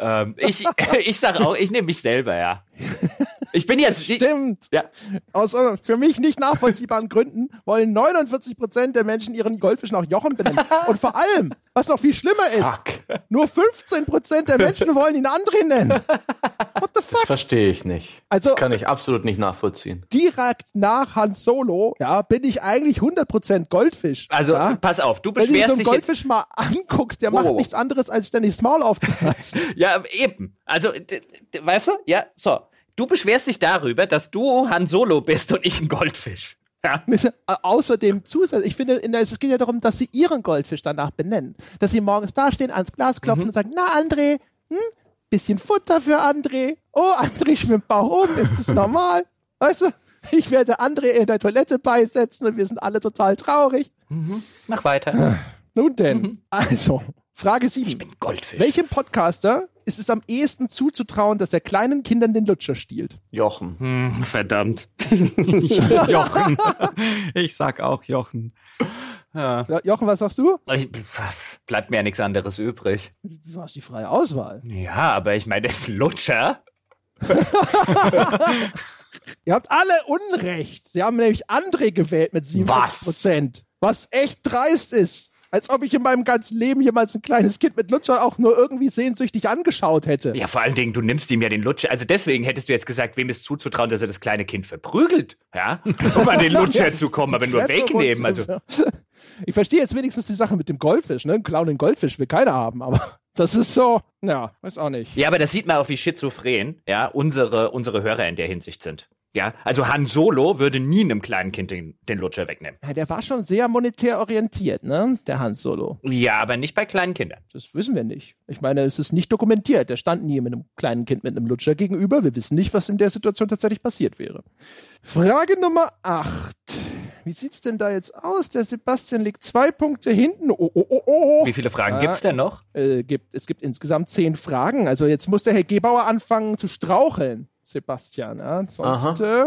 Ähm, ich, ich sag auch, ich nehme mich selber, ja. Ich bin jetzt.
Stimmt.
Ja.
Aus äh, für mich nicht nachvollziehbaren Gründen wollen 49 Prozent der Menschen ihren Goldfisch nach Jochen benennen. Und vor allem, was noch viel schlimmer ist,
Fuck.
nur 15 Prozent der Menschen wollen ihn André nennen. What the
Das
fuck?
verstehe ich nicht.
Also-
das kann ich absolut nicht nachvollziehen.
Direkt nach Han Solo, ja, bin ich eigentlich 100 Prozent Goldfisch.
Also,
ja?
pass auf, du
wenn du dir so
beschwerst
einen
dich jetzt.
Goldfisch mal anguckst, der
Wow,
macht
wow, wow.
nichts anderes, als ständig das Maul aufzureißen.
Ja, eben. Also, d- d- weißt du? Ja, so. Du beschwerst dich darüber, dass du Han Solo bist und ich ein Goldfisch. Ja.
Au- äh, Außerdem Zusatz, ich finde, in der, es geht ja darum, dass sie ihren Goldfisch danach benennen. Dass sie morgens dastehen, ans Glas klopfen
Mhm.
und sagen, na André, hm? bisschen Futter für André. Oh, André schwimmt Bauch oben, ist das normal? Weißt du, ich werde André in der Toilette beisetzen und wir sind alle total traurig.
Mach weiter.
Nun denn, also, Frage 7.
Mhm. Ich bin Goldfisch.
Welchem Podcaster ist es am ehesten zuzutrauen, dass er kleinen Kindern den Lutscher stiehlt?
Jochen.
Hm, verdammt.
Jochen. Ich sag auch Jochen.
Ah.
Ja, Jochen, was sagst du?
Ich, pff, bleibt mir ja nichts anderes übrig.
Du hast die freie Auswahl.
Ja, aber ich meine, das ist ein Lutscher.
Ihr habt alle Unrecht. Sie haben nämlich André gewählt mit 47 Prozent. Was echt dreist ist. Als ob ich in meinem ganzen Leben jemals ein kleines Kind mit Lutscher auch nur irgendwie sehnsüchtig angeschaut hätte.
Ja, vor allen Dingen, du nimmst ihm ja den Lutscher. Also deswegen hättest du jetzt gesagt, wem ist zuzutrauen, dass er das kleine Kind verprügelt. Ja? Um an den Lutscher zu kommen, aber nur wegnehmen. Also,
Ich verstehe jetzt wenigstens die Sache mit dem Goldfisch, ne? Einen Clown den Goldfisch will keiner haben, aber das ist so, ja, weiß auch nicht.
Ja, aber das sieht man auch, wie schizophren ja, unsere, unsere Hörer in der Hinsicht sind. Ja, also Han Solo würde nie einem kleinen Kind den, den Lutscher wegnehmen.
Ja, der war schon sehr monetär orientiert, ne? Der Hans Solo.
Ja, aber nicht bei kleinen Kindern.
Das wissen wir nicht. Ich meine, es ist nicht dokumentiert. Der stand nie mit einem kleinen Kind mit einem Lutscher gegenüber. Wir wissen nicht, was in der Situation tatsächlich passiert wäre. Frage Nummer 8. Wie sieht's denn da jetzt aus? Der Sebastian liegt zwei Punkte hinten. Oh, oh, oh, oh.
Wie viele Fragen
Ah.
gibt's denn noch?
Äh, gibt, es gibt insgesamt zehn Fragen. Also jetzt muss der Herr Gebauer anfangen zu straucheln, Sebastian. Ja? Sonst, äh,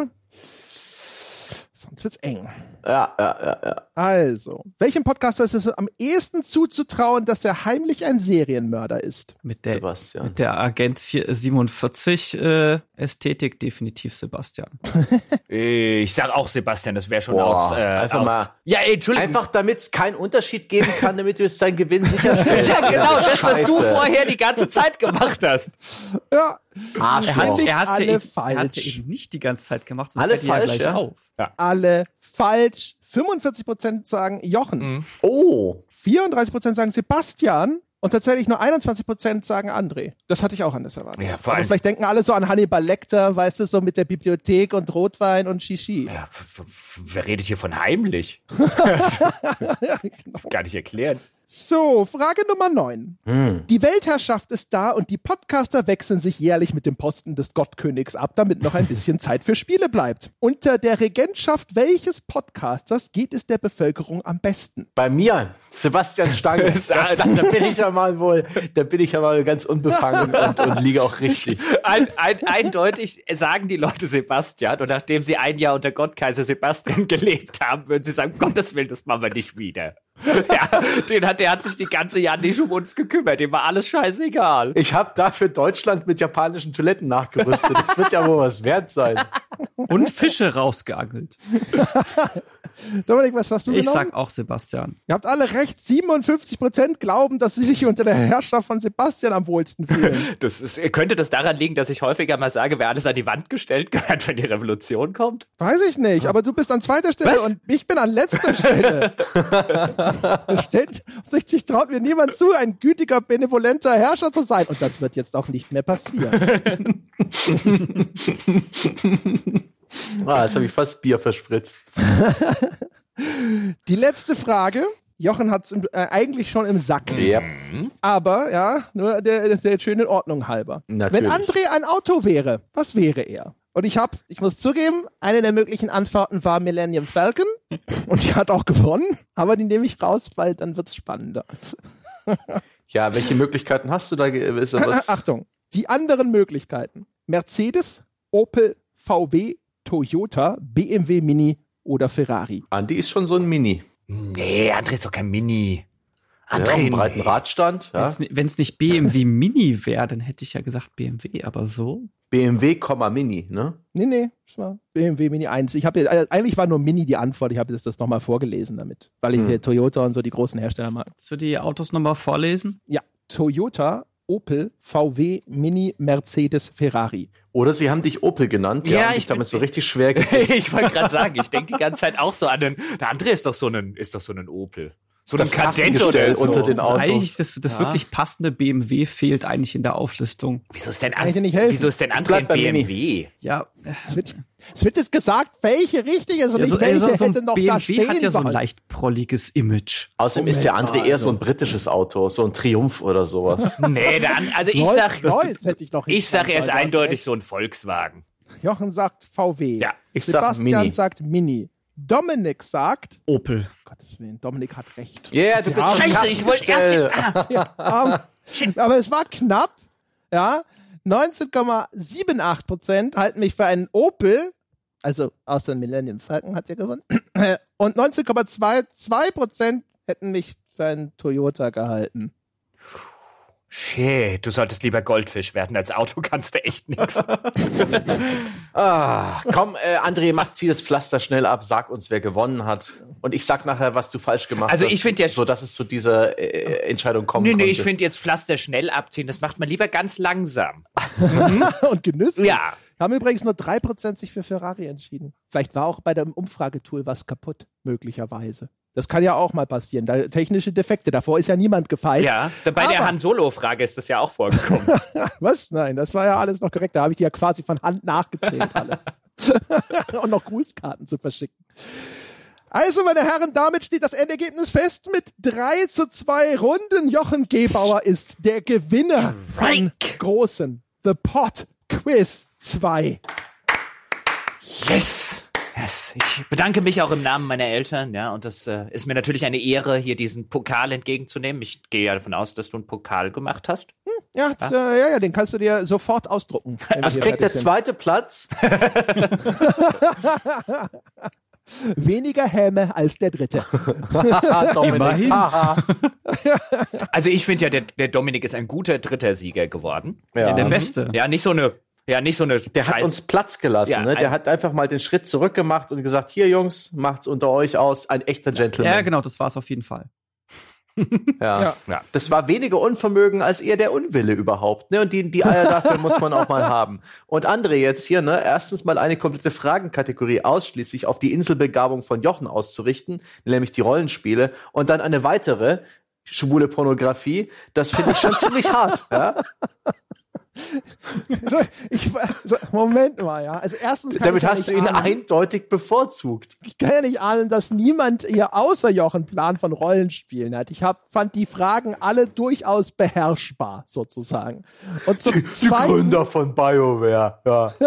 sonst wird's eng.
Ja, ja, ja, ja.
Also, welchem Podcaster ist es am ehesten zuzutrauen, dass er heimlich ein Serienmörder ist?
Mit der,
Sebastian.
mit der Agent 4, 47 äh, Ästhetik definitiv Sebastian.
Ich sag auch Sebastian, das wäre schon
Boah,
aus. Äh,
einfach
aus
mal-
Ja, ey, Entschuldigung.
Einfach damit es keinen Unterschied geben kann, damit du es seinen Gewinn sicherstellst.
ja, genau, das, was du
Scheiße.
vorher die ganze Zeit gemacht hast.
Ja,
Er
Arschloch.
hat
Häufig
er hat's ja
alle
eben- er hat's ja
falsch.
eben nicht die ganze Zeit gemacht, sonst
Alle
fällt ihr ja
falsch,
gleich
ja.
auf.
alle falsch. 45% sagen Jochen,
Mhm.
Oh.
34% sagen Sebastian und tatsächlich nur 21% sagen André. Das hatte ich auch anders erwartet.
Ja, vor
Aber
allem-
vielleicht denken alle so an Hannibal Lecter, weißt du, so mit der Bibliothek und Rotwein und Shishi.
Ja, f- f- f- wer redet hier von heimlich? Gar nicht erklären.
So, Frage Nummer 9. Die Weltherrschaft ist da und die Podcaster wechseln sich jährlich mit dem Posten des Gottkönigs ab, damit noch ein bisschen Zeit für Spiele bleibt. Unter der Regentschaft welches Podcasters geht es der Bevölkerung am besten?
Bei mir, Sebastian Stange. da, da, da bin ich ja mal wohl, da bin ich ja mal ganz unbefangen und, und liege auch richtig.
Ein, ein, eindeutig sagen die Leute Sebastian und nachdem sie ein Jahr unter Gottkaiser Sebastian gelebt haben, würden sie sagen, um Gottes Willen, das machen wir nicht wieder. Ja, den hat, der hat sich die ganze Jahr nicht um uns gekümmert, dem war alles scheißegal.
Ich habe dafür Deutschland mit japanischen Toiletten nachgerüstet. Das wird ja wohl was wert sein.
Und Fische rausgeangelt.
Dominik, was hast du
Ich
genommen?
sag auch Sebastian.
Ihr habt alle recht, 57% glauben, dass sie sich unter der Herrschaft von Sebastian am wohlsten fühlen.
Das ist, könnte das daran liegen, dass ich häufiger mal sage, wer alles an die Wand gestellt gehört, wenn die Revolution kommt?
Weiß ich nicht, aber du bist an zweiter Stelle
Was?
und ich bin an letzter Stelle. Es Stellt, sich traut mir niemand zu, ein gütiger, benevolenter Herrscher zu sein. Und das wird jetzt auch nicht mehr passieren.
Ah, jetzt habe ich fast Bier verspritzt.
Die letzte Frage. Jochen hat es äh, eigentlich schon im Sack.
Ja.
Hm.
Aber, ja, nur der, der schönen Ordnung halber.
Natürlich.
Wenn André ein Auto wäre, was wäre er? Und ich habe, ich muss zugeben, eine der möglichen Antworten war Millennium Falcon. Und die hat auch gewonnen. Aber die nehme ich raus, weil dann wird's spannender.
ja, welche Möglichkeiten hast du da? ge- Ist da was?
Ah, Achtung, die anderen Möglichkeiten. Mercedes, Opel, VW, Toyota, BMW Mini oder Ferrari.
Andi Ah, ist schon so ein Mini.
Nee, André ist doch kein Mini.
Ja, einen
nee.
breiten Radstand. Ja.
Wenn es nicht BMW Mini wäre, dann hätte ich ja gesagt BMW, aber so.
BMW, Komma, Mini, ne?
Nee, nee, es war BMW Mini 1. Ich hab jetzt, äh, eigentlich war nur Mini die Antwort. Ich habe jetzt das nochmal vorgelesen damit, weil ich
Hm.
hier Toyota und so die großen Hersteller mag.
Willst du die Autos nochmal vorlesen?
Ja, Toyota, Opel, VW, Mini, Mercedes, Ferrari.
Oder sie haben dich Opel genannt.
Ja,
und
ich
dich damit
bin-
so richtig schwer gekriegt.
ich wollte gerade sagen, ich denke die ganze Zeit auch so an den. Der André ist doch so ein, ist doch so ein Opel. So ein
das
Kadett oder
Kastengestell
so.
unter den
Also
Autos.
eigentlich das, das wirklich passende BMW fehlt eigentlich in der Auflistung.
Wieso ist denn,
Kann ich dir
an,
nicht helfen?
wieso ist denn André
bleib
ein
bei Mini.
BMW?
Ja,
Es wird, es wird jetzt gesagt, welche richtig ist und
ja so,
nicht welche
so, so ein
hätte noch da
BMW
stehen
hat ja so ein
sollen.
leicht prolliges Image.
Außerdem ist der andere eher so ein britisches Auto, so ein Triumph oder sowas.
Nee, dann, also ich
Neu-
sag,
Neues hätte ich noch
ich sag,
sagen
er ist
sollen, du hast
eindeutig so ein Volkswagen.
recht. Jochen sagt VW.
Ja,
ich sag
Sebastian
Mini.
sagt Mini. Dominik sagt,
Opel.
Gottes Willen, Dominik hat recht.
Ja, yeah, du bist
Scheiße, ich wollte
Äh,
erst. Ah,
Ja, aber es war knapp. Ja, 19,78 Prozent halten mich für einen Opel. Also außer Millennium Falcon hat ja gewonnen. Und 19,22 Prozent hätten mich für einen Toyota gehalten.
shit, du solltest lieber Goldfisch werden. Als Auto kannst du echt nichts.
Ah, komm, äh, André, mach, zieh das Pflaster schnell ab, sag uns, wer gewonnen hat. Und ich sag nachher, was du falsch gemacht
Also
hast.
ich find jetzt-
So, dass es zu dieser äh, Entscheidung kommen
Nee, nee,
konnte.
ich finde jetzt Pflaster schnell abziehen. Das macht man lieber ganz langsam.
Und genüsslich.
Ja.
Haben übrigens nur 3% sich für Ferrari entschieden. Vielleicht war auch bei dem Umfragetool was kaputt, möglicherweise. Das kann ja auch mal passieren. Da, technische Defekte, davor ist ja niemand gefeit.
Ja. Bei der
Aber-
Han Solo-Frage ist das ja auch vorgekommen.
Was? Nein, das war ja alles noch korrekt. Da habe ich die ja quasi von Hand nachgezählt alle. Und noch Grußkarten zu verschicken. Also, meine Herren, damit steht das Endergebnis fest mit 3 zu 2 Runden. Jochen Gebauer ist der Gewinner von
Strike.
großen The Pot Quiz 2.
Yes! Yes. Ich bedanke mich auch im Namen meiner Eltern, ja, und das äh, ist mir natürlich eine Ehre, hier diesen Pokal entgegenzunehmen. Ich gehe ja davon aus, dass du einen Pokal gemacht hast.
Ja, t- äh, ja, ja, den kannst du dir sofort ausdrucken. wenn wir
Was
hier
Ah. kriegt der
fertig sind.
zweite Platz?
Weniger Häme als der dritte.
Ah, Dominik. Haha.
Also ich finde ja, der, der Dominik ist ein guter dritter Sieger geworden.
Mhm. Ja.
Ja, der beste.
Ja, nicht so eine, ja, nicht so eine
Der hat
Scheiß-
uns Platz gelassen.
Ja,
ne? Der
ein-
hat einfach mal den Schritt zurückgemacht und gesagt: Hier, Jungs, macht's unter euch aus. Ein echter Gentleman.
Ja, genau, das war es auf jeden Fall.
Ja.
Ja.
Ja.
Das war weniger Unvermögen als eher der Unwille überhaupt. Ne? Und die, die Eier dafür muss man auch mal haben. Und André jetzt hier, ne, erstens mal eine komplette Fragenkategorie ausschließlich auf die Inselbegabung von Jochen auszurichten, nämlich die Rollenspiele, und dann eine weitere schwule Pornografie. Das finde ich schon ziemlich hart. Ja?
So, ich, war- so, Moment mal, ja. Also erstens kann ich
Damit
ja
hast du
nicht
ihn
ahnen-
eindeutig bevorzugt.
ich kann ja nicht ahnen, dass niemand hier außer Jochen Plan von Rollenspielen hat. Ich hab, fand die Fragen alle durchaus beherrschbar, sozusagen. Und zum Zweiten.
von BioWare. Ja. Die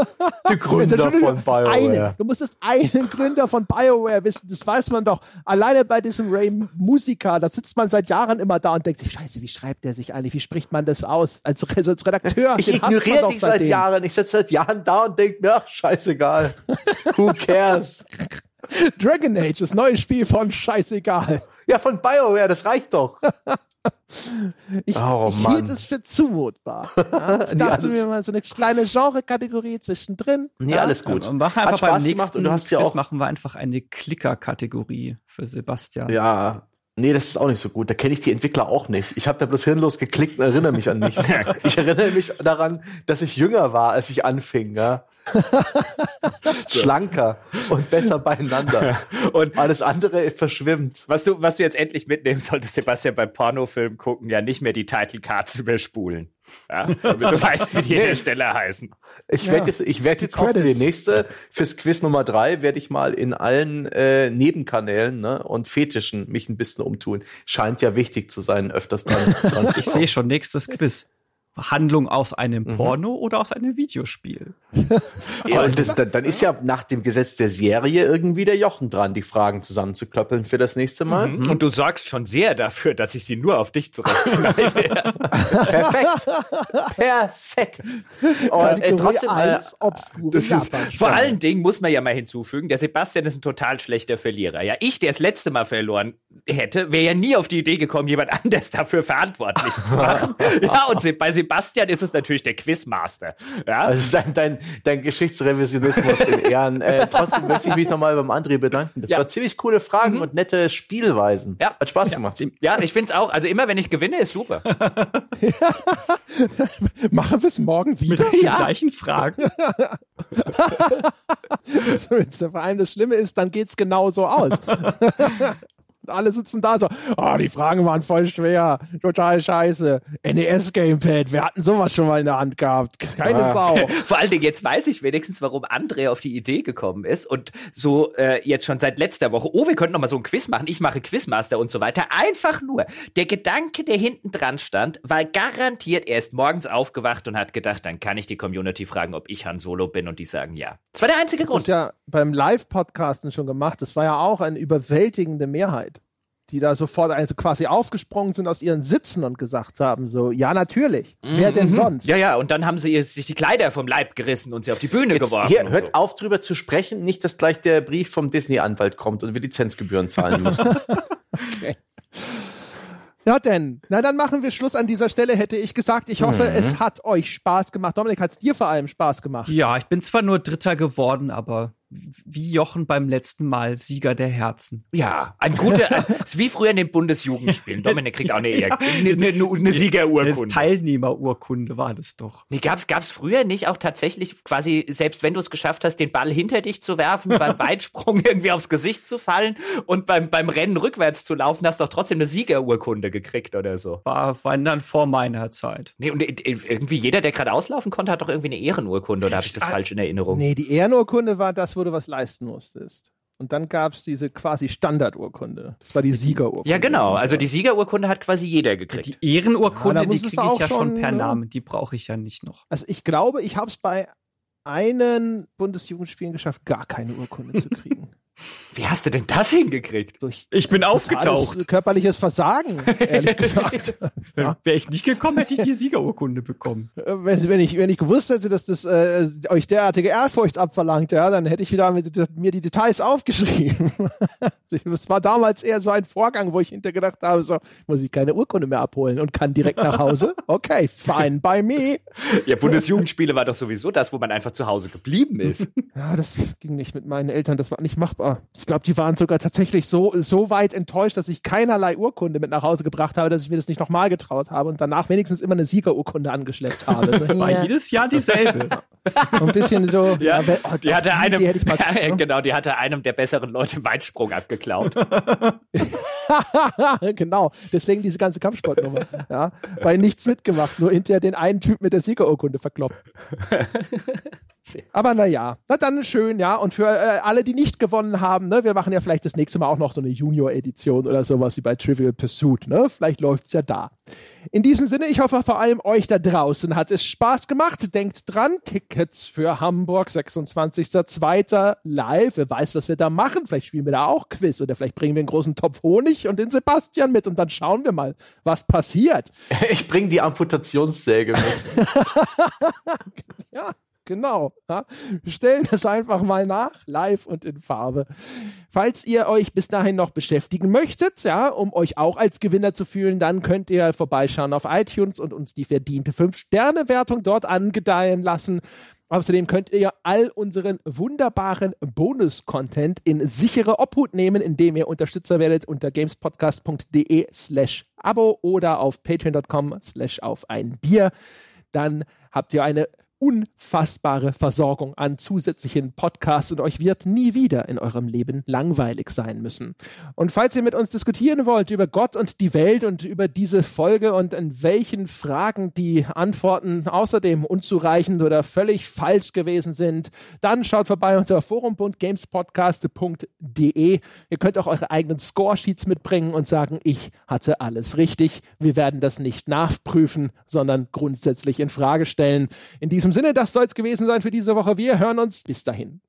Also,
Gründer
Entschuldigung, einen, du musstest einen Gründer von BioWare wissen, das weiß man doch. Alleine bei diesem Ray Musica, da sitzt man seit Jahren immer da und denkt sich, scheiße, wie schreibt der sich eigentlich, wie spricht man das aus? Als, Re- als Redakteur,
Ich
den hasst man
ignoriere
doch
dich seit
seitdem.
Jahren. Ich sitze seit Jahren da und denke mir, ach, scheißegal. Who cares?
Dragon Age, das neue Spiel von scheißegal.
Ja, von BioWare, das reicht doch.
Ich,
Oh,
ich
Mann.
hielt es für zumutbar. Ja, ich dachte mir mal so eine kleine Genre-Kategorie zwischendrin.
Nee,
ja.
alles gut.
Ja, machen wir
Hat
einfach beim
Spaß gemacht
nächsten
und du hast ja
Quiz
auch-
machen wir einfach eine Klicker-Kategorie für Sebastian.
Ja. Nee, das ist auch nicht so gut. Da kenne ich die Entwickler auch nicht. Ich habe da bloß hirnlos geklickt und erinnere mich an nichts. Ich erinnere mich daran, dass ich jünger war, als ich anfing. Ja? Schlanker und besser beieinander.
Und-
Und alles andere verschwimmt.
Was du, was du jetzt endlich mitnehmen solltest, Sebastian, beim Pornofilm gucken, ja nicht mehr die Title Cards überspulen. Ja? Damit du weißt, wie die Hersteller heißen.
Ich werde jetzt, ich werd jetzt auch für die
Credits.
nächste, fürs Quiz Nummer drei, werde ich mal in allen äh, Nebenkanälen ne, und Fetischen mich ein bisschen umtun. Scheint ja wichtig zu sein, öfters dran. dran zu
Ich sehe schon, nächstes Quiz. Handlung aus einem
Mhm.
Porno oder aus einem Videospiel?
Ja, und das, dann, dann
ne?
ist ja nach dem Gesetz der Serie irgendwie der Jochen dran, die Fragen zusammenzuklöppeln für das nächste Mal.
Und du sorgst schon sehr dafür, dass ich sie nur auf dich zurechtschneide.
Perfekt. Perfekt. Und äh,
Kategorie
trotzdem, äh,
1, obskure
Das ist,
Japan.
vor allen Dingen muss man ja mal hinzufügen, der Sebastian ist ein total schlechter Verlierer. Ja, ich, der das letzte Mal verloren hätte, wäre ja nie auf die Idee gekommen, jemand anders dafür verantwortlich zu machen. Ja, und Se- bei Sebastian ist es natürlich der Quizmaster. Ja,
also dein, dein, dein Geschichtsrevisionismus in Ehren. Äh, trotzdem möchte ich mich nochmal beim André bedanken. Das
Ja. Mhm.
waren ziemlich coole Fragen und nette Spielweisen.
Ja.
Hat Spaß gemacht.
ja ich finde es auch. Also immer, wenn ich gewinne, ist super.
Machen wir es morgen wieder.
Die gleichen Fragen.
Vor allem das Schlimme ist, dann geht es genauso aus. Und genau alle sitzen da so, oh, die Fragen waren voll schwer, total scheiße. NES-Gamepad, wir hatten sowas schon mal in der Hand gehabt. Keine Sau.
Ah. Vor allen Dingen, jetzt weiß ich wenigstens, warum André auf die Idee gekommen ist und so äh, jetzt schon seit letzter Woche, oh, wir könnten noch mal so ein Quiz machen, ich mache Quizmaster und so weiter. Einfach nur, der Gedanke, der hinten dran stand, war garantiert, er ist morgens aufgewacht und hat gedacht, dann kann ich die Community fragen, ob ich Han Solo bin und die sagen ja. Das war der einzige
Das ist
Grund.
ja beim Live-Podcasten schon gemacht. Das war ja auch eine überwältigende Mehrheit, die da sofort also quasi aufgesprungen sind aus ihren Sitzen und gesagt haben: so, ja, natürlich. Wer denn sonst?
Mhm. Ja, ja, und dann haben sie ihr- sich die Kleider vom Leib gerissen und sie auf die Bühne
Jetzt,
geworfen.
hier,
und
hört
so.
auf, drüber zu sprechen. Nicht, dass gleich der Brief vom Disney-Anwalt kommt und wir Lizenzgebühren zahlen müssen.
Na denn, na dann machen wir Schluss an dieser Stelle, hätte ich gesagt. Ich hoffe,
Mhm.
es hat euch Spaß gemacht. Dominik, hat es dir vor allem Spaß gemacht?
Ja, ich bin zwar nur Dritter geworden, aber wie Jochen beim letzten Mal Sieger der Herzen.
Ja, ein guter, ein, ist wie früher in den Bundesjugendspielen. Dominik kriegt auch eine, Ehr- eine, eine, eine
Als
Siegerurkunde.
Teilnehmerurkunde war das doch.
Nee, gab's, gab's früher nicht auch tatsächlich quasi, selbst wenn du es geschafft hast, den Ball hinter dich zu werfen, beim Weitsprung irgendwie aufs Gesicht zu fallen und beim, beim Rennen rückwärts zu laufen, hast du doch trotzdem eine Siegerurkunde gekriegt oder so.
War, war dann vor meiner Zeit.
Nee, und i- i- irgendwie jeder, der gerade auslaufen konnte, hat doch irgendwie eine Ehrenurkunde oder habe ich das falsch in Erinnerung?
Nee, die Ehrenurkunde war das, wo du was leisten musstest. Und dann gab es diese quasi Standardurkunde. Das war die Siegerurkunde.
Ja, genau. Also die Siegerurkunde hat quasi jeder gekriegt.
Die
Ja,
Ehrenurkunde,
da
die
muss
kriege
es
ich
auch
ja schon
schon,
per
ne?
Namen. Die brauche ich ja nicht noch.
Also ich glaube, ich habe es bei einen Bundesjugendspielen geschafft, gar keine Urkunde zu kriegen.
Wie hast du denn das hingekriegt?
Durch
Ich bin
totales körperliches Versagen, ehrlich gesagt.
Wäre ich nicht gekommen, hätte ich die Siegerurkunde bekommen.
Äh, wenn, wenn, ich, wenn ich gewusst hätte, dass das äh, euch derartige Ehrfurcht abverlangt, ja, dann hätte ich wieder mit, mir die Details aufgeschrieben. das war damals eher so ein Vorgang, wo ich hintergedacht habe, so, muss ich keine Urkunde mehr abholen und kann direkt nach Hause? Okay, fine by me.
Ja, Bundesjugendspiele war doch sowieso das, wo man einfach zu Hause geblieben ist.
Ja, das ging nicht mit meinen Eltern, das war nicht machbar. Ich glaube, die waren sogar tatsächlich so, so weit enttäuscht, dass ich keinerlei Urkunde mit nach Hause gebracht habe, dass ich mir das nicht nochmal getraut habe und danach wenigstens immer eine Siegerurkunde angeschleppt habe. So,
War
ja.
jedes Jahr dieselbe.
Ein bisschen so, ja, wenn- oh,
Die hatte
die-
einem,
die hätte ich mal, ne?
ja, genau, die hatte einem der besseren Leute einen Weitsprung abgeklaut.
genau, deswegen diese ganze Kampfsportnummer. Ja, bei nichts mitgemacht, nur hinterher den einen Typ mit der Siegerurkunde verkloppt. Aber naja, na dann schön, ja. Und für äh, alle, die nicht gewonnen haben, ne, wir machen ja vielleicht das nächste Mal auch noch so eine Junior-Edition oder sowas wie bei Trivial Pursuit, ne? Vielleicht läuft's ja da. In diesem Sinne, ich hoffe vor allem euch da draußen hat es Spaß gemacht. Denkt dran, Tickets für Hamburg, 26.02. live. Wer weiß, was wir da machen. Vielleicht spielen wir da auch Quiz oder vielleicht bringen wir einen großen Topf Honig und den Sebastian mit und dann schauen wir mal, was passiert.
ich bringe die Amputationssäge mit.
Ja, genau. Ja. Wir stellen das einfach mal nach, live und in Farbe. Falls ihr euch bis dahin noch beschäftigen möchtet, ja, um euch auch als Gewinner zu fühlen, dann könnt ihr vorbeischauen auf iTunes und uns die verdiente 5-Sterne-Wertung dort angedeihen lassen. Außerdem könnt ihr all unseren wunderbaren Bonus-Content in sichere Obhut nehmen, indem ihr Unterstützer werdet unter gamespodcast.de slash Abo oder auf patreon.com slash auf ein Bier dann habt ihr eine unfassbare Versorgung an zusätzlichen Podcasts und euch wird nie wieder in eurem Leben langweilig sein müssen. Und falls ihr mit uns diskutieren wollt über Gott und die Welt und über diese Folge und in welchen Fragen die Antworten außerdem unzureichend oder völlig falsch gewesen sind, dann schaut vorbei unter forum.gamespodcast.de. Ihr könnt auch eure eigenen Scoresheets mitbringen und sagen, ich hatte alles richtig. Wir werden das nicht nachprüfen, sondern grundsätzlich in Frage stellen. In diesem Sinne, das soll es gewesen sein für diese Woche. Wir hören uns bis dahin.